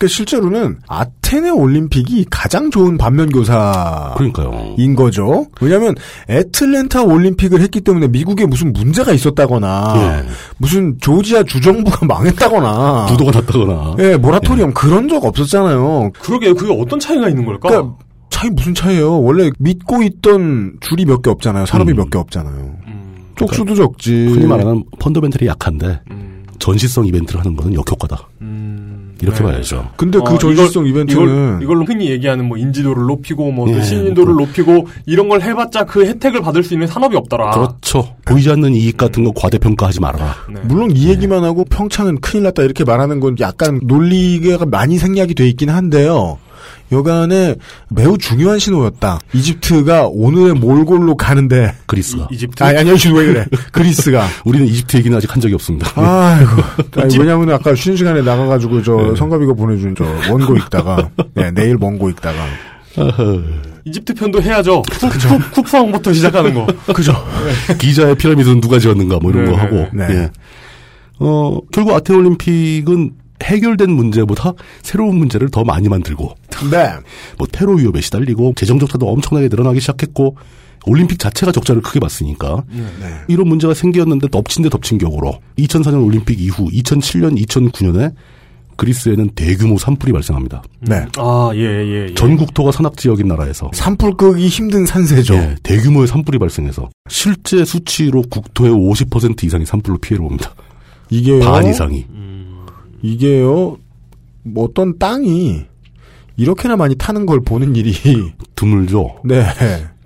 S3: 그러니까 실제로는 아테네 올림픽이 가장 좋은 반면 교사인
S4: 그러니까요.
S3: 거죠. 왜냐하면 애틀랜타 올림픽을 했기 때문에 미국에 무슨 문제가 있었다거나
S4: 예.
S3: 무슨 조지아 주정부가 망했다거나
S4: 부도가 났다거나
S3: 예 모라토리엄 그런 적 없었잖아요.
S2: 그러게 그게 어떤 차이가 있는 걸까?
S3: 그러니까 차이 무슨 차이예요? 원래 믿고 있던 줄이 몇 개 없잖아요. 산업이
S4: 음. 그러니까
S3: 몇 개 없잖아요.
S2: 음,
S3: 쪽수도 적지.
S4: 흔히 말하는 펀더멘털이 약한데
S2: 음,
S4: 전시성 이벤트를 하는 것은 역효과다.
S2: 음,
S4: 이렇게
S2: 네.
S4: 봐야죠.
S3: 근데
S2: 어,
S3: 그 전시성
S2: 이걸-
S3: 이벤트는
S2: 이걸, 로 흔히 얘기하는 뭐 인지도를 높이고 뭐
S4: 예,
S2: 신인도를 높이고 이런 걸 해봤자 그 혜택을 받을 수 있는 산업이 없더라.
S4: 그렇죠. 보이지 않는 이익 같은 거 과대평가하지 말아라.
S2: 네.
S3: 물론 이 얘기만 하고 평창은 큰일 났다 이렇게 말하는 건 약간 논리가 많이 생략이 돼 있긴 한데요. 여간에 매우 중요한 신호였다. 이집트가 오늘의 몰골로 가는데
S4: 그리스가.
S2: 이집트
S3: 아, 아니 아니 왜 그래? 그리스가
S4: 우리는 이집트 얘기는 아직 한 적이 없습니다.
S3: 아이고 아니, 왜냐하면 아까 쉬는 시간에 나가가지고 저
S4: 네.
S3: 성가비가 보내준 저 원고 읽다가 네, 내일 원고 읽다가
S2: 이집트 편도 해야죠.
S3: 그렇죠.
S2: 쿠- 쿠- 쿠팡부터 시작하는 거.
S4: 그죠. 예. 기자의 피라미드는 누가 지었는가 뭐 이런
S2: 네,
S4: 거
S2: 네,
S4: 하고.
S3: 네.
S4: 예. 어, 결국 아테 올림픽은 해결된 문제보다 새로운 문제를 더 많이 만들고
S3: 네
S4: 뭐 테러 위협에 시달리고 재정 적자도 엄청나게 늘어나기 시작했고 올림픽 자체가 적자를 크게 봤으니까
S2: 네.
S4: 이런 문제가 생겼는데 덮친 데 덮친 격으로 2004년 올림픽 이후 2007년 2009년에 그리스에는 대규모 산불이 발생합니다.
S3: 네.
S2: 아, 예, 예, 예.
S4: 전 국토가 산악 지역인 나라에서
S3: 산불 끄기 힘든 산세죠.
S2: 그렇죠.
S4: 예, 대규모의 산불이 발생해서 실제 수치로 국토의 50% 이상이 산불로 피해를 봅니다.
S3: 이게요.
S4: 반 이상이.
S2: 음.
S3: 이게요. 뭐 어떤 땅이 이렇게나 많이 타는 걸 보는 일이
S4: 드물죠.
S3: 네.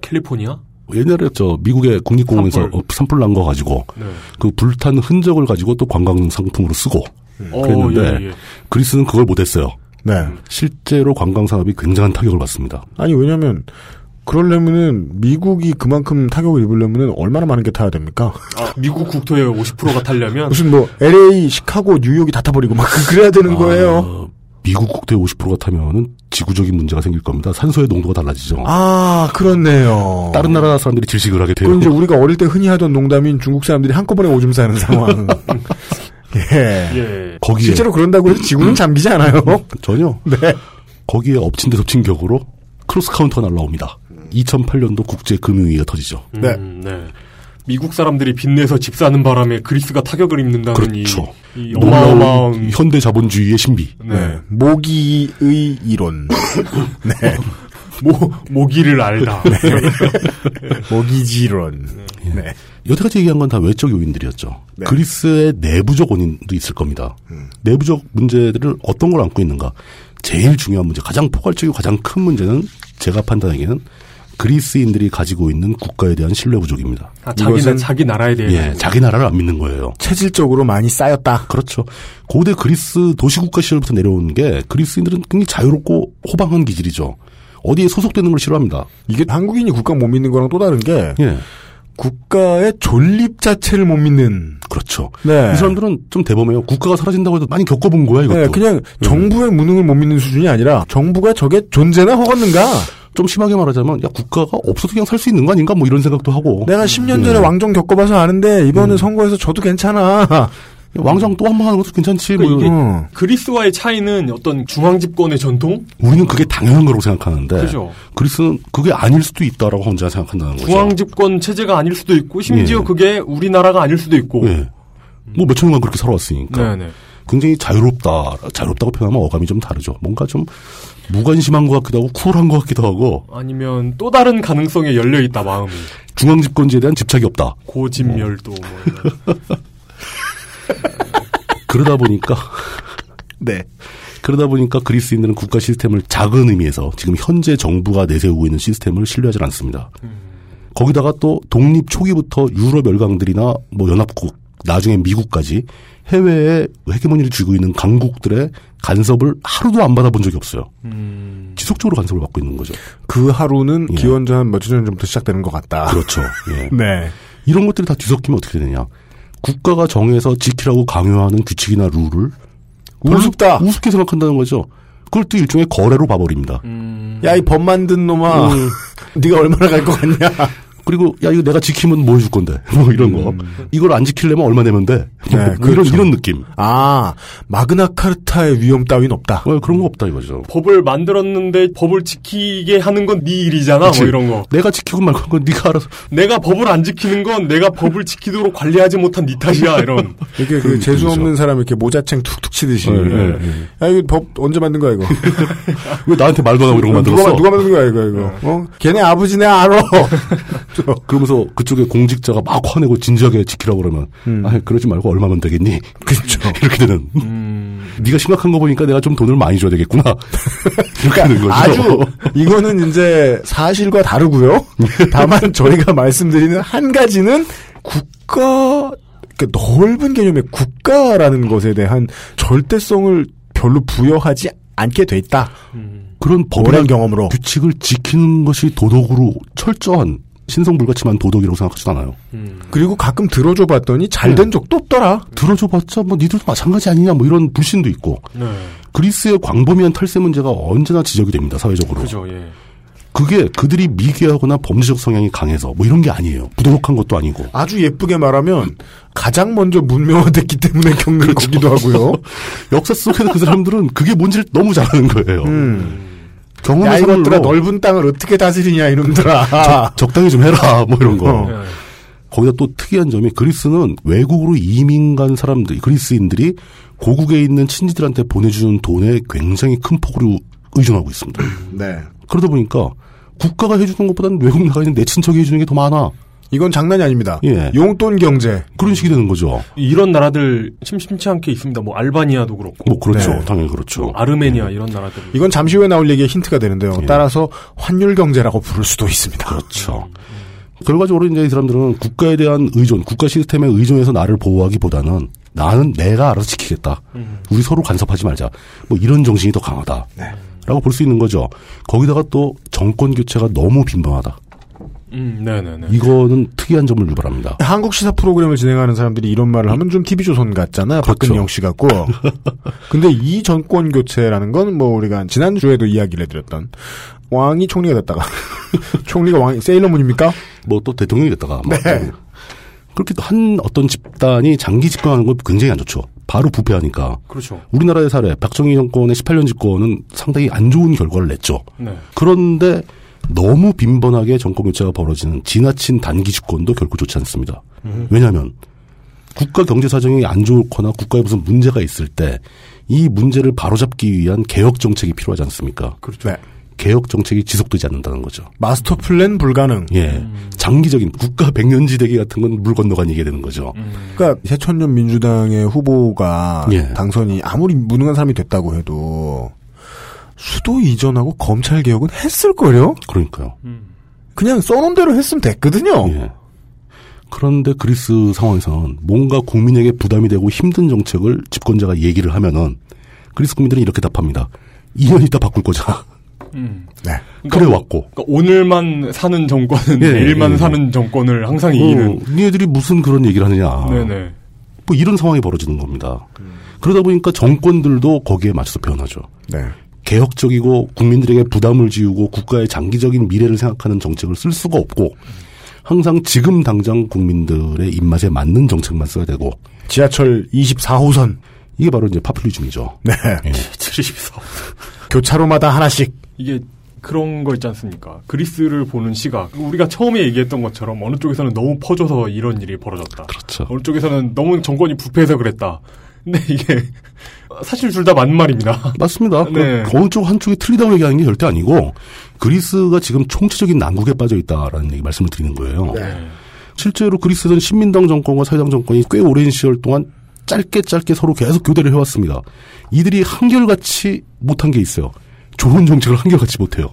S2: 캘리포니아?
S4: 옛날에 저 미국의 국립공원에서
S2: 산불.
S4: 어, 산불 난 거 가지고
S2: 네.
S4: 그 불탄 흔적을 가지고 또 관광 상품으로 쓰고
S2: 어,
S4: 네. 그랬는데
S2: 예, 예.
S4: 그리스는 그걸 못했어요.
S3: 네.
S4: 실제로 관광 산업이 굉장한 타격을 받습니다.
S3: 아니 왜냐면 그러려면은 미국이 그만큼 타격을 입으려면은 얼마나 많은 게 타야 됩니까?
S2: 아, 미국 국토의 50%가 타려면
S3: 무슨 뭐 LA, 시카고, 뉴욕이 다 타버리고 막 그래야 되는 거예요.
S4: 아, 미국 국토의 50%가 타면은 지구적인 문제가 생길 겁니다. 산소의 농도가 달라지죠.
S3: 아 그렇네요.
S4: 다른 나라 사람들이 질식을 하게 돼요.
S3: 그건 이제 우리가 어릴 때 흔히 하던 농담인 중국 사람들이 한꺼번에 오줌 싸는 상황. 예.
S2: 예.
S4: 거기에
S3: 실제로 그런다고 해서 지구는 잠기지 않아요.
S4: 음. 전혀
S3: 네.
S4: 거기에 엎친 데 덮친 격으로 크로스 카운터가 날라옵니다. 2008년도 국제 금융위기가 터지죠.
S2: 음,
S3: 네.
S2: 네. 미국 사람들이 빚내서 집 사는 바람에 그리스가 타격을 입는다는
S4: 그렇죠.
S2: 이, 이
S4: 놀라운
S2: 어마어마한
S4: 현대 자본주의의 신비.
S2: 네.
S3: 모기의 이론. 네.
S2: 모 모기를 알다.
S4: 네.
S3: 모기지론. 네.
S4: 여태까지 얘기한 건 다 외적 요인들이었죠. 그리스의 내부적 원인도 있을 겁니다.
S3: 음.
S4: 내부적 문제들을 어떤 걸 안고 있는가. 제일 중요한 문제, 가장 포괄적이고 가장 큰 문제는 제가 판단하기에는 그리스인들이 가지고 있는 국가에 대한 신뢰 부족입니다.
S2: 아, 자기 나
S3: 이것은-
S2: 자기 나라에
S3: 네.
S2: 대해
S4: 예, 자기 나라를 안 믿는 거예요.
S3: 체질적으로 많이 쌓였다.
S4: 그렇죠. 고대 그리스 도시국가 시절부터 내려온 게 그리스인들은 굉장히 자유롭고 호방한 기질이죠. 어디에 소속되는 걸 싫어합니다.
S3: 이게 한국인이 국가 못 믿는 거랑 또 다른 게
S4: 예,
S3: 국가의 존립 자체를 못 믿는.
S4: 그렇죠.
S3: 네.
S4: 이 사람들은 좀 대범해요. 국가가 사라진다고 해도 많이 겪어본 거야 이것도.
S3: 네, 그냥 정부의 무능을 못 믿는 수준이 아니라 정부가 저게 존재나 허겄는가?
S4: 좀 심하게 말하자면 야 국가가 없어서 그냥 살 수 있는 거 아닌가 뭐 이런 생각도 하고
S3: 내가 10년 전에 왕정 겪어봐서 아는데 이번에 선거에서 저도 괜찮아.
S4: 왕정 또 한 번 하는 것도 괜찮지 뭐
S2: 그러니까 이게-
S3: 음.
S2: 그리스와의 차이는 어떤 중앙 집권의 전통?
S4: 우리는 그게 당연한 거라고 생각하는데
S2: 그죠.
S4: 그리스는 그게 아닐 수도 있다라고 혼자 생각한다는 거죠.
S2: 중앙 집권 체제가 아닐 수도 있고 심지어
S4: 그렇죠. 예.
S2: 그게 우리나라가 아닐 수도 있고.
S4: 예. 뭐 몇천 년간 그렇게 살아왔으니까
S2: 네, 네.
S4: 굉장히 자유롭다 자유롭다고 표현하면 어감이 좀 다르죠. 뭔가 좀 무관심한 것 같기도 하고 쿨한 것 같기도 하고
S2: 아니면 또 다른 가능성에 열려 있다 마음이.
S4: 중앙 집권지에 대한 집착이 없다.
S2: 고진멸도 뭐 이런.
S4: 그러다 보니까 네. 그러다 보니까 그리스인들은 국가 시스템을 작은 의미에서 지금 현재 정부가 내세우고 있는 시스템을 신뢰하지 않습니다. 거기다가 또 독립 초기부터 유럽 열강들이나 뭐 연합국, 나중에 미국까지 해외에 헤게모니를 쥐고 있는 강국들의 간섭을 하루도 안 받아본 적이 없어요. 지속적으로 간섭을 받고 있는 거죠.
S3: 그 하루는
S4: 예.
S3: 기원전 한 몇천 년 전부터 시작되는 것 같다.
S4: 그렇죠. 예.
S3: 네.
S4: 이런 것들이 다 뒤섞이면 어떻게 되느냐. 국가가 정해서 지키라고 강요하는 규칙이나 룰을 별로
S3: 우습다.
S4: 우습게 생각한다는 거죠. 그걸 또 일종의 거래로 봐버립니다.
S3: 야, 이 법 만든 놈아. 네가 얼마나 갈 것 같냐.
S4: 그리고 야 이거 내가 지키면 뭐 해줄 건데 뭐 이런 거 이걸 안 지키려면 얼마 내면 돼
S3: 음. 네,
S4: 뭐
S3: 그렇죠.
S4: 이런 이런 느낌
S3: 아, 마그나카르타의 위험 따윈 없다.
S4: 어, 그런 거 없다 이거죠
S2: 법을 만들었는데 법을 지키게 하는 건 네 일이잖아.
S4: 그치.
S2: 뭐 이런 거.
S4: 내가 지키고 말고 한건 네가 알아서
S2: 내가 법을 안 지키는 건 내가 법을 지키도록 관리하지 못한 네 탓이야. 이런.
S3: 이렇게 그 재수 없는 사람 이렇게 모자챙 툭툭 치듯이.
S4: 네, 네,
S3: 야, 이거 법 언제 만든 거야, 이거?
S4: 왜 나한테 말도 안 하고 이런 거
S3: 누가,
S4: 만들었어
S3: 누가 만든 거야, 이거, 이거? 어? 걔네 아버지 내 알아. 저,
S4: 그러면서 그쪽에 공직자가 막 화내고 진지하게 지키라고 그러면 아 그러지 말고 얼마면 되겠니 그렇죠 이렇게 되는 네가 심각한 거 보니까 내가 좀 돈을 많이 줘야 되겠구나 이렇게 되는 거죠
S3: 그러니까 아주 이거는 이제 사실과 다르고요. 다만 저희가 말씀드리는 한 가지는 국가 그 넓은 개념의 국가라는 것에 대한 절대성을 별로 부여하지 않게 돼 있다.
S4: 그런
S3: 오랜
S4: 법이란
S3: 경험으로.
S4: 규칙을 지키는 것이 도덕으로 철저한 신성불가침한 도덕이라고 생각하지도 않아요.
S3: 그리고 가끔 들어줘 봤더니 잘
S4: 네.
S3: 된 적도 없더라.
S4: 들어줘봤자 뭐 니들도 마찬가지 아니냐 뭐 이런 불신도 있고
S2: 네.
S4: 그리스의 광범위한 탈세 문제가 언제나 지적이 됩니다 사회적으로
S2: 그죠. 예.
S4: 게 그들이 미개하거나 범죄적 성향이 강해서 뭐 이런 게 아니에요 부도덕한 것도 아니고
S3: 아주 예쁘게 말하면 가장 먼저 문명화됐기 때문에 겪는
S4: 그렇죠.
S3: 거기도 하고요.
S4: 역사 속에서 그 사람들은 그게 뭔지를 너무 잘 아는 거예요
S3: 야
S4: 음. 경험의
S3: 이것들아
S4: 선물로
S3: 넓은 땅을 어떻게 다스리냐 이놈들아.
S4: 적, 적당히 좀 해라 뭐 이런 거
S3: 어.
S2: 예.
S4: 거기다 또 특이한 점이 그리스는 외국으로 이민 간 사람들, 그리스인들이 고국에 있는 친지들한테 보내주는 돈에 굉장히 큰 폭으로 의존하고 있습니다.
S3: 네.
S4: 그러다 보니까 국가가 해주는 것보다는 외국 나가 있는 내 친척이 해주는 게 더 많아.
S3: 이건 장난이 아닙니다.
S4: 예.
S3: 용돈 경제.
S4: 그런 식이 되는 거죠.
S2: 이런 나라들 심심치 않게 있습니다. 뭐 알바니아도 그렇고.
S4: 뭐 그렇죠.
S3: 네.
S4: 당연히 그렇죠.
S2: 아르메니아 이런 나라들.
S3: 이건 잠시 후에 나올 얘기의 힌트가 되는데요. 따라서 환율 경제라고 부를 수도 있습니다.
S4: 예. 그렇죠. 결과적으로 이제 이 사람들은 국가에 대한 의존, 국가 시스템에 의존해서 나를 보호하기보다는 나는 내가 알아서 지키겠다. 우리 서로 간섭하지 말자. 뭐 이런 정신이 더 강하다. 라고 볼 수 있는 거죠. 거기다가 또 정권 교체가 너무 빈번하다.
S2: 음, 네네네.
S4: 이거는 특이한 점을 유발합니다.
S3: 한국 시사 프로그램을 진행하는 사람들이 이런 말을 하면 좀 TV조선 같잖아요.
S4: 그렇죠.
S3: 박근영 씨 같고. 근데 이 정권 교체라는 건 뭐 우리가 지난주에도 이야기를 해드렸던 왕이 총리가 됐다가 총리가 왕이 세일러문입니까?
S4: 뭐 또 대통령이 됐다가. 막
S3: 네.
S4: 그렇게 또 한 어떤 집단이 장기 집권하는 건 굉장히 안 좋죠. 바로 부패하니까.
S2: 그렇죠.
S4: 우리나라의 사례, 박정희 정권의 18년 집권은 상당히 안 좋은 결과를 냈죠.
S2: 네.
S4: 그런데 너무 빈번하게 정권 교체가 벌어지는 지나친 단기 집권도 결코 좋지 않습니다. 왜냐하면 국가 경제 사정이 안 좋거나 국가에 무슨 문제가 있을 때 이 문제를 바로잡기 위한 개혁 정책이 필요하지 않습니까?
S3: 그렇죠.
S4: 개혁 정책이 지속되지 않는다는 거죠.
S3: 마스터 플랜 불가능.
S4: 예, 장기적인 국가 백년지대기 같은 건 물 건너간 얘기가 되는 거죠.
S3: 그러니까 새천년 민주당의 후보가
S4: 예.
S3: 당선이 아무리 무능한 사람이 됐다고 해도 수도 이전하고 검찰 개혁은 했을걸요?
S4: 그러니까요.
S3: 그냥 써놓은 대로 했으면 됐거든요.
S4: 예. 그런데 그리스 상황에서는 뭔가 국민에게 부담이 되고 힘든 정책을 집권자가 얘기를 하면은 그리스 국민들은 이렇게 답합니다. 2년 있다 바꿀 거자.
S3: 네.
S4: 그래 왔고.
S2: 그러니까 오늘만 사는 정권은
S4: 예,
S2: 내일만
S4: 예, 예.
S2: 사는 정권을 항상 이기는.
S4: 어, 니네들이 무슨 그런 얘기를 하느냐.
S2: 음. 네네. 음.
S4: 뭐 이런 상황이 벌어지는 겁니다. 그러다 보니까 정권들도 거기에 맞춰서 변하죠.
S3: 네.
S4: 개혁적이고 국민들에게 부담을 지우고 국가의 장기적인 미래를 생각하는 정책을 쓸 수가 없고 항상 지금 당장 국민들의 입맛에 맞는 정책만 써야 되고
S3: 지하철 24호선.
S4: 이게 바로 이제 파퓰리즘이죠.
S3: 네.
S2: 74.
S3: 교차로마다 하나씩.
S2: 이게 그런 거 있지 않습니까? 그리스를 보는 시각. 우리가 처음에 얘기했던 것처럼 어느 쪽에서는 너무 퍼져서 이런 일이 벌어졌다.
S4: 그렇죠.
S2: 어느 쪽에서는 너무 정권이 부패해서 그랬다. 근데 이게 사실 둘 다 맞는 말입니다.
S4: 맞습니다.
S2: 네.
S4: 그 어느 쪽 한쪽이 틀리다고 얘기하는 게 절대 아니고 그리스가 지금 총체적인 난국에 빠져 있다라는 얘기 말씀을 드리는 거예요. 실제로 그리스는 신민당 정권과 사회당 정권이 꽤 오랜 시절 동안 짧게 짧게 서로 계속 교대를 해왔습니다. 이들이 한결같이 못한 게 있어요. 좋은 정책을 한결같이 못해요.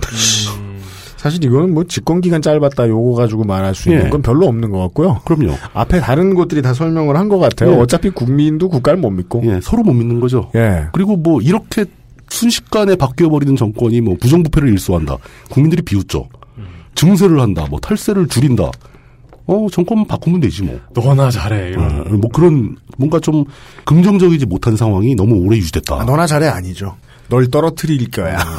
S3: 사실 이거는 뭐 집권기간 짧았다 요거 가지고 말할 수 있는
S4: 예.
S3: 건 별로 없는 것 같고요.
S4: 그럼요.
S3: 앞에 다른 곳들이 다 설명을 한 것 같아요.
S4: 예.
S3: 어차피 국민도 국가를 못 믿고.
S4: 예, 서로 못 믿는 거죠.
S3: 예.
S4: 그리고 뭐 이렇게 순식간에 바뀌어버리는 정권이 뭐 부정부패를 일소한다. 국민들이 비웃죠. 증세를 한다. 뭐 탈세를 줄인다. 어, 정권 바꾸면 되지 뭐.
S2: 너나
S3: 음.
S2: 잘해 이런.
S4: 어, 뭐 그런 뭔가 좀 긍정적이지 못한 상황이 너무 오래 유지됐다.
S3: 아, 너나 잘해 아니죠. 음. 널 떨어뜨릴 거야.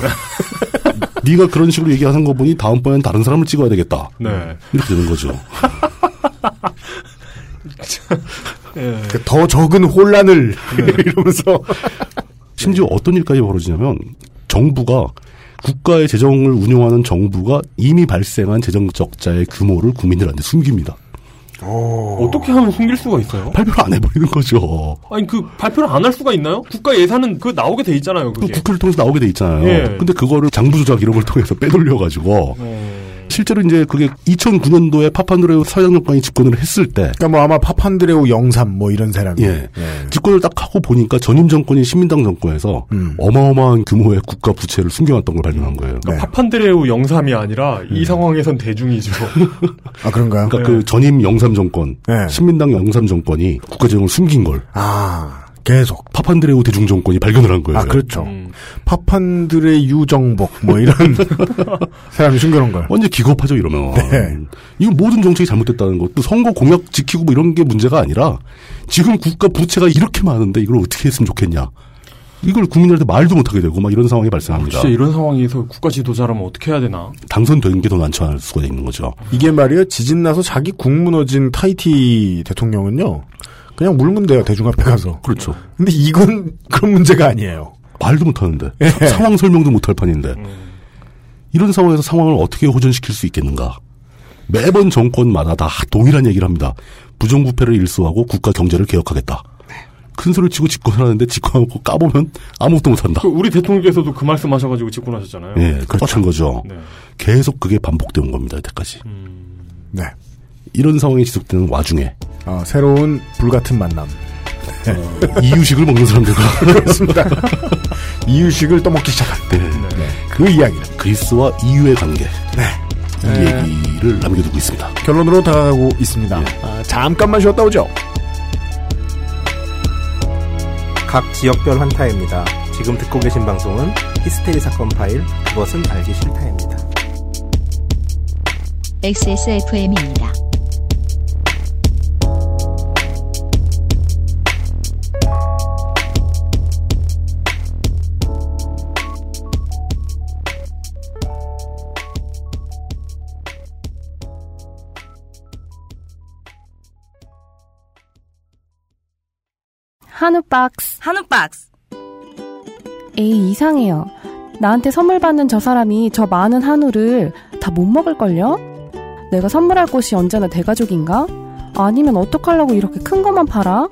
S3: 그
S4: 네가 그런 식으로 얘기하는 거 보니 다음번엔 다른 사람을 찍어야 되겠다.
S2: 네.
S4: 이렇게 되는 거죠.
S3: 그더 적은 혼란을 이러면서
S4: 심지어 어떤 일까지 벌어지냐면 정부가 국가의 재정을 운영하는 정부가 이미 발생한 재정 적자의 규모를 국민들한테 숨깁니다.
S2: 어떻게 하면 숨길 수가 있어요?
S4: 발표를 안 해버리는 거죠.
S2: 아니 그 발표를 안 할 수가 있나요? 국가 예산은 그 나오게 돼 있잖아요.
S4: 그
S2: 그게.
S4: 국회를 통해서 나오게 돼 있잖아요.
S2: 예.
S4: 근데 그거를 장부 조작 이런 걸 통해서 빼돌려가지고
S3: 예.
S2: 어.
S4: 실제로 이제 그게 2009년도에 파판드레우 사장 정권이 집권을 했을 때
S3: 그러니까 뭐 아마 파판드레우 영삼 뭐 이런 사람이
S4: 예. 집권을 딱 하고 보니까 전임 정권인 신민당 정권에서
S3: 음.
S4: 어마어마한 규모의 국가 부채를 숨겨놨던 걸 발견한 거예요.
S3: 네.
S2: 파판드레우 영삼이 아니라 이 상황에선 대중이죠.
S3: 아 그런가요?
S4: 그러니까 그 전임 영삼 정권,
S3: 네.
S4: 신민당 영삼 정권이 국가재정을 숨긴 걸
S3: 아 계속.
S4: 파판드레우 대중 정권이 발견을 한 거예요.
S3: 아 그렇죠.
S2: 음.
S3: 파판들의 유정복 뭐 이런 사람이 숨겨놓은 걸.
S4: 완전 기겁하죠 이러면.
S3: 네.
S4: 이거 모든 정책이 잘못됐다는 것도 선거 공약 지키고 뭐 이런 게 문제가 아니라 지금 국가 부채가 이렇게 많은데 이걸 어떻게 했으면 좋겠냐. 이걸 국민들한테 말도 못하게 되고 막 이런 상황이 발생합니다.
S2: 진짜 이런 상황에서 국가 지도자라면 어떻게 해야 되나?
S4: 당선된 게 더 난처할 수가 있는 거죠.
S3: 이게 말이요 지진 나서 자기 국 무너진 타이티 대통령은요 그냥 물면 돼요 대중 앞에 가서.
S4: 그렇죠.
S3: 근데 이건 그런 문제가 아니에요.
S4: 말도 못하는데
S3: 예. 음.
S4: 사- 상황 설명도 못할 판인데 이런 상황에서 상황을 어떻게 호전시킬 수 있겠는가? 매번 정권마다 다 동일한 얘기를 합니다. 부정부패를 일소하고 국가 경제를 개혁하겠다. 큰 소리 치고 집권하는데 집권하고 까보면 아무것도 못한다.
S3: 그렇죠.
S2: 그 우리 대통령께서도 그 말씀하셔가지고 집권하셨잖아요.
S4: 예, 똑같은 거죠.
S2: 네.
S4: 계속 그게 반복된 겁니다, 여태까지.
S3: 네.
S4: 이런 상황이 지속되는 와중에
S3: 아, 새로운 불같은 만남.
S4: 이유식을 먹는 사람들과
S3: 그렇습니다. 이유식을 떠먹기 시작한다.
S10: 네.
S3: 그 이야기는
S4: 그리스와 EU의 관계
S3: 네.
S4: 이 얘기를 남겨두고 있습니다.
S3: 결론으로 다가가고 있습니다. 아, 잠깐만 쉬었다 오죠.
S10: 각 지역별 환타입니다. 지금 듣고 계신 방송은 히스테리 사건 파일 그것은 알기 싫다입니다.
S1: XSFM입니다.
S11: 한우 박스.
S7: 한우 박스.
S11: 에이, 이상해요. 나한테 선물 받는 저 사람이 저 많은 한우를 다 못 먹을걸요? 내가 선물할 곳이 언제나 대가족인가? 아니면 어떡하려고 이렇게 큰 것만 팔아?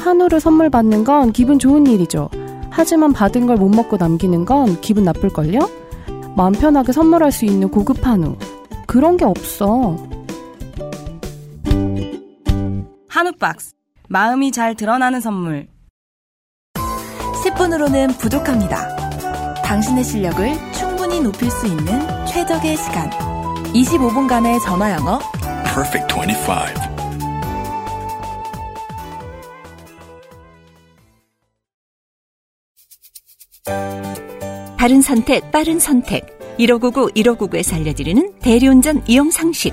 S11: 한우를 선물 받는 건 기분 좋은 일이죠. 하지만 받은 걸 못 먹고 남기는 건 기분 나쁠걸요? 마음 편하게 선물할 수 있는 고급 한우. 그런 게 없어.
S7: 한우 박스. 마음이 잘 드러나는 선물. 10분으로는 부족합니다. 당신의 실력을 충분히 높일 수 있는 최적의 시간. 25분간의 전화 영어.
S9: Perfect 25.
S12: 바른 선택, 빠른 선택. 1599, 1599에서 알려드리는 대리운전 이용 상식.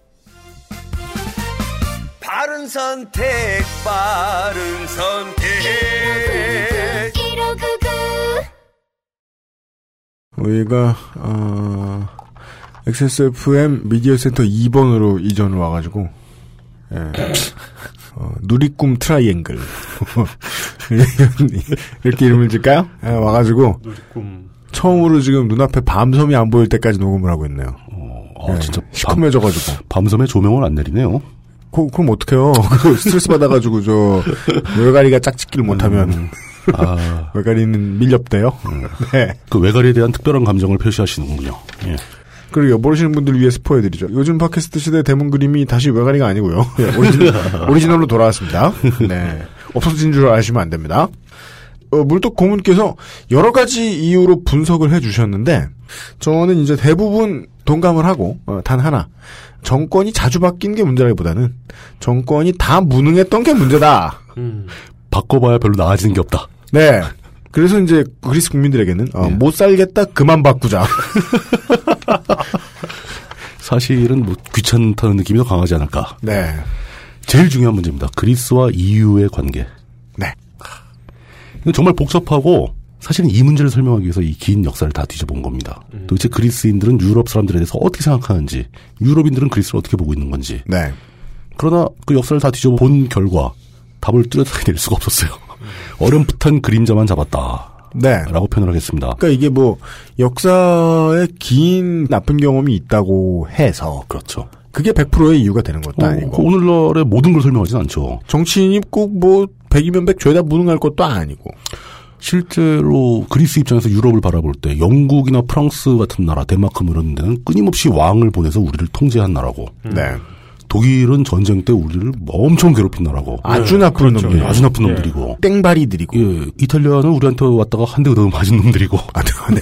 S9: 바른 선택, 바른 선택.
S3: 우리가 어, XSFM 미디어 센터 2번으로 이전을 와가지고 예. 어, 누리꿈 트라이앵글 이런- 이렇게 이름을 질까요? 예, 와가지고
S2: 누리꿈.
S3: 처음으로 지금 눈앞에 밤섬이 안 보일 때까지 녹음을 하고 있네요. 예,
S4: 어, 진짜
S3: 시커매져가지고.
S4: 밤섬에 조명을 안 내리네요.
S3: 그, 그럼 어떡해요. 그거 스트레스 받아가지고 저 외가리가 짝짓기를 못하면
S4: 음. 아.
S3: 외가리는 밀렵대요. 네.
S4: 그 외가리에 대한 특별한 감정을 표시하시는군요. 예.
S3: 그리고 모르시는 분들 위해 스포해드리죠. 요즘 팟캐스트 시대 대문 그림이 다시 외가리가 아니고요. 예, 오리지널, 로 돌아왔습니다. 네. 없어진 줄 아시면 안 됩니다. 어, 물독 고문께서 여러 가지 이유로 분석을 해주셨는데 저는 이제 대부분 동감을 하고 어, 단 하나 정권이 자주 바뀐 게 문제라기보다는 정권이 다 무능했던 게 문제다.
S4: 바꿔봐야 별로 나아지는 게 없다.
S3: 네. 그래서 이제 그리스 국민들에게는 어, 못 살겠다 그만 바꾸자.
S4: 사실은 뭐 귀찮다는 느낌이 더 강하지 않을까.
S3: 네.
S4: 제일 중요한 문제입니다. 그리스와 EU의 관계.
S3: 네.
S4: 이건 정말 복잡하고 사실은 이 문제를 설명하기 위해서 이 긴 역사를 다 뒤져본 겁니다.
S3: 음.
S4: 도대체 그리스인들은 유럽 사람들에 대해서 어떻게 생각하는지, 유럽인들은 그리스를 어떻게 보고 있는 건지.
S3: 네.
S4: 그러나 그 역사를 다 뒤져본 결과 답을 뚜렷하게 낼 수가 없었어요. 어렴풋한 그림자만 잡았다.
S3: 음. 네.
S4: 라고 표현을 하겠습니다.
S3: 그러니까 이게 뭐 역사에 긴 나쁜 경험이 있다고 해서
S4: 그렇죠.
S3: 그게 100%의 이유가 되는 것도
S4: 어, 그
S3: 아니고
S4: 오늘날의 모든 걸 설명하진 죄송하죠.
S3: 정치인이 꼭 뭐 100이면 100 죄다 무능할 것도 아니고
S4: 예, 실제로 그리스 입장에서 유럽을 바라볼 때 영국이나 프랑스 같은 나라, 덴마크 뭐 이런 데는 끊임없이 왕을 보내서 우리를 통제한 나라고.
S3: 네.
S4: 독일은 전쟁 때 우리를 뭐 엄청 괴롭힌 나라고.
S3: 아주 그렇죠. 나쁜 놈들
S4: 예, 아주 나쁜 놈들이고.
S3: 땡바리들이고
S4: 예, 이탈리아는 우리한테 왔다가 한 대가 너무 맞은 놈들이고.
S3: 아, 네.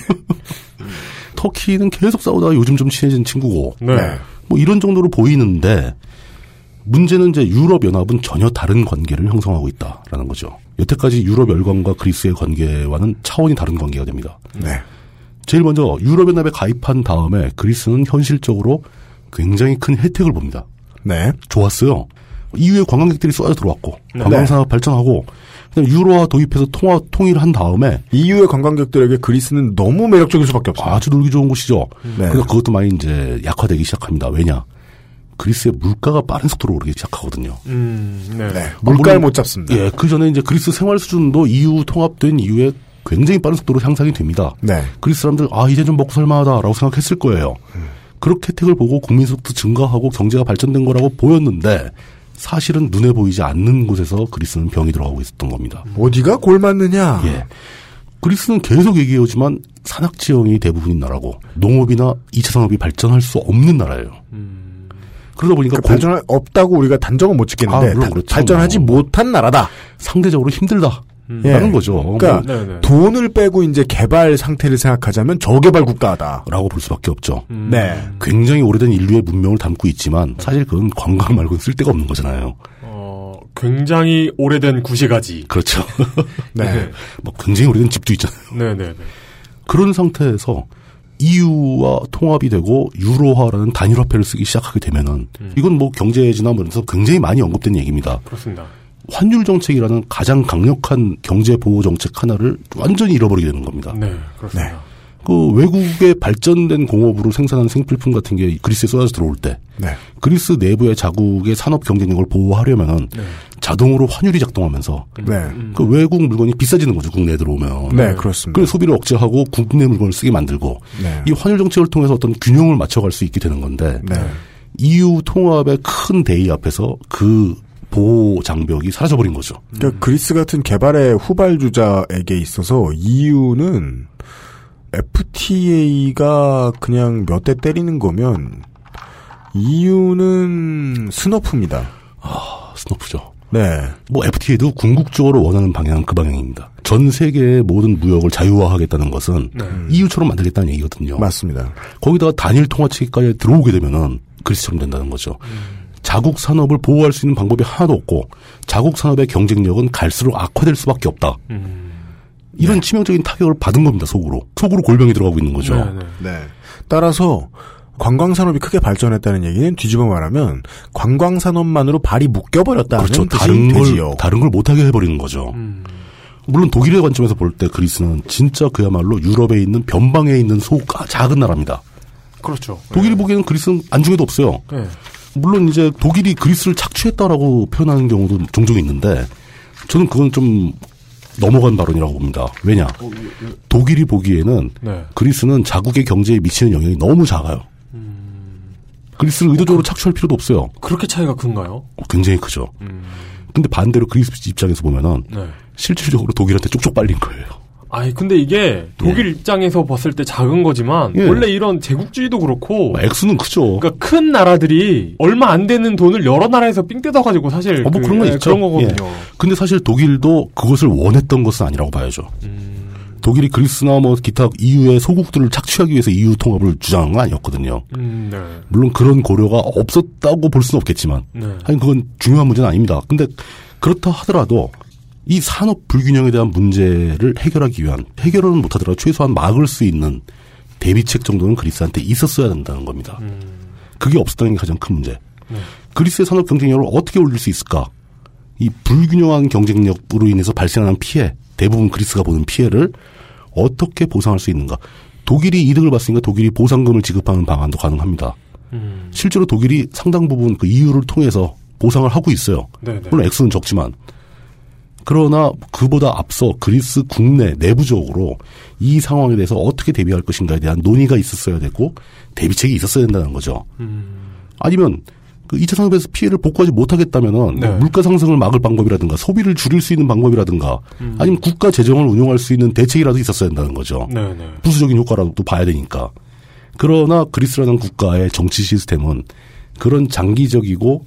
S4: 터키는 계속 싸우다가 요즘 좀 친해진 친구고.
S2: 네.
S4: 뭐 이런 정도로 보이는데 문제는 이제 유럽 연합은 전혀 다른 관계를 형성하고 있다라는 거죠. 여태까지 유럽 열강과 그리스의 관계와는 차원이 다른 관계가 됩니다.
S3: 네.
S4: 제일 먼저 유럽 연합에 가입한 다음에 그리스는 현실적으로 굉장히 큰 혜택을 봅니다.
S3: 네.
S4: 좋았어요. EU의 관광객들이 쏟아 들어왔고
S3: 네.
S4: 관광산업 발전하고 그다음 유로화 도입해서 통화 통일한 다음에
S3: EU의 관광객들에게 그리스는 너무 매력적일 수밖에 없어요.
S4: 아주 놀기 좋은 곳이죠.
S3: 네.
S4: 그래서 그것도 많이 이제 약화되기 시작합니다. 왜냐? 그리스의 물가가 빠른 속도로 오르기 시작하거든요.
S2: 음, 네.
S3: 네. 물가를
S4: 물론-
S3: 못 잡습니다.
S4: 예, 그 전에 이제 그리스 생활 수준도 EU 통합된 이후에 굉장히 빠른 속도로 향상이 됩니다.
S3: 네.
S4: 그리스 사람들 아 이제 좀 먹고 살만하다라고 생각했을 거예요.
S3: 음.
S4: 그렇게 혜택을 보고 국민 소득도 증가하고 경제가 발전된 거라고 보였는데 사실은 눈에 보이지 않는 곳에서 그리스는 병이 들어가고 있었던 겁니다.
S3: 어디가 골 맞느냐?
S4: 예. 그리스는 계속 얘기해오지만 산악 지형이 대부분인 나라고 농업이나 2차 산업이 발전할 수 없는 나라예요. 그러다 보니까
S3: 음. 그러니까
S4: 공-
S3: 발전할 없다고 우리가 단정은 못
S4: 아,
S3: 짓겠는데
S4: 물론
S3: 다-
S4: 그렇죠.
S3: 발전하지 못한 나라다.
S4: 상대적으로 힘들다.
S3: 예.
S4: 라는 거죠.
S3: 그러니까
S2: 네, 네.
S3: 돈을 빼고 이제 개발 상태를 생각하자면 저개발 국가다.
S4: 라고 볼 수밖에 없죠.
S3: 네.
S4: 굉장히 오래된 인류의 문명을 담고 있지만 사실 그건 관광 말고는 쓸데가 없는 거잖아요.
S2: 어, 굉장히 오래된 구시가지.
S4: 그렇죠.
S3: 네.
S4: 뭐 굉장히 오래된 집도 있잖아요.
S2: 네, 네, 네.
S4: 그런 상태에서 EU와 통합이 되고 유로화라는 단일화폐를 쓰기 시작하게 되면은 이건 뭐 경제지나 뭐 이런서 굉장히 많이 언급된 얘기입니다.
S2: 그렇습니다.
S4: 환율 정책이라는 가장 강력한 경제 보호 정책 하나를 완전히 잃어버리게 되는 겁니다.
S2: 네, 그렇습니다.
S4: 그 외국의 발전된 공업으로 생산한 생필품 같은 게 그리스에 쏟아져 들어올 때
S3: 네.
S4: 그리스 내부의 자국의 산업 경쟁력을 보호하려면 자동으로 환율이 작동하면서
S3: 네.
S4: 그 외국 물건이 비싸지는 거죠 국내에 들어오면.
S3: 네, 그렇습니다.
S4: 그래서 소비를 억제하고 국내 물건을 쓰게 만들고
S3: 네.
S4: 이 환율 정책을 통해서 어떤 균형을 맞춰갈 수 있게 되는 건데
S3: 네.
S4: EU 통합의 큰 대의 앞에서 그 보호 장벽이 사라져버린 거죠.
S3: 그러니까 그리스 같은 개발의 후발주자에게 있어서 EU는 FTA가 그냥 몇 대 때리는 거면 EU는 스너프입니다.
S4: 아, 스노프죠.
S3: 네.
S4: 뭐 FTA도 궁극적으로 원하는 방향은 그 방향입니다. 전 세계의 모든 무역을 자유화하겠다는 것은
S3: 네.
S4: EU처럼 만들겠다는 얘기거든요.
S3: 맞습니다.
S4: 거기다가 단일 통화체까지 들어오게 되면은 그리스처럼 된다는 거죠. 자국 산업을 보호할 수 있는 방법이 하나도 없고 자국 산업의 경쟁력은 갈수록 악화될 수밖에 없다. 이런 치명적인 타격을 받은 겁니다. 속으로 속으로 골병이 들어가고 있는 거죠.
S2: 네, 네.
S3: 네. 네. 따라서 관광 산업이 크게 발전했다는 얘기는 뒤집어 말하면 관광 산업만으로 발이 묶여 버렸다는
S4: 그렇죠.
S3: 뜻이
S4: 다른 걸
S3: 되지요. 음.
S4: 다른 걸 못하게 해버리는 거죠. 물론 독일의 관점에서 볼 때 그리스는 진짜 그야말로 유럽에 있는 변방에 있는 소 작은 나라입니다.
S2: 그렇죠.
S3: 네.
S4: 독일이 보기에는 그리스는 안중에도 없어요.
S2: 네.
S4: 물론 이제 독일이 그리스를 착취했다라고 표현하는 경우도 종종 있는데 저는 그건 좀 넘어간 발언이라고 봅니다. 왜냐? 예, 독일이 보기에는
S2: 네.
S4: 그리스는 자국의 경제에 미치는 영향이 너무 작아요. 그리스를 의도적으로 착취할 필요도 음. 없어요.
S2: 그렇게 차이가 큰가요?
S4: 굉장히 크죠. 근데 반대로 그리스 입장에서 보면은
S2: 네.
S4: 실질적으로 독일한테 쪽쪽 빨린 거예요.
S2: 아니 근데 이게 독일 입장에서 봤을 때 작은 거지만
S4: 예.
S2: 원래 이런 제국주의도 그렇고
S4: 어, 액수는 크죠.
S2: 그러니까 큰 나라들이 얼마 안 되는 돈을 여러 나라에서 삥 뜯어가지고 사실
S4: 어, 뭐
S2: 그,
S4: 그런 거
S2: 예,
S4: 있죠.
S2: 그런 거거든요.
S4: 예. 근데 사실 독일도 그것을 원했던 것은 아니라고 봐야죠.
S2: 음.
S4: 독일이 그리스나 뭐 기타 EU의 소국들을 착취하기 위해서 EU 통합을 주장한 건 아니었거든요.
S2: 음,
S4: 물론 그런 고려가 없었다고 볼 수는 없겠지만,
S2: 네.
S4: 하긴 그건 중요한 문제는 아닙니다. 근데 그렇다 하더라도 이 산업 불균형에 대한 문제를 해결하기 위한 해결은 못하더라도 최소한 막을 수 있는 대비책 정도는 그리스한테 있었어야 된다는 겁니다.
S2: 음.
S4: 그게 없었다는 게 가장 큰 문제. 그리스의 산업 경쟁력을 어떻게 올릴 수 있을까? 이 불균형한 경쟁력으로 인해서 발생하는 피해, 대부분 그리스가 보는 피해를 어떻게 보상할 수 있는가? 독일이 이득을 봤으니까 독일이 보상금을 지급하는 방안도 가능합니다.
S2: 음.
S4: 실제로 독일이 상당 부분 그 이유를 통해서 보상을 하고 있어요.
S2: 네네.
S4: 물론 액수는 적지만. 그러나 그보다 앞서 그리스 국내 내부적으로 이 상황에 대해서 어떻게 대비할 것인가에 대한 논의가 있었어야 되고 대비책이 있었어야 된다는 거죠.
S2: 음.
S4: 아니면 그 2차 산업에서 피해를 복구하지 못하겠다면은
S2: 네.
S4: 물가 상승을 막을 방법이라든가 소비를 줄일 수 있는 방법이라든가 아니면 국가 재정을 운용할 수 있는 대책이라도 있었어야 된다는 거죠.
S2: 음. 네, 네.
S4: 부수적인 효과라도 또 봐야 되니까. 그러나 그리스라는 국가의 정치 시스템은 그런 장기적이고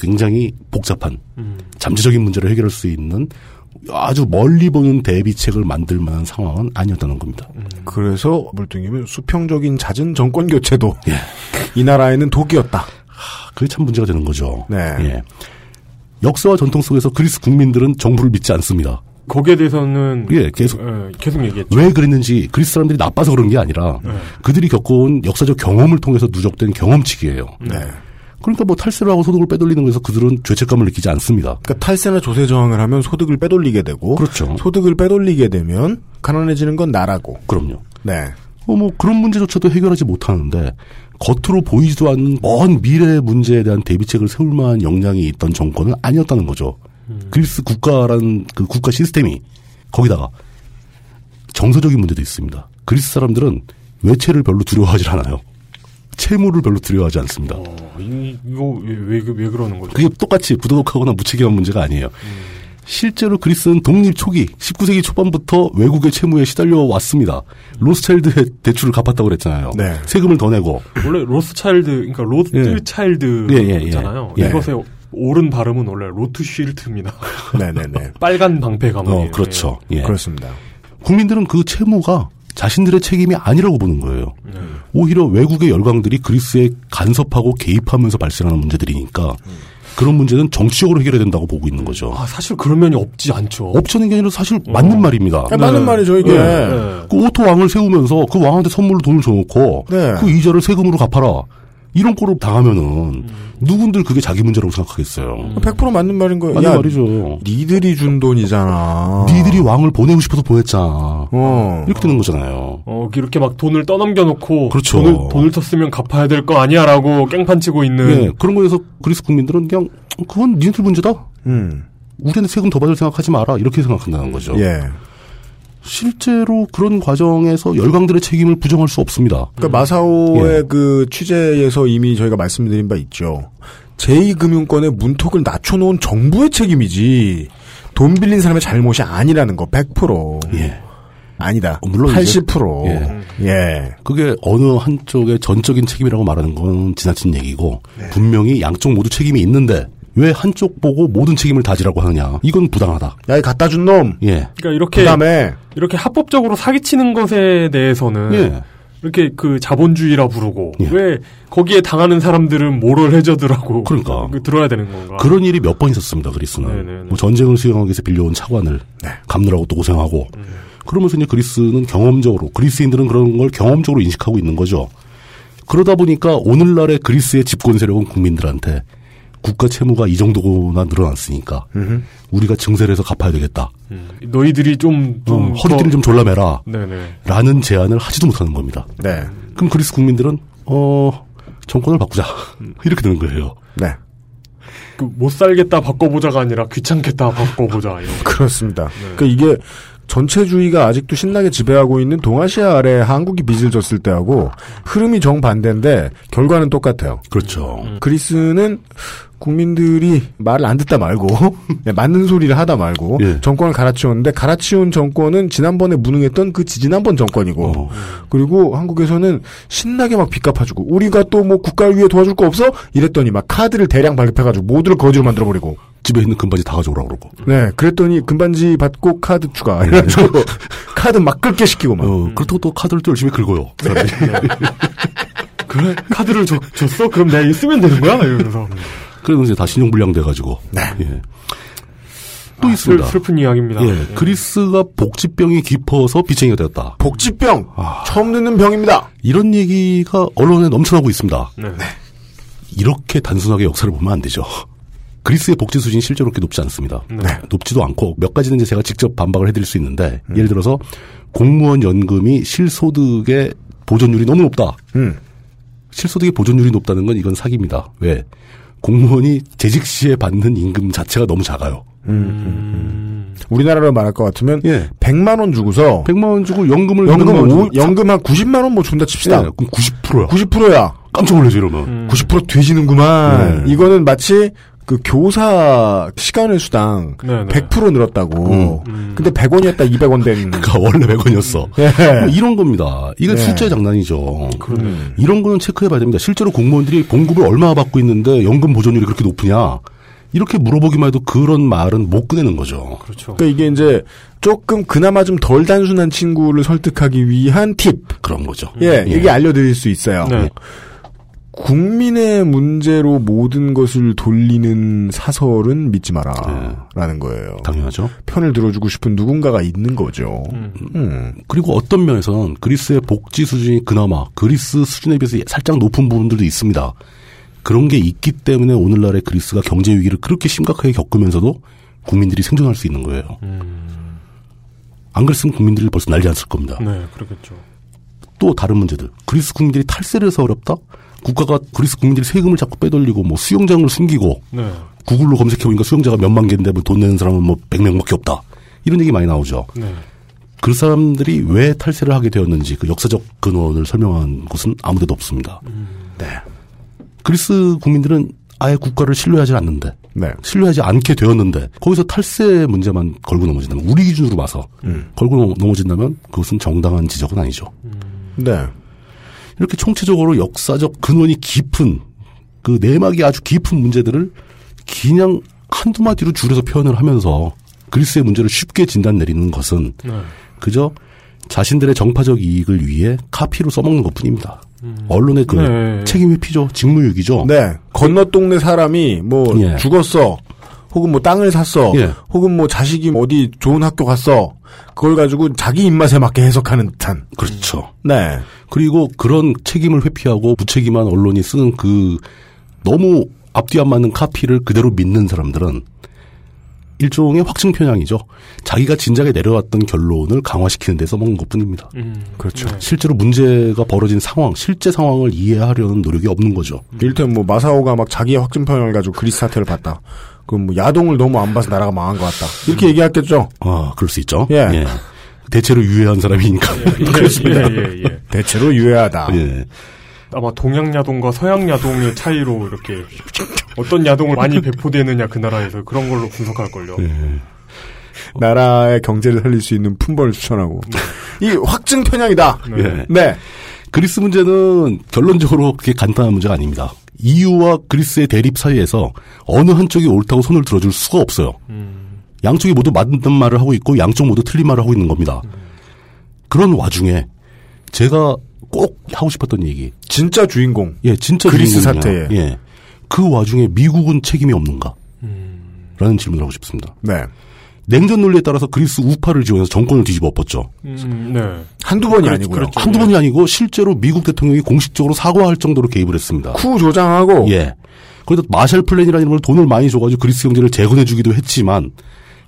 S4: 굉장히 복잡한 잠재적인 문제를 해결할 수 있는 아주 멀리 보는 대비책을 만들 만한 상황은 아니었다는 겁니다.
S3: 그래서 물뚱님은 수평적인 잦은 정권 교체도 이 나라에는 독이었다.
S4: 예. 그게 참 문제가 되는 거죠.
S3: 네.
S4: 예. 역사와 전통 속에서 그리스 국민들은 정부를 믿지 않습니다.
S2: 거기에 대해서는
S4: 예, 계속
S2: 예, 계속 얘기했죠.
S4: 왜 그랬는지 그리스 사람들이 나빠서 그런 게 아니라 그들이 겪어온 역사적 경험을 통해서 누적된 경험치기예요.
S3: 네.
S4: 그러니까 뭐 탈세를 하고 소득을 빼돌리는 거에서 그들은 죄책감을 느끼지 않습니다.
S3: 그러니까 탈세나 조세 저항을 하면 소득을 빼돌리게 되고
S4: 그렇죠.
S3: 소득을 빼돌리게 되면 가난해지는 건 나라고.
S4: 그럼요.
S3: 네.
S4: 어, 뭐 그런 문제조차도 해결하지 못하는데 겉으로 보이지도 않는 먼 미래의 문제에 대한 대비책을 세울 만한 역량이 있던 정권은 아니었다는 거죠. 그리스 국가라는 그 국가 시스템이 거기다가 정서적인 문제도 있습니다. 그리스 사람들은 외채를 별로 두려워하지 않아요. 채무를 별로 두려워하지 않습니다.
S2: 어, 이- 이거 왜, 왜, 그- 왜 그러는 거죠?
S4: 그게 똑같이 부도덕하거나 무책임한 문제가 아니에요. 실제로 그리스는 독립 초기 19세기 초반부터 외국의 채무에 시달려 왔습니다. 로스차일드의 대출을 갚았다고 그랬잖아요. 세금을 더 내고
S2: 원래 로스차일드, 그러니까
S4: 예, 예, 예.
S2: 로스차일드잖아요.
S4: 예.
S2: 이것의 옳은 발음은 원래 로트쉴트입니다.
S3: 네네네.
S2: 빨간 방패 가문이에요.
S4: 어, 그렇죠. 예.
S3: 그렇습니다.
S4: 국민들은 그 채무가 자신들의 책임이 아니라고 보는 거예요. 오히려 외국의 열강들이 그리스에 간섭하고 개입하면서 발생하는 문제들이니까 그런 문제는 정치적으로 해결해야 된다고 보고 있는 거죠.
S2: 아, 사실 그런 면이 없지 않죠.
S4: 없자는 게 아니라 사실 맞는 말입니다.
S3: 아, 맞는 말이죠, 이게. 예.
S2: 예.
S4: 그 오토 왕을 세우면서 그 왕한테 선물로 돈을 줘놓고
S3: 네.
S4: 그 이자를 세금으로 갚아라. 이런 꼴을 당하면은 누군들 그게 자기 문제라고 생각하겠어요.
S3: 100% 맞는 말인 거예요.
S4: 맞는
S3: 음. 야,
S4: 말이죠.
S3: 니들이 준 돈이잖아. 어.
S4: 니들이 왕을 보내고 싶어서 보냈잖아. 이렇게 되는 거잖아요.
S2: 어, 이렇게 막 돈을 떠넘겨놓고
S4: 그렇죠.
S2: 돈을, 돈을 썼으면 갚아야 될 거 아니야라고 깽판 치고
S3: 네.
S2: 있는
S4: 예, 그런 거에서 그리스 국민들은 그냥 어, 그건 니네들 문제다.
S3: 음.
S4: 우리한테 세금 더 받을 생각하지 마라. 이렇게 생각한다는 거죠.
S3: 예.
S4: 실제로 그런 과정에서 열강들의 책임을 부정할 수 없습니다.
S3: 그러니까
S4: 예.
S3: 마사오의 그 취재에서 이미 저희가 말씀드린 바 있죠. 제2금융권의 문턱을 낮춰놓은 정부의 책임이지 돈 빌린 사람의 잘못이 아니라는 거 100%.
S4: 예. 어,
S3: 아니다.
S4: 물론 이제-
S3: 80%.
S4: 예.
S3: 예.
S4: 그게 어느 한쪽의 전적인 책임이라고 말하는 건 지나친 얘기고
S2: 네.
S4: 분명히 양쪽 모두 책임이 있는데 왜 한쪽 보고 모든 책임을 다지라고 하느냐. 이건 부당하다.
S3: 야, 이 갖다 준 놈.
S4: 예.
S2: 그러니까 이렇게
S3: 그다음에
S2: 이렇게 합법적으로 사기치는 것에 대해서는
S4: 예.
S2: 이렇게 그 자본주의라 부르고
S4: 예.
S2: 왜 거기에 당하는 사람들은 모럴 해저드라고
S4: 그러니까.
S2: 그 들어야 되는 건가?
S4: 그런 일이 몇 번 있었습니다. 그리스는
S2: 네네네. 네.
S4: 뭐 전쟁을 수행하기 위해서 빌려온 차관을 감느라고 또 고생하고 그러면서 이제 그리스는 경험적으로 그리스인들은 그런 걸 경험적으로 인식하고 있는 거죠. 그러다 보니까 오늘날의 그리스의 집권 세력은 국민들한테 국가 채무가 이 정도나 늘어났으니까 우리가 증세를 해서 갚아야 되겠다.
S2: 음. 너희들이 좀,
S4: 어,
S2: 좀
S4: 허리띠를
S2: 더-
S4: 좀 졸라매라.
S2: 네네.
S4: 라는 제안을 하지도 못하는 겁니다.
S3: 네.
S4: 그럼
S2: 음.
S4: 그리스 국민들은 어 정권을 바꾸자 이렇게 되는 거예요.
S3: 네.
S2: 그 못 살겠다 바꿔보자가 아니라 귀찮겠다 바꿔보자 이런.
S3: 그렇습니다.
S4: 네.
S3: 그러니까 이게 전체주의가 아직도 신나게 지배하고 있는 동아시아 아래 한국이 빚을 졌을 때하고 흐름이 정반대인데 결과는 똑같아요.
S4: 그렇죠.
S2: 음,
S3: 그리스는 국민들이 말을 안 듣다 말고 예, 맞는 소리를 하다 말고 정권을 갈아치웠는데 갈아치운 정권은 지난번에 무능했던 그 지지난번 정권이고 그리고 한국에서는 신나게 막 빚 갚아주고 우리가 또 뭐 국가를 위해 도와줄 거 없어 이랬더니 막 카드를 대량 발급해가지고 모두를 거지로 만들어버리고
S4: 집에 있는 금바지 다 가져오라고 그러고.
S3: 네, 그랬더니 금반지 받고 카드 추가. 이래가지고 카드 막 긁게 시키고
S4: 어.
S2: 어,
S3: 막.
S2: 음.
S4: 그렇다고 또 카드를 또 열심히 긁어요.
S2: 네. 그래? 카드를 줬, 줬어? 그럼 내가 이거 쓰면 되는 거야? 이러면서.
S4: 그래서 이제 다 신용불량 돼가지고. 예. 또
S2: 아,
S4: 있습니다.
S2: 슬- 슬픈 네. 이야기입니다. 네.
S4: 예, 그리스가 복지병이 깊어서 비쟁이가 되었다.
S3: 복지병! 처음 듣는 병입니다.
S4: 이런 얘기가 언론에 넘쳐나고 있습니다.
S2: 네.
S4: 이렇게 단순하게 역사를 보면 안 되죠. 그리스의 복지 수준이 실제로 그렇게 높지 않습니다.
S2: 네.
S4: 높지도 않고 몇 가지는 이제 제가 직접 반박을 해드릴 수 있는데
S2: 음.
S4: 예를 들어서 공무원 연금이 실소득의 보존율이 너무 높다.
S3: 음,
S4: 실소득의 보존율이 높다는 건 이건 사기입니다. 왜? 공무원이 재직 시에 받는 임금 자체가 너무 작아요.
S3: 우리나라로 말할 것 같으면 100만 원 주고서
S4: 100만 원 주고 연금을
S3: 연금
S4: 200만 원
S3: 오-
S4: 주고
S3: 연금 한 90만 원 뭐 준다 칩시다.
S4: 네, 음. 그럼 90%야.
S3: 90%야.
S4: 깜짝 놀라죠 이러면.
S2: 음.
S3: 90% 뒤지는구만.
S4: 네.
S3: 이거는 마치 그 교사 시간의 수당
S4: 네,
S3: 100% 늘었다고. 근데 100원이었다 200원 된.
S4: 음. 그러니까 원래 100원이었어.
S3: 예.
S4: 뭐 이런 겁니다. 이건
S3: 네.
S4: 숫자의 장난이죠. 이런 거는 체크해봐야 됩니다. 실제로 공무원들이 봉급을 얼마 받고 있는데 연금 보존율이 그렇게 높으냐? 이렇게 물어보기만 해도 그런 말은 못 꺼내는 거죠.
S2: 그렇죠.
S3: 그러니까 이게 이제 조금 그나마 좀 덜 단순한 친구를 설득하기 위한 팁.
S4: 그런 거죠.
S3: 예,
S4: 음. 예.
S3: 이게 알려드릴 수 있어요.
S4: 네.
S3: 국민의 문제로 모든 것을 돌리는 사설은 믿지 마라라는
S4: 네.
S3: 거예요.
S4: 당연하죠.
S3: 편을 들어주고 싶은 누군가가 있는 거죠. 음.
S4: 그리고 어떤 면에서는 그리스의 복지 수준이 그나마 그리스 수준에 비해서 살짝 높은 부분들도 있습니다. 그런 게 있기 때문에 오늘날의 그리스가 경제 위기를 그렇게 심각하게 겪으면서도 국민들이 생존할 수 있는 거예요. 안 그랬으면 국민들이 벌써 난리 났을 겁니다.
S2: 네, 그렇겠죠.
S4: 또 다른 문제들. 그리스 국민들이 탈세를 해서 어렵다? 국가가 그리스 국민들이 세금을 자꾸 빼돌리고 뭐 수영장을 숨기고
S2: 네.
S4: 구글로 검색해보니까 수영자가 몇만 개인데 뭐 돈 내는 사람은 뭐 100명밖에 없다. 이런 얘기 많이 나오죠.
S2: 네.
S4: 그 사람들이 왜 탈세를 하게 되었는지 그 역사적 근원을 설명한 곳은 아무데도 없습니다. 네. 그리스 국민들은 아예 국가를 신뢰하지 않는데 신뢰하지 않게 되었는데 거기서 탈세 문제만 걸고 넘어진다면 우리 기준으로 봐서 걸고 넘- 넘어진다면 그것은 정당한 지적은 아니죠.
S3: 네.
S4: 이렇게 총체적으로 역사적 근원이 깊은 그 내막이 아주 깊은 문제들을 그냥 한두 마디로 줄여서 표현을 하면서 그리스의 문제를 쉽게 진단 내리는 것은 그저 자신들의 정파적 이익을 위해 카피로 써먹는 것 뿐입니다. 언론의 그
S3: 네.
S4: 책임 회피죠. 직무유기죠.
S3: 네. 건너 동네 사람이 뭐
S4: 어. 예.
S3: 죽었어. 혹은 뭐 땅을 샀어.
S4: 예.
S3: 혹은 뭐 자식이 어디 좋은 학교 갔어. 그걸 가지고 자기 입맛에 맞게 해석하는 듯한.
S4: 그렇죠.
S3: 네.
S4: 그리고 그런 책임을 회피하고 무책임한 언론이 쓰는 그 너무 앞뒤 안 맞는 카피를 그대로 믿는 사람들은 일종의 확증 편향이죠. 자기가 진작에 내려왔던 결론을 강화시키는 데 써먹는 것 뿐입니다.
S3: 그렇죠.
S4: 실제로 문제가 벌어진 상황, 실제 상황을 이해하려는 노력이 없는 거죠.
S3: 일단 뭐 마사오가 막 자기의 확증 편향을 가지고 그리스 사태를 봤다. 그럼 뭐 야동을 너무 안 봐서 나라가 망한 것 같다. 이렇게 얘기했겠죠.
S4: 아, 그럴 수 있죠.
S3: 예.
S4: 대체로 유해한 사람이니까. 그렇습니다.
S2: 예, 예, 예.
S3: 대체로 유해하다.
S4: 예.
S2: 아마 동양 야동과 서양 야동의 차이로 이렇게 어떤 야동을 많이 배포되느냐 그 나라에서 그런 걸로 분석할 걸요.
S4: 예.
S3: 나라의 경제를 살릴 수 있는 품벌을 추천하고. 이 확증 편향이다.
S4: 예.
S3: 네.
S4: 그리스 문제는 결론적으로 그렇게 간단한 문제가 아닙니다. EU와 그리스의 대립 사이에서 어느 한쪽이 옳다고 손을 들어줄 수가 없어요. 양쪽이 모두 맞는 말을 하고 있고 양쪽 모두 틀린 말을 하고 있는 겁니다. 그런 와중에 제가 꼭 하고 싶었던 얘기.
S3: 진짜 주인공.
S4: 예, 진짜
S3: 그리스
S4: 주인공이요.
S3: 사태에.
S4: 예. 그 와중에 미국은 책임이 없는가? 라는 질문을 하고 싶습니다.
S3: 네.
S4: 냉전 논리에 따라서 그리스 우파를 지원해서 정권을 뒤집어 엎었죠.
S2: 음, 네.
S3: 한두 번이
S4: 그렇-
S3: 아니고요.
S4: 그렇죠. 한두 번이 아니고 실제로 미국 대통령이 공식적으로 사과할 정도로 개입을 했습니다.
S3: 쿠 조장하고
S4: 예. 거기다 마셜 플랜이라는 걸 돈을 많이 줘가지고 그리스 경제를 재건해주기도 했지만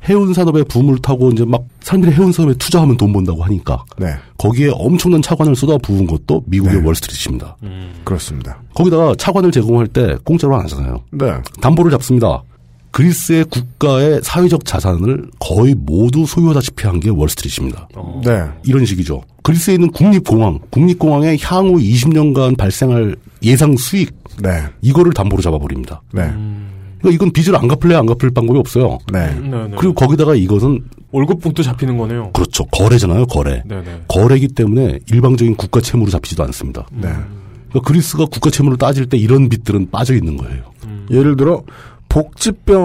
S4: 해운 산업의 붐을 타고 이제 막 사람들이 해운 산업에 투자하면 돈 번다고 하니까
S3: 네.
S4: 거기에 엄청난 차관을 쏟아부은 것도 미국의 월스트리트입니다.
S3: 그렇습니다.
S4: 거기다가 차관을 제공할 때 공짜로 안 하잖아요.
S3: 네.
S4: 담보를 잡습니다. 그리스의 국가의 사회적 자산을 거의 모두 소유하다시피 한 게 월스트리트입니다.
S3: 네.
S4: 이런 식이죠. 그리스에 있는 국립공항, 국립공항의 향후 20년간 발생할 예상 수익,
S3: 네.
S4: 이거를 담보로 잡아버립니다.
S3: 네.
S4: 그러니까 이건 빚을 안 갚을래 안 갚을 방법이 없어요.
S3: 네.
S2: 네, 네.
S4: 그리고 거기다가 이것은
S2: 월급분도 잡히는 거네요.
S4: 그렇죠. 거래잖아요, 거래.
S2: 네네.
S4: 거래이기 때문에 일방적인 국가 채무로 잡히지도 않습니다.
S3: 네.
S4: 그러니까 그리스가 국가 채무를 따질 때 이런 빚들은 빠져 있는 거예요.
S2: 음.
S3: 예를 들어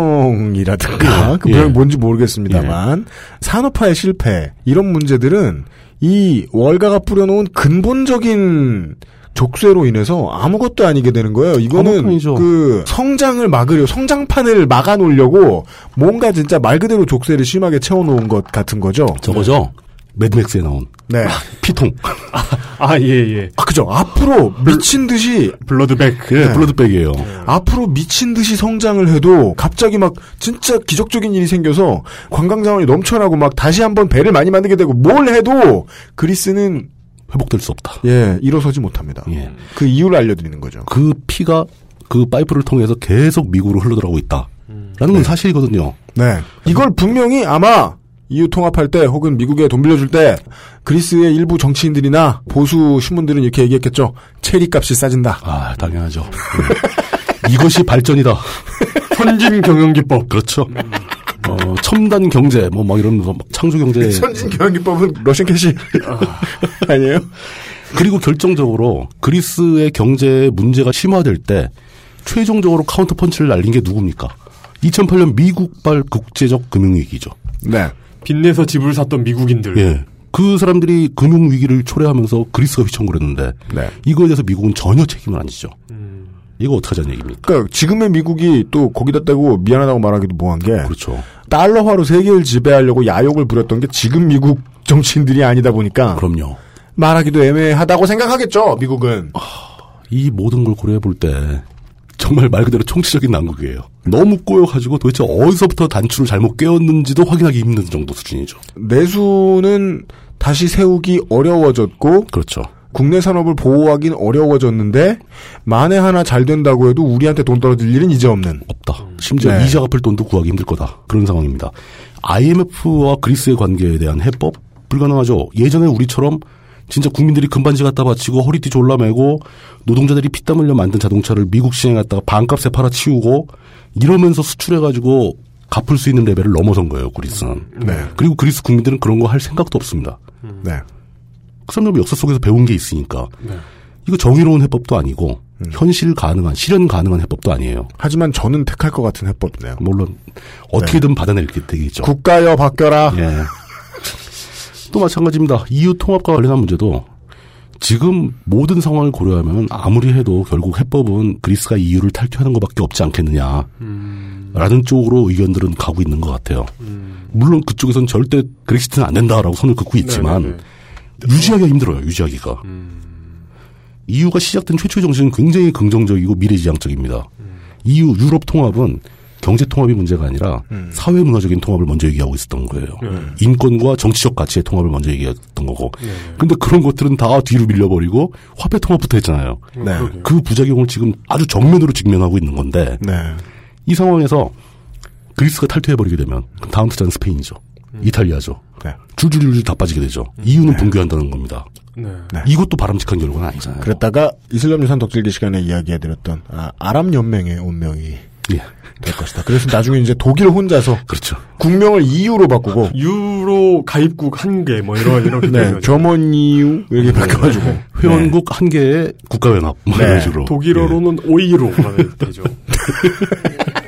S3: 복지병이라든가 그
S4: 예.
S3: 병이 뭔지 모르겠습니다만 산업화의 실패 이런 문제들은 이 월가가 뿌려놓은 근본적인 족쇄로 인해서 아무것도 아니게 되는 거예요. 이거는
S4: 아무것도 아니죠.
S3: 그 성장을 막으려 성장판을 막아놓으려고 뭔가 진짜 말 그대로 족쇄를 심하게 채워놓은 것 같은 거죠.
S4: 저거죠. 매드맥스에 나온
S3: 네.
S4: 피통.
S2: 네. 아, 예, 예.
S3: 아, 그죠. 앞으로 미친 듯이
S2: 블러드백.
S4: 예, 블러드백이에요.
S2: 네.
S3: 앞으로 미친 듯이 성장을 해도 갑자기 막 진짜 기적적인 일이 생겨서 관광 자원이 넘쳐나고 막 다시 한번 배를 많이 만들게 되고 뭘 해도 그리스는
S4: 회복될 수 없다.
S3: 예 일어서지 못합니다.
S4: 예.
S3: 그 이유를 알려드리는 거죠.
S4: 그 피가 그 파이프를 통해서 계속 미국으로 흘러들어가고 있다.
S2: 음.
S4: 라는 건 사실이거든요.
S3: 네 이걸 분명히 아마 EU 통합할 때 혹은 미국에 돈 빌려줄 때 그리스의 일부 정치인들이나 보수 신문들은 이렇게 얘기했겠죠. 체리 값이 싸진다.
S4: 아, 당연하죠.
S2: 네.
S4: 예. 이것이 발전이다.
S2: 선진 경영기법.
S4: 그렇죠. 어, 첨단 경제, 뭐, 막 이런, 막 창조 경제.
S3: 선진 경영기법은 러시안 캐시 아니에요?
S4: 그리고 결정적으로 그리스의 경제에 문제가 심화될 때 최종적으로 카운터 펀치를 날린 게 누굽니까? 2008년 미국발 국제적 금융위기죠.
S3: 네.
S2: 빚내서 집을 샀던 미국인들.
S4: 예. 그 사람들이 금융위기를 초래하면서 그리스가 휘청거렸는데
S3: 네.
S4: 이거에 대해서 미국은 전혀 책임을 안 지죠. 이거 어떡하자는 얘기입니까?
S3: 그러니까 지금의 미국이 또 거기다 떼고 미안하다고 말하기도 뭐한 게
S4: 그렇죠.
S3: 달러화로 세계를 지배하려고 야욕을 부렸던 게 지금 미국 정치인들이 아니다 보니까
S4: 그럼요.
S3: 말하기도 애매하다고 생각하겠죠 미국은
S4: 아, 이 모든 걸 고려해 볼 때 정말 말 그대로 총체적인 난국이에요. 너무 꼬여가지고 도대체 어디서부터 단추를 잘못 깨웠는지도 확인하기 힘든 정도 수준이죠.
S3: 내수는 다시 세우기 어려워졌고
S4: 그렇죠.
S3: 국내 산업을 보호하긴 어려워졌는데 만에 하나 잘 된다고 해도 우리한테 돈 떨어질 일은 이제 없는
S4: 없다. 심지어
S3: 네.
S4: 이자 갚을 돈도 구하기 힘들 거다. 그런 상황입니다. IMF와 그리스의 관계에 대한 해법 불가능하죠. 예전에 우리처럼 진짜 국민들이 금반지 갖다 바치고 허리띠 졸라매고 노동자들이 피땀 흘려 만든 자동차를 미국 시행했다가 반값에 팔아치우고 이러면서 수출해가지고 갚을 수 있는 레벨을 넘어선 거예요. 그리스는. 그리고 그리스 국민들은 그런 거 할 생각도 없습니다.
S3: 네.
S4: 그 사람들 역사 속에서 배운 게 있으니까 이거 정의로운 해법도 아니고 현실 가능한 실현 가능한 해법도 아니에요.
S3: 하지만 저는 택할 것 같은 해법이네요
S4: 물론 어떻게든 받아낼게 되겠죠.
S3: 국가여 바뀌어라
S4: 예. 또 마찬가지입니다. EU 통합과 관련한 문제도 지금 모든 상황을 고려하면 아무리 해도 결국 해법은 그리스가 EU를 탈퇴하는 것밖에 없지 않겠느냐. 라는 쪽으로 의견들은 가고 있는 것 같아요. 물론 그쪽에선 절대 그렉시트는 안 된다라고 손을 긋고 있지만
S2: 네네네.
S4: 유지하기가 힘들어요. 유지하기가. EU가 시작된 최초의 정신은 굉장히 긍정적이고 미래지향적입니다. EU 유럽 통합은 경제 통합이 문제가 아니라
S2: 음.
S4: 사회 문화적인 통합을 먼저 얘기하고 있었던 거예요.
S2: 네.
S4: 인권과 정치적 가치의 통합을 먼저 얘기했던 거고. 근데 그런 것들은 다 뒤로 밀려버리고 화폐 통합부터 했잖아요.
S3: 네.
S4: 그 부작용을 지금 아주 정면으로 직면하고 있는 건데
S3: 네.
S4: 이 상황에서 그리스가 탈퇴해버리게 되면 그럼 다음 투자는 스페인이죠.
S2: 음.
S4: 이탈리아죠.
S3: 네.
S4: 줄줄줄줄 다 빠지게 되죠. EU는 붕괴한다는 겁니다.
S2: 네.
S4: 이것도 바람직한 결과는 아니잖아요.
S3: 그랬다가 이슬람 유산 덕질기 시간에 이야기해드렸던 아, 아랍 연맹의 운명이
S4: 예.
S3: 될 것이다. 그래서 나중에 이제 독일 혼자서
S4: 그렇죠.
S3: 국명을 EU로 바꾸고
S2: 유로 가입국 한 개, 뭐, 이런, 이런.
S3: 네,
S2: 개념이죠.
S3: 점원 EU 이렇게 바꿔가지고
S4: 회원국 한 개의 국가연합 뭐
S3: 네.
S4: 이런 식으로
S2: 네. 독일어로는
S4: 예.
S2: 오이로 가면 되죠.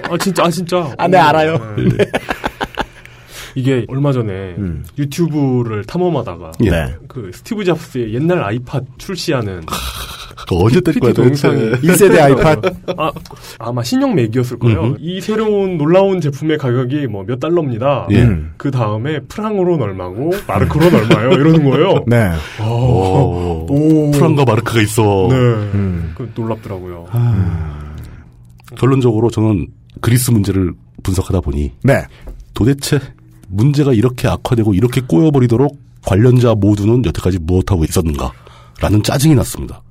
S2: 아, 진짜, 아, 진짜.
S3: 아, 네,
S2: 오,
S3: 알아요.
S2: 네. 이게 얼마 전에 유튜브를 탐험하다가
S4: 음. 예.
S3: 네.
S2: 그 스티브 잡스의 옛날 아이팟 출시하는
S4: 예. 그거 언제 뗄 거야
S2: PPT
S4: 도대체
S2: 동상이
S3: 1세대 아이팟
S2: 아, 아마 신형 맥이었을 거예요.
S4: 음흠.
S2: 이 새로운 놀라운 제품의 가격이 뭐 몇 달러입니다.
S4: 예.
S3: 음.
S2: 그 다음에 프랑으로는 얼마고 마르크로는 얼마예요? 이러는 거예요.
S3: 네.
S4: 어. 오,
S2: 어. 오.
S4: 프랑과 마르크가 있어
S2: 네.
S4: 음.
S2: 그 놀랍더라고요.
S4: 결론적으로 저는 그리스 문제를 분석하다 보니
S3: 네.
S4: 도대체 문제가 이렇게 악화되고 이렇게 꼬여버리도록 관련자 모두는 여태까지 무엇하고 있었는가라는 짜증이 났습니다.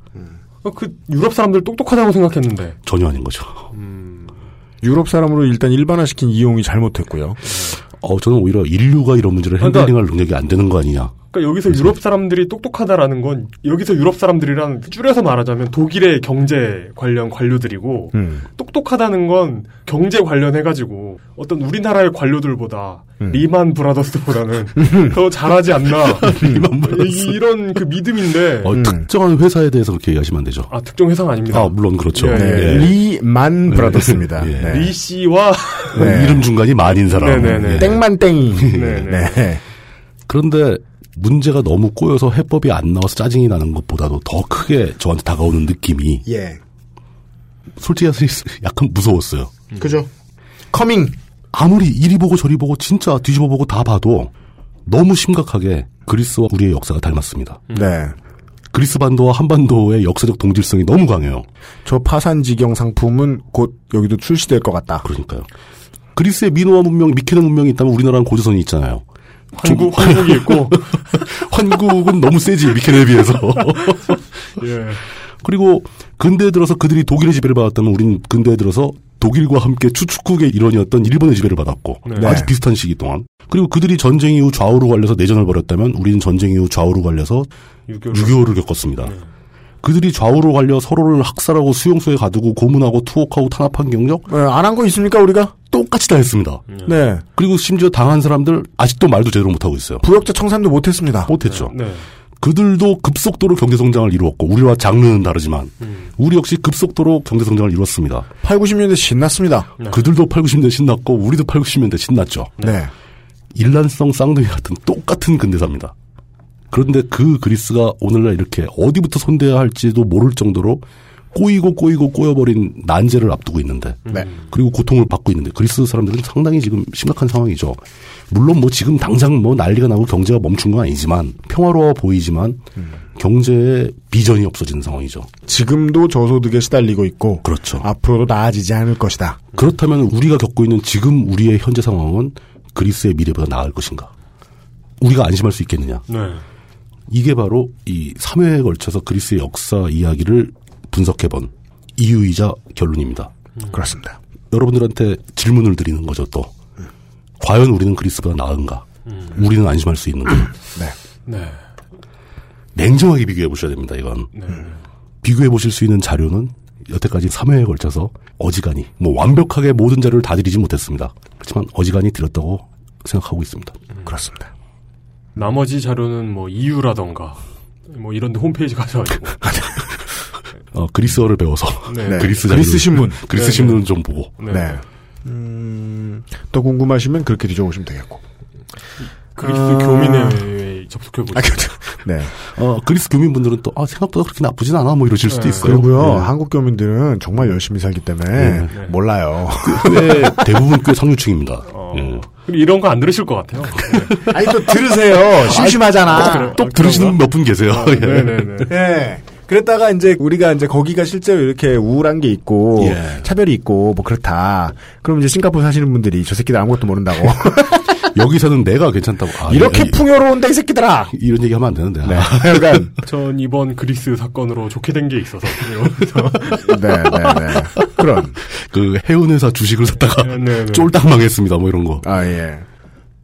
S2: 어, 그 유럽 사람들 똑똑하다고 생각했는데
S4: 전혀 아닌 거죠.
S3: 유럽 사람으로 일단 일반화시킨 이용이 잘못했고요.
S4: 어, 저는 오히려 인류가 이런 문제를
S2: 그러니까-
S4: 핸들링할 능력이 안 되는 거 아니냐. 어,
S2: 그러니까 여기서 유럽 사람들이 똑똑하다라는 건 여기서 유럽 사람들이란 줄여서 말하자면 독일의 경제 관련 관료들이고 똑똑하다는 건 경제 관련해가지고 어떤 우리나라의 관료들보다 리만 브라더스보다는 더 잘하지 않나 이- 이런 그 믿음인데
S4: 어, 특정한 회사에 대해서 그렇게 얘기하시면 안 되죠.
S2: 아 특정 회사가 아닙니다.
S4: 아, 물론 그렇죠.
S2: 예.
S4: 예.
S3: 네. 리만 브라더스입니다.
S4: 예.
S3: 네.
S2: 리 씨와
S3: 네.
S4: 이름 중간이 만인 사람.
S2: 네네네.
S4: 예.
S3: 땡만 땡이.
S2: 네네.
S3: 네.
S4: 그런데 문제가 너무 꼬여서 해법이 안 나와서 짜증이 나는 것보다도 더 크게 저한테 다가오는 느낌이
S3: 예.
S4: 솔직히 해서 약간 무서웠어요.
S3: 그죠. 커밍.
S4: 아무리 이리 보고 저리 보고 진짜 뒤집어 보고 다 봐도 너무 심각하게 그리스와 우리의 역사가 닮았습니다.
S3: 네.
S4: 그리스 반도와 한반도의 역사적 동질성이 너무 강해요.
S3: 저 파산지경 상품은 곧 여기도 출시될 것 같다.
S4: 그러니까요. 그리스의 미노아 문명, 미케네 문명이 있다면 우리나라는 고조선이 있잖아요.
S2: 한국 한국이 있고
S4: 한국은 너무 세지 미케네에 비해서.
S2: 예.
S4: 그리고 근대에 들어서 그들이 독일의 지배를 받았다면 우리는 근대에 들어서 독일과 함께 추축국의 일원이었던 일본의 지배를 받았고
S2: 네.
S4: 아주 비슷한 시기 동안 그리고 그들이 전쟁 이후 좌우로 갈려서 내전을 벌였다면 우리는 전쟁 이후 좌우로 갈려서
S2: 유교를 네.
S4: 유교를 겪었습니다. 그들이 좌우로 갈려 서로를 학살하고 수용소에 가두고 고문하고 투옥하고 탄압한 경력
S3: 네. 안 한 거 있습니까 우리가?
S4: 똑같이 다 했습니다.
S2: 음.
S3: 네.
S4: 그리고 심지어 당한 사람들 아직도 말도 제대로 못하고 있어요.
S3: 부역자 청산도 못했습니다.
S4: 못했죠.
S2: 네.
S4: 그들도 급속도로 경제 성장을 이루었고 우리와 장르는 다르지만
S2: 음.
S4: 우리 역시 급속도로 경제 성장을 이뤘습니다.
S3: 8, 90년대 신났습니다.
S2: 네.
S4: 그들도 8, 90년대 신났고 우리도 8, 90년대 신났죠.
S3: 네.
S4: 일란성 쌍둥이 같은 똑같은 근대사입니다. 그런데 그 그리스가 오늘날 이렇게 어디부터 손대야 할지도 모를 정도로 꼬이고 꼬이고 꼬여버린 난제를 앞두고 있는데
S3: 네.
S4: 그리고 고통을 받고 있는데 그리스 사람들은 상당히 지금 심각한 상황이죠. 물론 뭐 지금 당장 뭐 난리가 나고 경제가 멈춘 건 아니지만 평화로워 보이지만 경제에 비전이 없어지는 상황이죠.
S3: 지금도 저소득에 시달리고 있고
S4: 그렇죠.
S3: 앞으로도 나아지지 않을 것이다.
S4: 그렇다면 우리가 겪고 있는 지금 우리의 현재 상황은 그리스의 미래보다 나을 것인가? 우리가 안심할 수 있겠느냐?
S2: 네.
S4: 이게 바로 이 3회에 걸쳐서 그리스의 역사 이야기를 분석해본 이유이자 결론입니다.
S3: 그렇습니다.
S4: 여러분들한테 질문을 드리는 거죠, 또. 과연 우리는 그리스보다 나은가?
S2: 음.
S4: 우리는 안심할 수 있는가?
S2: 네.
S4: 냉정하게 비교해 보셔야 됩니다, 이건. 비교해 보실 수 있는 자료는 여태까지 3회에 걸쳐서 어지간히, 뭐 완벽하게 모든 자료를 다 드리지 못했습니다. 그렇지만 어지간히 드렸다고 생각하고 있습니다.
S3: 그렇습니다.
S2: 나머지 자료는 뭐 이유라던가 뭐 이런데 홈페이지 가져가지고
S4: 어, 그리스어를 배워서
S2: 네.
S4: 그리스
S3: 그리스
S4: 자료를-
S3: 신문.
S4: 그리스
S2: 네,
S4: 신문은 좀 보고
S2: 네.
S3: 네. 음, 더 궁금하시면 그렇게 뒤져보시면 되겠고.
S2: 그리스
S3: 아.
S2: 교민회에 접속해 보죠.
S3: 아, 그렇죠. 네.
S4: 어, 그리스 교민분들은 또, 아, 생각보다 그렇게 나쁘진 않아, 뭐 이러실 수도
S2: 네.
S4: 있어요.
S3: 그리고요, 한국 교민들은 정말 열심히 살기 때문에
S2: 네.
S3: 몰라요.
S4: 꽤, 네, 대부분 꽤 상류층입니다.
S2: 어.
S4: 예.
S2: 그리고 이런 거 안 들으실 것 같아요. 네.
S3: 아니, 그- 또 들으세요. 심심하잖아.
S4: 똑 들으시는 몇 분 계세요. 예.
S2: 아, 네네네.
S3: 예. 그랬다가 이제 우리가 이제 거기가 실제로 이렇게 우울한 게 있고
S4: 예.
S3: 차별이 있고 뭐 그렇다. 그럼 이제 싱가포르 사시는 분들이 저 새끼들 아무것도 모른다고
S4: 여기서는 내가 괜찮다고. 아,
S3: 이렇게
S4: 예, 예.
S3: 풍요로운데 이 새끼들아.
S4: 이런 얘기 하면 안 되는데.
S3: 네.
S4: 아,
S3: 약간
S2: 전 이번 그리스 사건으로 좋게 된 게 있어서.
S3: 네네네 그런
S4: 그 해운회사 주식을 샀다가
S2: 네, 네, 네.
S4: 쫄딱 망했습니다. 뭐 이런 거.
S3: 아 예.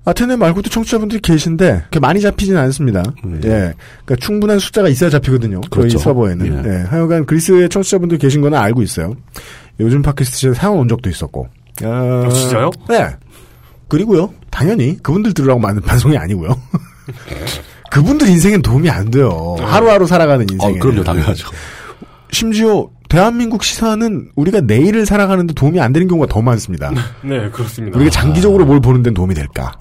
S3: 아테네 말고도 청취자분들이 계신데 그렇게 많이 잡히진 않습니다. 예, 그러니까 충분한 숫자가 있어야 잡히거든요. 저희
S4: 음. 그렇죠.
S3: 서버에는.
S4: 예.
S3: 예, 하여간 그리스의 청취자분들 계신 거는 알고 있어요. 요즘 팟캐스트에 사연 온 적도 있었고. 아,
S2: 진짜요?
S3: 네. 그리고요, 당연히 그분들 들으라고 만든 방송이 아니고요. 그분들 인생엔 도움이 안 돼요. 하루하루 살아가는
S4: 아,
S3: 인생에. 네.
S4: 그럼요, 당연하죠.
S3: 심지어 대한민국 시사는 우리가 내일을 살아가는데 도움이 안 되는 경우가 더 많습니다.
S2: 네, 그렇습니다.
S3: 우리가 장기적으로 뭘 보는 데는 도움이 될까?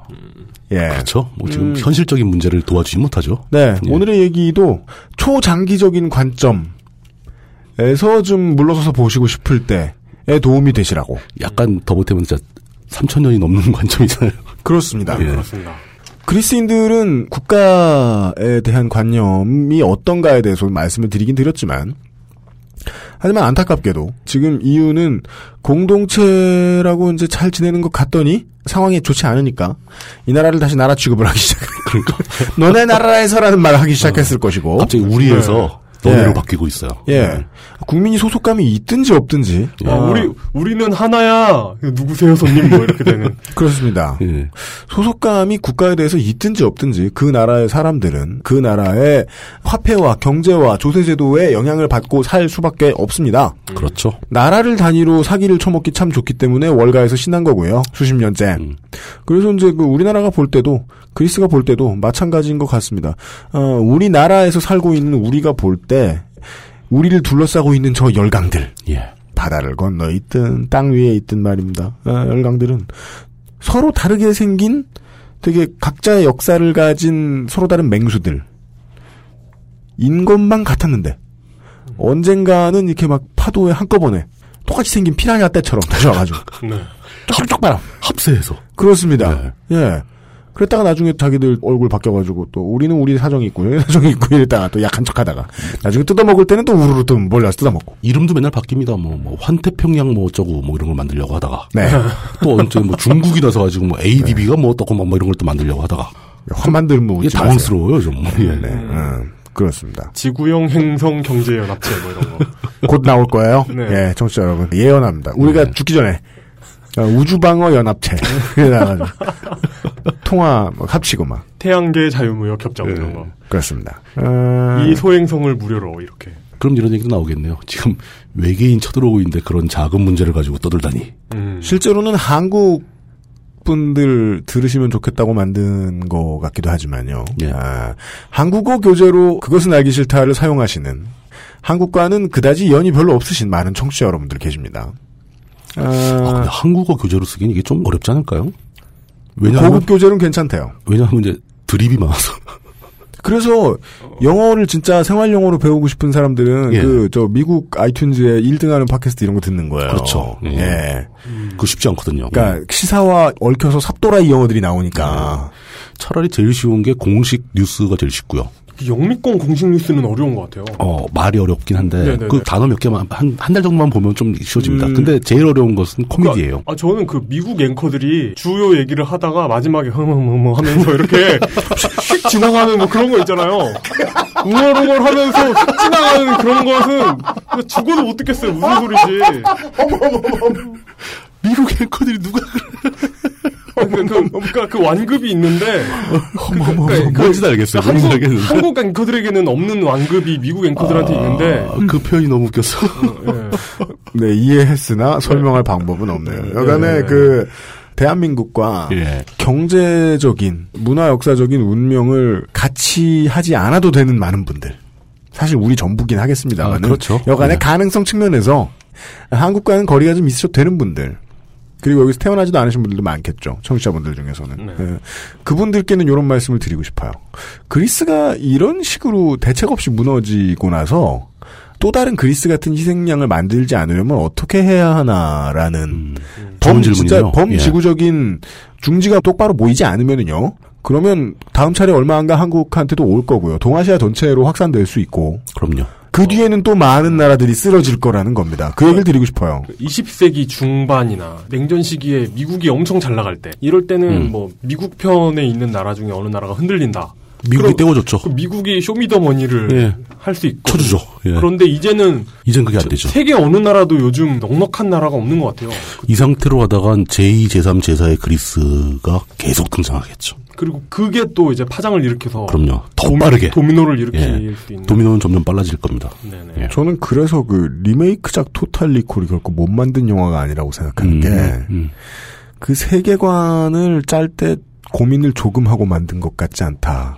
S3: 예.
S4: 그렇죠. 뭐
S2: 음.
S4: 지금 현실적인 문제를 도와주지 못하죠.
S3: 네.
S4: 예.
S3: 오늘의 얘기도 초장기적인 관점에서 좀 물러서서 보시고 싶을 때에 도움이 되시라고.
S4: 약간 더보태면 진짜 3천년이 넘는 관점이잖아요. 예.
S3: 그렇습니다.
S2: 네, 그렇습니다.
S3: 그리스인들은 국가에 대한 관념이 어떤가에 대해서 말씀을 드리긴 드렸지만 하지만 안타깝게도 지금 이유는 공동체라고 이제 잘 지내는 것 같더니 상황이 좋지 않으니까 이 나라를 다시 나라 취급을 하기 시작. 그러니까 너네 나라에서라는 말을 하기 시작했을 것이고
S4: 어, 갑자기 네. 우리에서 너네로 바뀌고 있어요.
S3: 예. 국민이 소속감이 있든지 없든지.
S2: 아, 우리 우리는 하나야. 누구세요, 손님? 뭐 이렇게 되는.
S3: 그렇습니다.
S4: 예.
S3: 소속감이 국가에 대해서 있든지 없든지 그 나라의 사람들은 그 나라의 화폐와 경제와 조세제도에 영향을 받고 살 수밖에 없습니다.
S4: 그렇죠.
S3: 나라를 단위로 사기를 쳐먹기 참 좋기 때문에 월가에서 신난 거고요. 수십 년째. 그래서 이제 그 우리나라가 볼 때도 그리스가 볼 때도 마찬가지인 것 같습니다. 어, 우리나라에서 살고 있는 우리가 볼 때 우리를 둘러싸고 있는 저 열강들.
S4: 예.
S3: 바다를 건너 있든 땅 위에 있든 말입니다. 아, 열강들은 서로 다르게 생긴 되게 각자의 역사를 가진 서로 다른 맹수들. 인 것만 같았는데 언젠가는 이렇게 막 파도에 한꺼번에 똑같이 생긴 피라냐 떼처럼 다시 와가지고 쪽쪽바람
S4: 합세해서
S3: 그렇습니다. 예. 그랬다가 나중에 자기들 얼굴 바뀌어가지고 또 우리는 우리 사정이 있고 여기 사정이 있고 이랬다가 또 약한 척하다가 나중에 뜯어먹을 때는 또 우르르 또 몰려서 뜯어먹고
S4: 이름도 맨날 바뀝니다. 뭐, 뭐 환태평양 뭐 어쩌고 뭐 이런 걸 만들려고 하다가
S3: 네.
S4: 또 언제 뭐 중국이 나서 가지고 뭐 ADB가 뭐 어떻고 막 뭐 이런 걸 또 만들려고 하다가
S3: 화 만들면
S4: 이게 당황스러워요 정말. 예.
S3: 네, 음. 그렇습니다.
S2: 지구형 행성 경제 연합체 뭐 이런 거.
S3: 곧 나올 거예요.
S2: 네.
S3: 예, 청취자 여러분 예언합니다. 우리가 죽기 전에 어, 우주방어 연합체 이렇게 나가지고 통화 막 합치고 막
S2: 태양계 자유무역 협정 이런 거.
S3: 그렇습니다. 어, 네.
S2: 이 소행성을 무료로 이렇게.
S4: 그럼 이런 얘기도 나오겠네요. 지금 외계인 쳐들어오고 있는데 그런 작은 문제를 가지고 떠들다니.
S2: 음.
S3: 실제로는 한국 분들 들으시면 좋겠다고 만든 것 같기도 하지만요. 아, 한국어 교재로 그것은 알기 싫다를 사용하시는 한국과는 그다지 연이 별로 없으신 많은 청취자 여러분들 계십니다. 아,
S4: 근데 한국어 교재로 쓰기는 이게 좀 어렵지 않을까요? 왜냐하면
S3: 고급 교재는 괜찮대요.
S4: 왜냐하면 이제 드립이 많아서.
S3: 그래서 영어를 진짜 생활 영어로 배우고 싶은 사람들은
S4: 예.
S3: 그 저 미국 아이튠즈에 1등하는 팟캐스트 이런 거 듣는 거예요.
S4: 그렇죠.
S3: 예.
S4: 그 쉽지 않거든요.
S3: 그러니까 시사와 얽혀서 삽도라이 영어들이 나오니까
S4: 예. 차라리 제일 쉬운 게 공식 뉴스가 제일 쉽고요.
S2: 그 영미권 공식 뉴스는 어려운 것 같아요.
S4: 어, 말이 어렵긴 한데
S2: 네네네.
S4: 그 단어 몇 개만 한 한 달 정도만 보면 좀 쉬워집니다.
S2: 음.
S4: 근데 제일 어려운 것은 코미디예요.
S2: 아 저는 그 미국 앵커들이 주요 얘기를 하다가 마지막에 흐흐흐흐 하면서 이렇게 휙 지나가는 뭐 그런 거 있잖아요. 우월우월 하면서 휙 지나가는 그런 것은 그거 죽어도 못 듣겠어요. 무슨 소리지? 그러니까
S4: 미국 앵커들이 누가
S2: 그래? 그러니까 그 완급이 있는데
S4: 네, 뭔지 알겠어요. 뭔지
S2: 한국,
S4: 알겠는데.
S2: 한국 앵커들에게는 없는 완급이 미국 앵커들한테 있는데 예.
S4: 아, 그 표현이 너무 웃겼어.
S2: 음.
S3: 네, 이해했으나 설명할 방법은 없네요. 여간에
S4: 예.
S3: 그 대한민국과 경제적인 문화 역사적인 운명을 같이 하지 않아도 되는 많은 분들. 사실 우리 전부긴 하겠습니다만.
S4: 그렇죠.
S3: 여간에
S4: 예.
S3: 가능성 측면에서 한국과는 거리가 좀 있으셔도 되는 분들. 그리고 여기서 태어나지도 않으신 분들도 많겠죠. 청취자분들 중에서는.
S4: 네.
S3: 예. 그분들께는 이런 말씀을 드리고 싶어요. 그리스가 이런 식으로 대책 없이 무너지고 나서 또 다른 그리스 같은 희생양을 만들지 않으려면 어떻게 해야 하나라는 범
S4: 음. 좋은
S3: 진짜
S4: 질문이에요. 예.
S3: 범지구적인 중지가 똑바로 모이지 않으면은요. 그러면 다음 차례 얼마 안 가 한국한테도 올 거고요. 동아시아 전체로 확산될 수 있고.
S4: 그럼요.
S3: 그 뒤에는 또 많은 나라들이 쓰러질 거라는 겁니다. 그 얘기를 드리고 싶어요.
S2: 20세기 중반이나 냉전 시기에 미국이 엄청 잘 나갈 때 이럴 때는
S4: 음.
S2: 뭐 미국 편에 있는 나라 중에 어느 나라가 흔들린다.
S4: 미국이 떼워줬죠.
S2: 그 미국이 쇼미더머니를
S4: 예.
S2: 할 수 있고
S4: 쳐주죠. 예.
S2: 그런데 이제는
S4: 이젠 그게 안 되죠.
S2: 세계 어느 나라도 요즘 넉넉한 나라가 없는 것 같아요.
S4: 이 상태로 하다간 제2, 제3, 제4의 그리스가 계속 등장하겠죠.
S2: 그리고 그게 또 이제 파장을 일으켜서
S4: 그럼요. 더 빠르게.
S2: 도미노를 네. 일으킬
S4: 예.
S2: 수 있는
S4: 도미노는 점점 빨라질 겁니다. 예.
S3: 저는 그래서 그 리메이크작 토탈 리콜이 결코 못 만든 영화가 아니라고 생각하는
S4: 음,
S3: 게
S4: 음.
S3: 그 세계관을 짤 때 고민을 조금 하고 만든 것 같지 않다.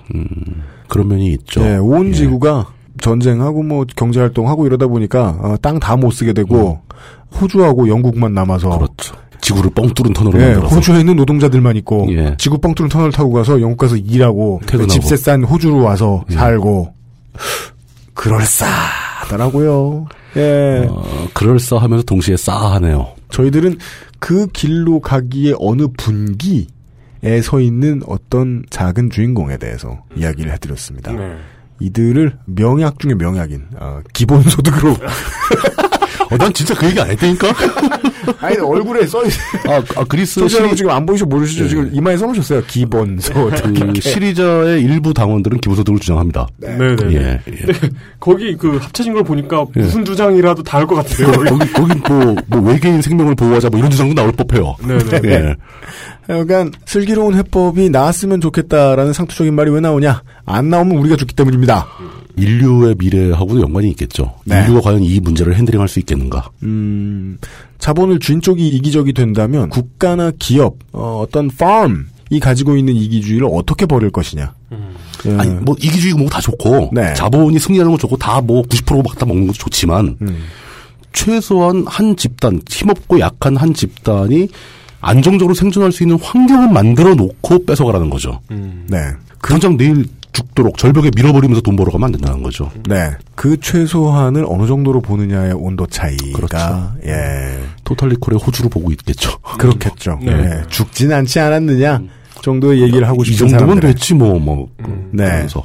S4: 그런 면이 있죠.
S2: 네.
S3: 예, 온 지구가 전쟁하고 뭐 경제 활동하고 이러다 보니까 어, 땅 다 못 쓰게 되고
S4: 음.
S3: 호주하고 영국만 남아서
S4: 그렇죠. 지구를 뻥 뚫은 터널로
S2: 네,
S3: 예,
S4: 만들어서.
S3: 호주에 있는 노동자들만 있고
S4: 예.
S3: 지구 뻥 뚫은 터널 타고 가서 영국 가서 일하고
S4: 퇴근하고. 예.
S3: 집세 싼 호주로 와서 살고 그럴싸하더라고요. 예.
S4: 어, 그럴싸하면서 동시에 싸하네요.
S3: 저희들은 그 길로 가기에 어느 분기에 서 있는 어떤 작은 주인공에 대해서 이야기를 해드렸습니다. 이들을 명약 중에 명약인 어, 기본소득으로
S4: 어, 난 진짜 그 얘기 안 했다니까?
S3: 아니, 얼굴에 써 있어요. 네.
S4: 아, 아, 그리스
S3: 시리... 여러분 지금 안 보이시고 모르시죠? 지금 이마에 써놓으셨어요. 기본소득.
S4: 그 시리자의 일부 당원들은 기본소득을 주장합니다.
S2: 네, 네.
S4: 예, 예.
S2: 근데 거기 그 합쳐진 걸 보니까 무슨 주장이라도 다 할 것 같은데요.
S4: 거기, 거기 뭐, 뭐 외계인 생명을 보호하자 뭐 이런 주장도 나올 법해요.
S2: 네, 네.
S4: 예.
S3: 약간 슬기로운 해법이 나왔으면 좋겠다라는 상투적인 말이 왜 나오냐? 안 나오면 우리가 죽기 때문입니다.
S4: 인류의 미래하고도 연관이 있겠죠.
S3: 네.
S4: 인류가 과연 이 문제를 핸들링할 수 있겠는가?
S3: 음, 자본을 쥔 쪽이 이기적이 된다면 국가나 기업, 어, 떤 farm 이 가지고 있는 이기주의를 어떻게 버릴 것이냐. 예.
S4: 아니 뭐 이기주의고 뭐다 좋고
S3: 네.
S4: 자본이 승리하는 건 좋고 다 뭐 90%막 다 먹는 것도 좋지만 최소한 한 집단 힘없고 약한 한 집단이 안정적으로 생존할 수 있는 환경을 만들어 놓고 뺏어가라는 거죠.
S3: 네.
S4: 당장 내일 죽도록 절벽에 밀어버리면서 돈 벌어가면 안 된다는 거죠.
S3: 네. 그 최소한을 어느 정도로 보느냐의 온도 차이가
S4: 그렇죠.
S3: 예.
S4: 토탈리콜의 호주로 보고 있겠죠.
S3: 그렇겠죠.
S4: 음.
S2: 네.
S3: 예. 죽진 않지 않았느냐 정도의 얘기를 하고
S4: 이
S3: 싶은
S4: 정도면
S3: 사람들.
S4: 됐지 뭐 뭐.
S3: 네.
S4: 그래서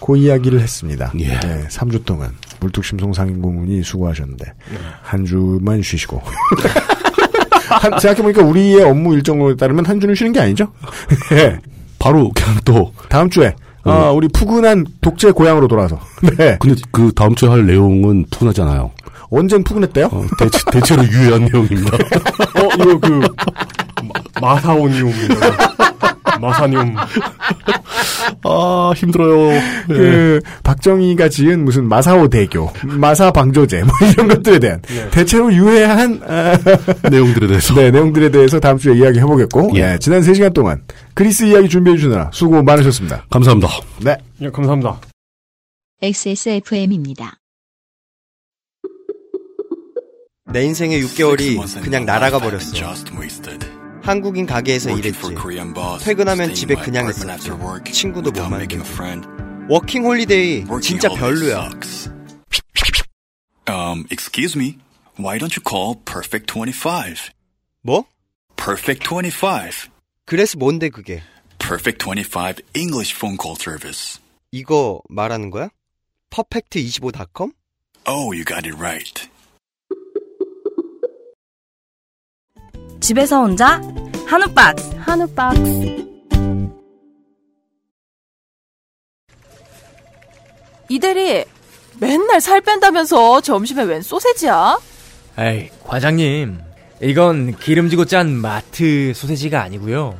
S3: 그 이야기를 했습니다.
S4: 예.
S3: 네, 3주 동안 물뚝심송 상인고문이 수고하셨는데 한 주만 쉬시고 한- 생각해보니까 우리의 업무 일정으로 따르면 한 주는 쉬는 게 아니죠? 예.
S4: 바로 그냥 또
S3: 다음 주에 아, 우리 푸근한 독재 고향으로 돌아서 네.
S4: 근데 그 다음 주에 할 내용은 푸근하잖아요.
S3: 언젠 푸근했대요?
S4: 어, 대체, 대체로 유해한 내용입니다.
S2: 어, 이거 그 마사오니움 마사니움
S4: 아 힘들어요.
S3: 그 박정희가 지은 무슨 마사오 대교, 마사 방조제 뭐 이런 것들에 대한 대체로 유해한 아,
S4: 내용들에 대해서.
S3: 네, 내용들에 대해서 다음 주에 이야기 해보겠고,
S4: 예.
S3: 예, 지난 3시간 동안 그리스 이야기 준비해주느라 수고 많으셨습니다.
S4: 감사합니다.
S3: 네.
S2: 예, 감사합니다.
S1: XSFM입니다.
S10: 내 인생의 6개월이 그냥 날아가 버렸어. 한국인 가게에서 일했지. 퇴근하면 집에 그냥 있었지. 친구도 못 만들고. 워킹 홀리데이 진짜 별로야.
S9: Um, excuse me. Why don't you call Perfect 25?
S10: 뭐?
S9: Perfect 25.
S10: 그래서 뭔데 그게?
S9: Perfect 25 English phone call service.
S10: 이거 말하는 거야? 퍼펙트25.com?
S9: Oh, you got it right.
S7: 집에서 혼자 한우 박스.
S11: 한우 박스.
S13: 이대리 맨날 살 뺀다면서 점심에 웬 소세지야?
S14: 에이, 과장님. 이건 기름지고 짠 마트 소세지가 아니고요.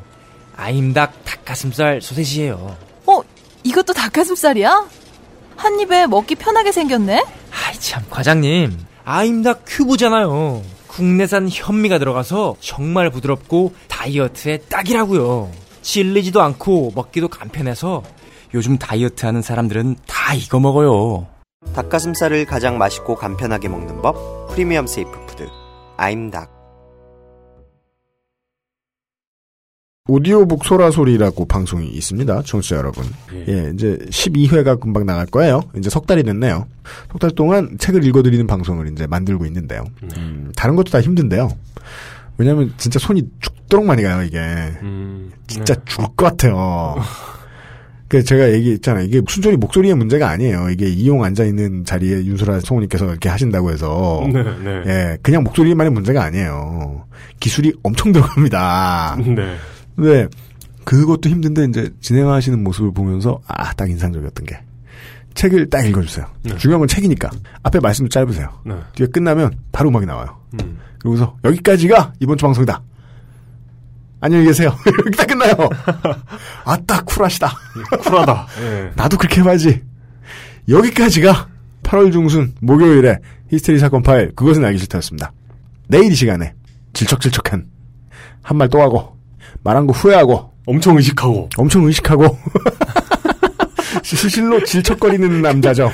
S14: 아임닭 닭가슴살 소세지예요.
S13: 어 이것도 닭가슴살이야? 한 입에 먹기 편하게 생겼네.
S14: 아이 참, 과장님. 아임닭 큐브잖아요. 국내산 현미가 들어가서 정말 부드럽고 다이어트에 딱이라고요. 질리지도 않고 먹기도 간편해서 요즘 다이어트 하는 사람들은 다 이거 먹어요.
S15: 닭가슴살을 가장 맛있고 간편하게 먹는 법 프리미엄 세이프 푸드 아임닭
S3: 오디오북 소라소리라고 방송이 있습니다. 청취자 여러분. 예, 이제 12회가 금방 나갈 거예요. 이제 석 달이 됐네요. 석 달 동안 책을 읽어드리는 방송을 이제 만들고 있는데요. 음, 다른 것도 다 힘든데요. 왜냐면 하 진짜 손이 죽도록 많이 가요, 이게.
S2: 음,
S3: 진짜 죽을 것 같아요. 그 제가 얘기했잖아요. 이게 순전히 목소리의 문제가 아니에요. 이게 이용 앉아 있는 자리에 윤소라 성우님께서 이렇게 하신다고 해서
S4: 어.
S2: 네, 네.
S3: 예, 그냥 목소리만의 문제가 아니에요. 기술이 엄청 들어갑니다.
S2: 네.
S3: 네. 그것도 힘든데 이제 진행하시는 모습을 보면서 아, 딱 인상적이었던 게 책을 딱 읽어주세요.
S2: 네.
S3: 중요한 건 책이니까 앞에 말씀도 짧으세요.
S2: 네.
S3: 뒤에 끝나면 바로 음악이 나와요.
S2: 음.
S3: 그러고서 여기까지가 이번 주 방송이다. 안녕히 계세요. 이렇게 딱 끝나요. 아따 쿨하시다.
S2: 쿨하다. 예.
S3: 나도 그렇게 해봐야지. 여기까지가 8월 중순 목요일에 히스테리 사건 파일 그것은 알기 싫다였습니다. 내일 이 시간에 질척질척한 한 말 또 하고 말한 거 후회하고
S2: 엄청 의식하고
S3: 엄청 의식하고 실로 질척거리는 남자죠.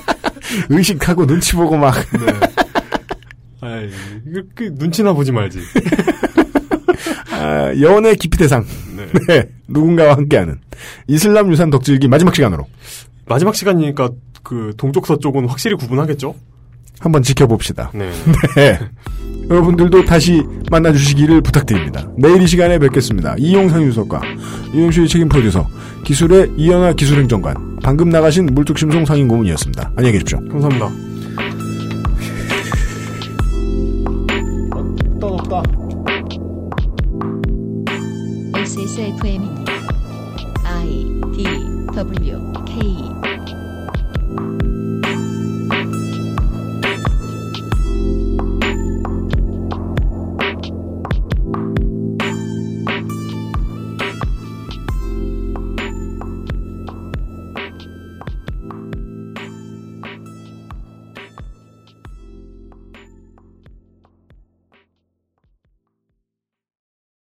S3: 의식하고 눈치 보고 막
S2: 네. 아이, 이거 그 눈치나 보지 말지.
S3: 아, 연애 기피 대상
S2: 네.
S3: 네, 누군가와 함께하는 이슬람 유산 덕질기 마지막 시간으로
S2: 마지막 시간이니까 그 동쪽 서쪽은 확실히 구분하겠죠?
S3: 한번 지켜봅시다. 네. 네. 여러분들도 다시 만나주시기를 부탁드립니다. 내일 이 시간에 뵙겠습니다. 이용상 유석과 이용수의 책임 프로듀서, 기술의 이현아 기술행정관, 방금 나가신 물뚝심송 상임고문이었습니다. 안녕히 계십시오.
S2: 감사합니다.
S3: 떠났다.
S1: XSFM입니다. I D W K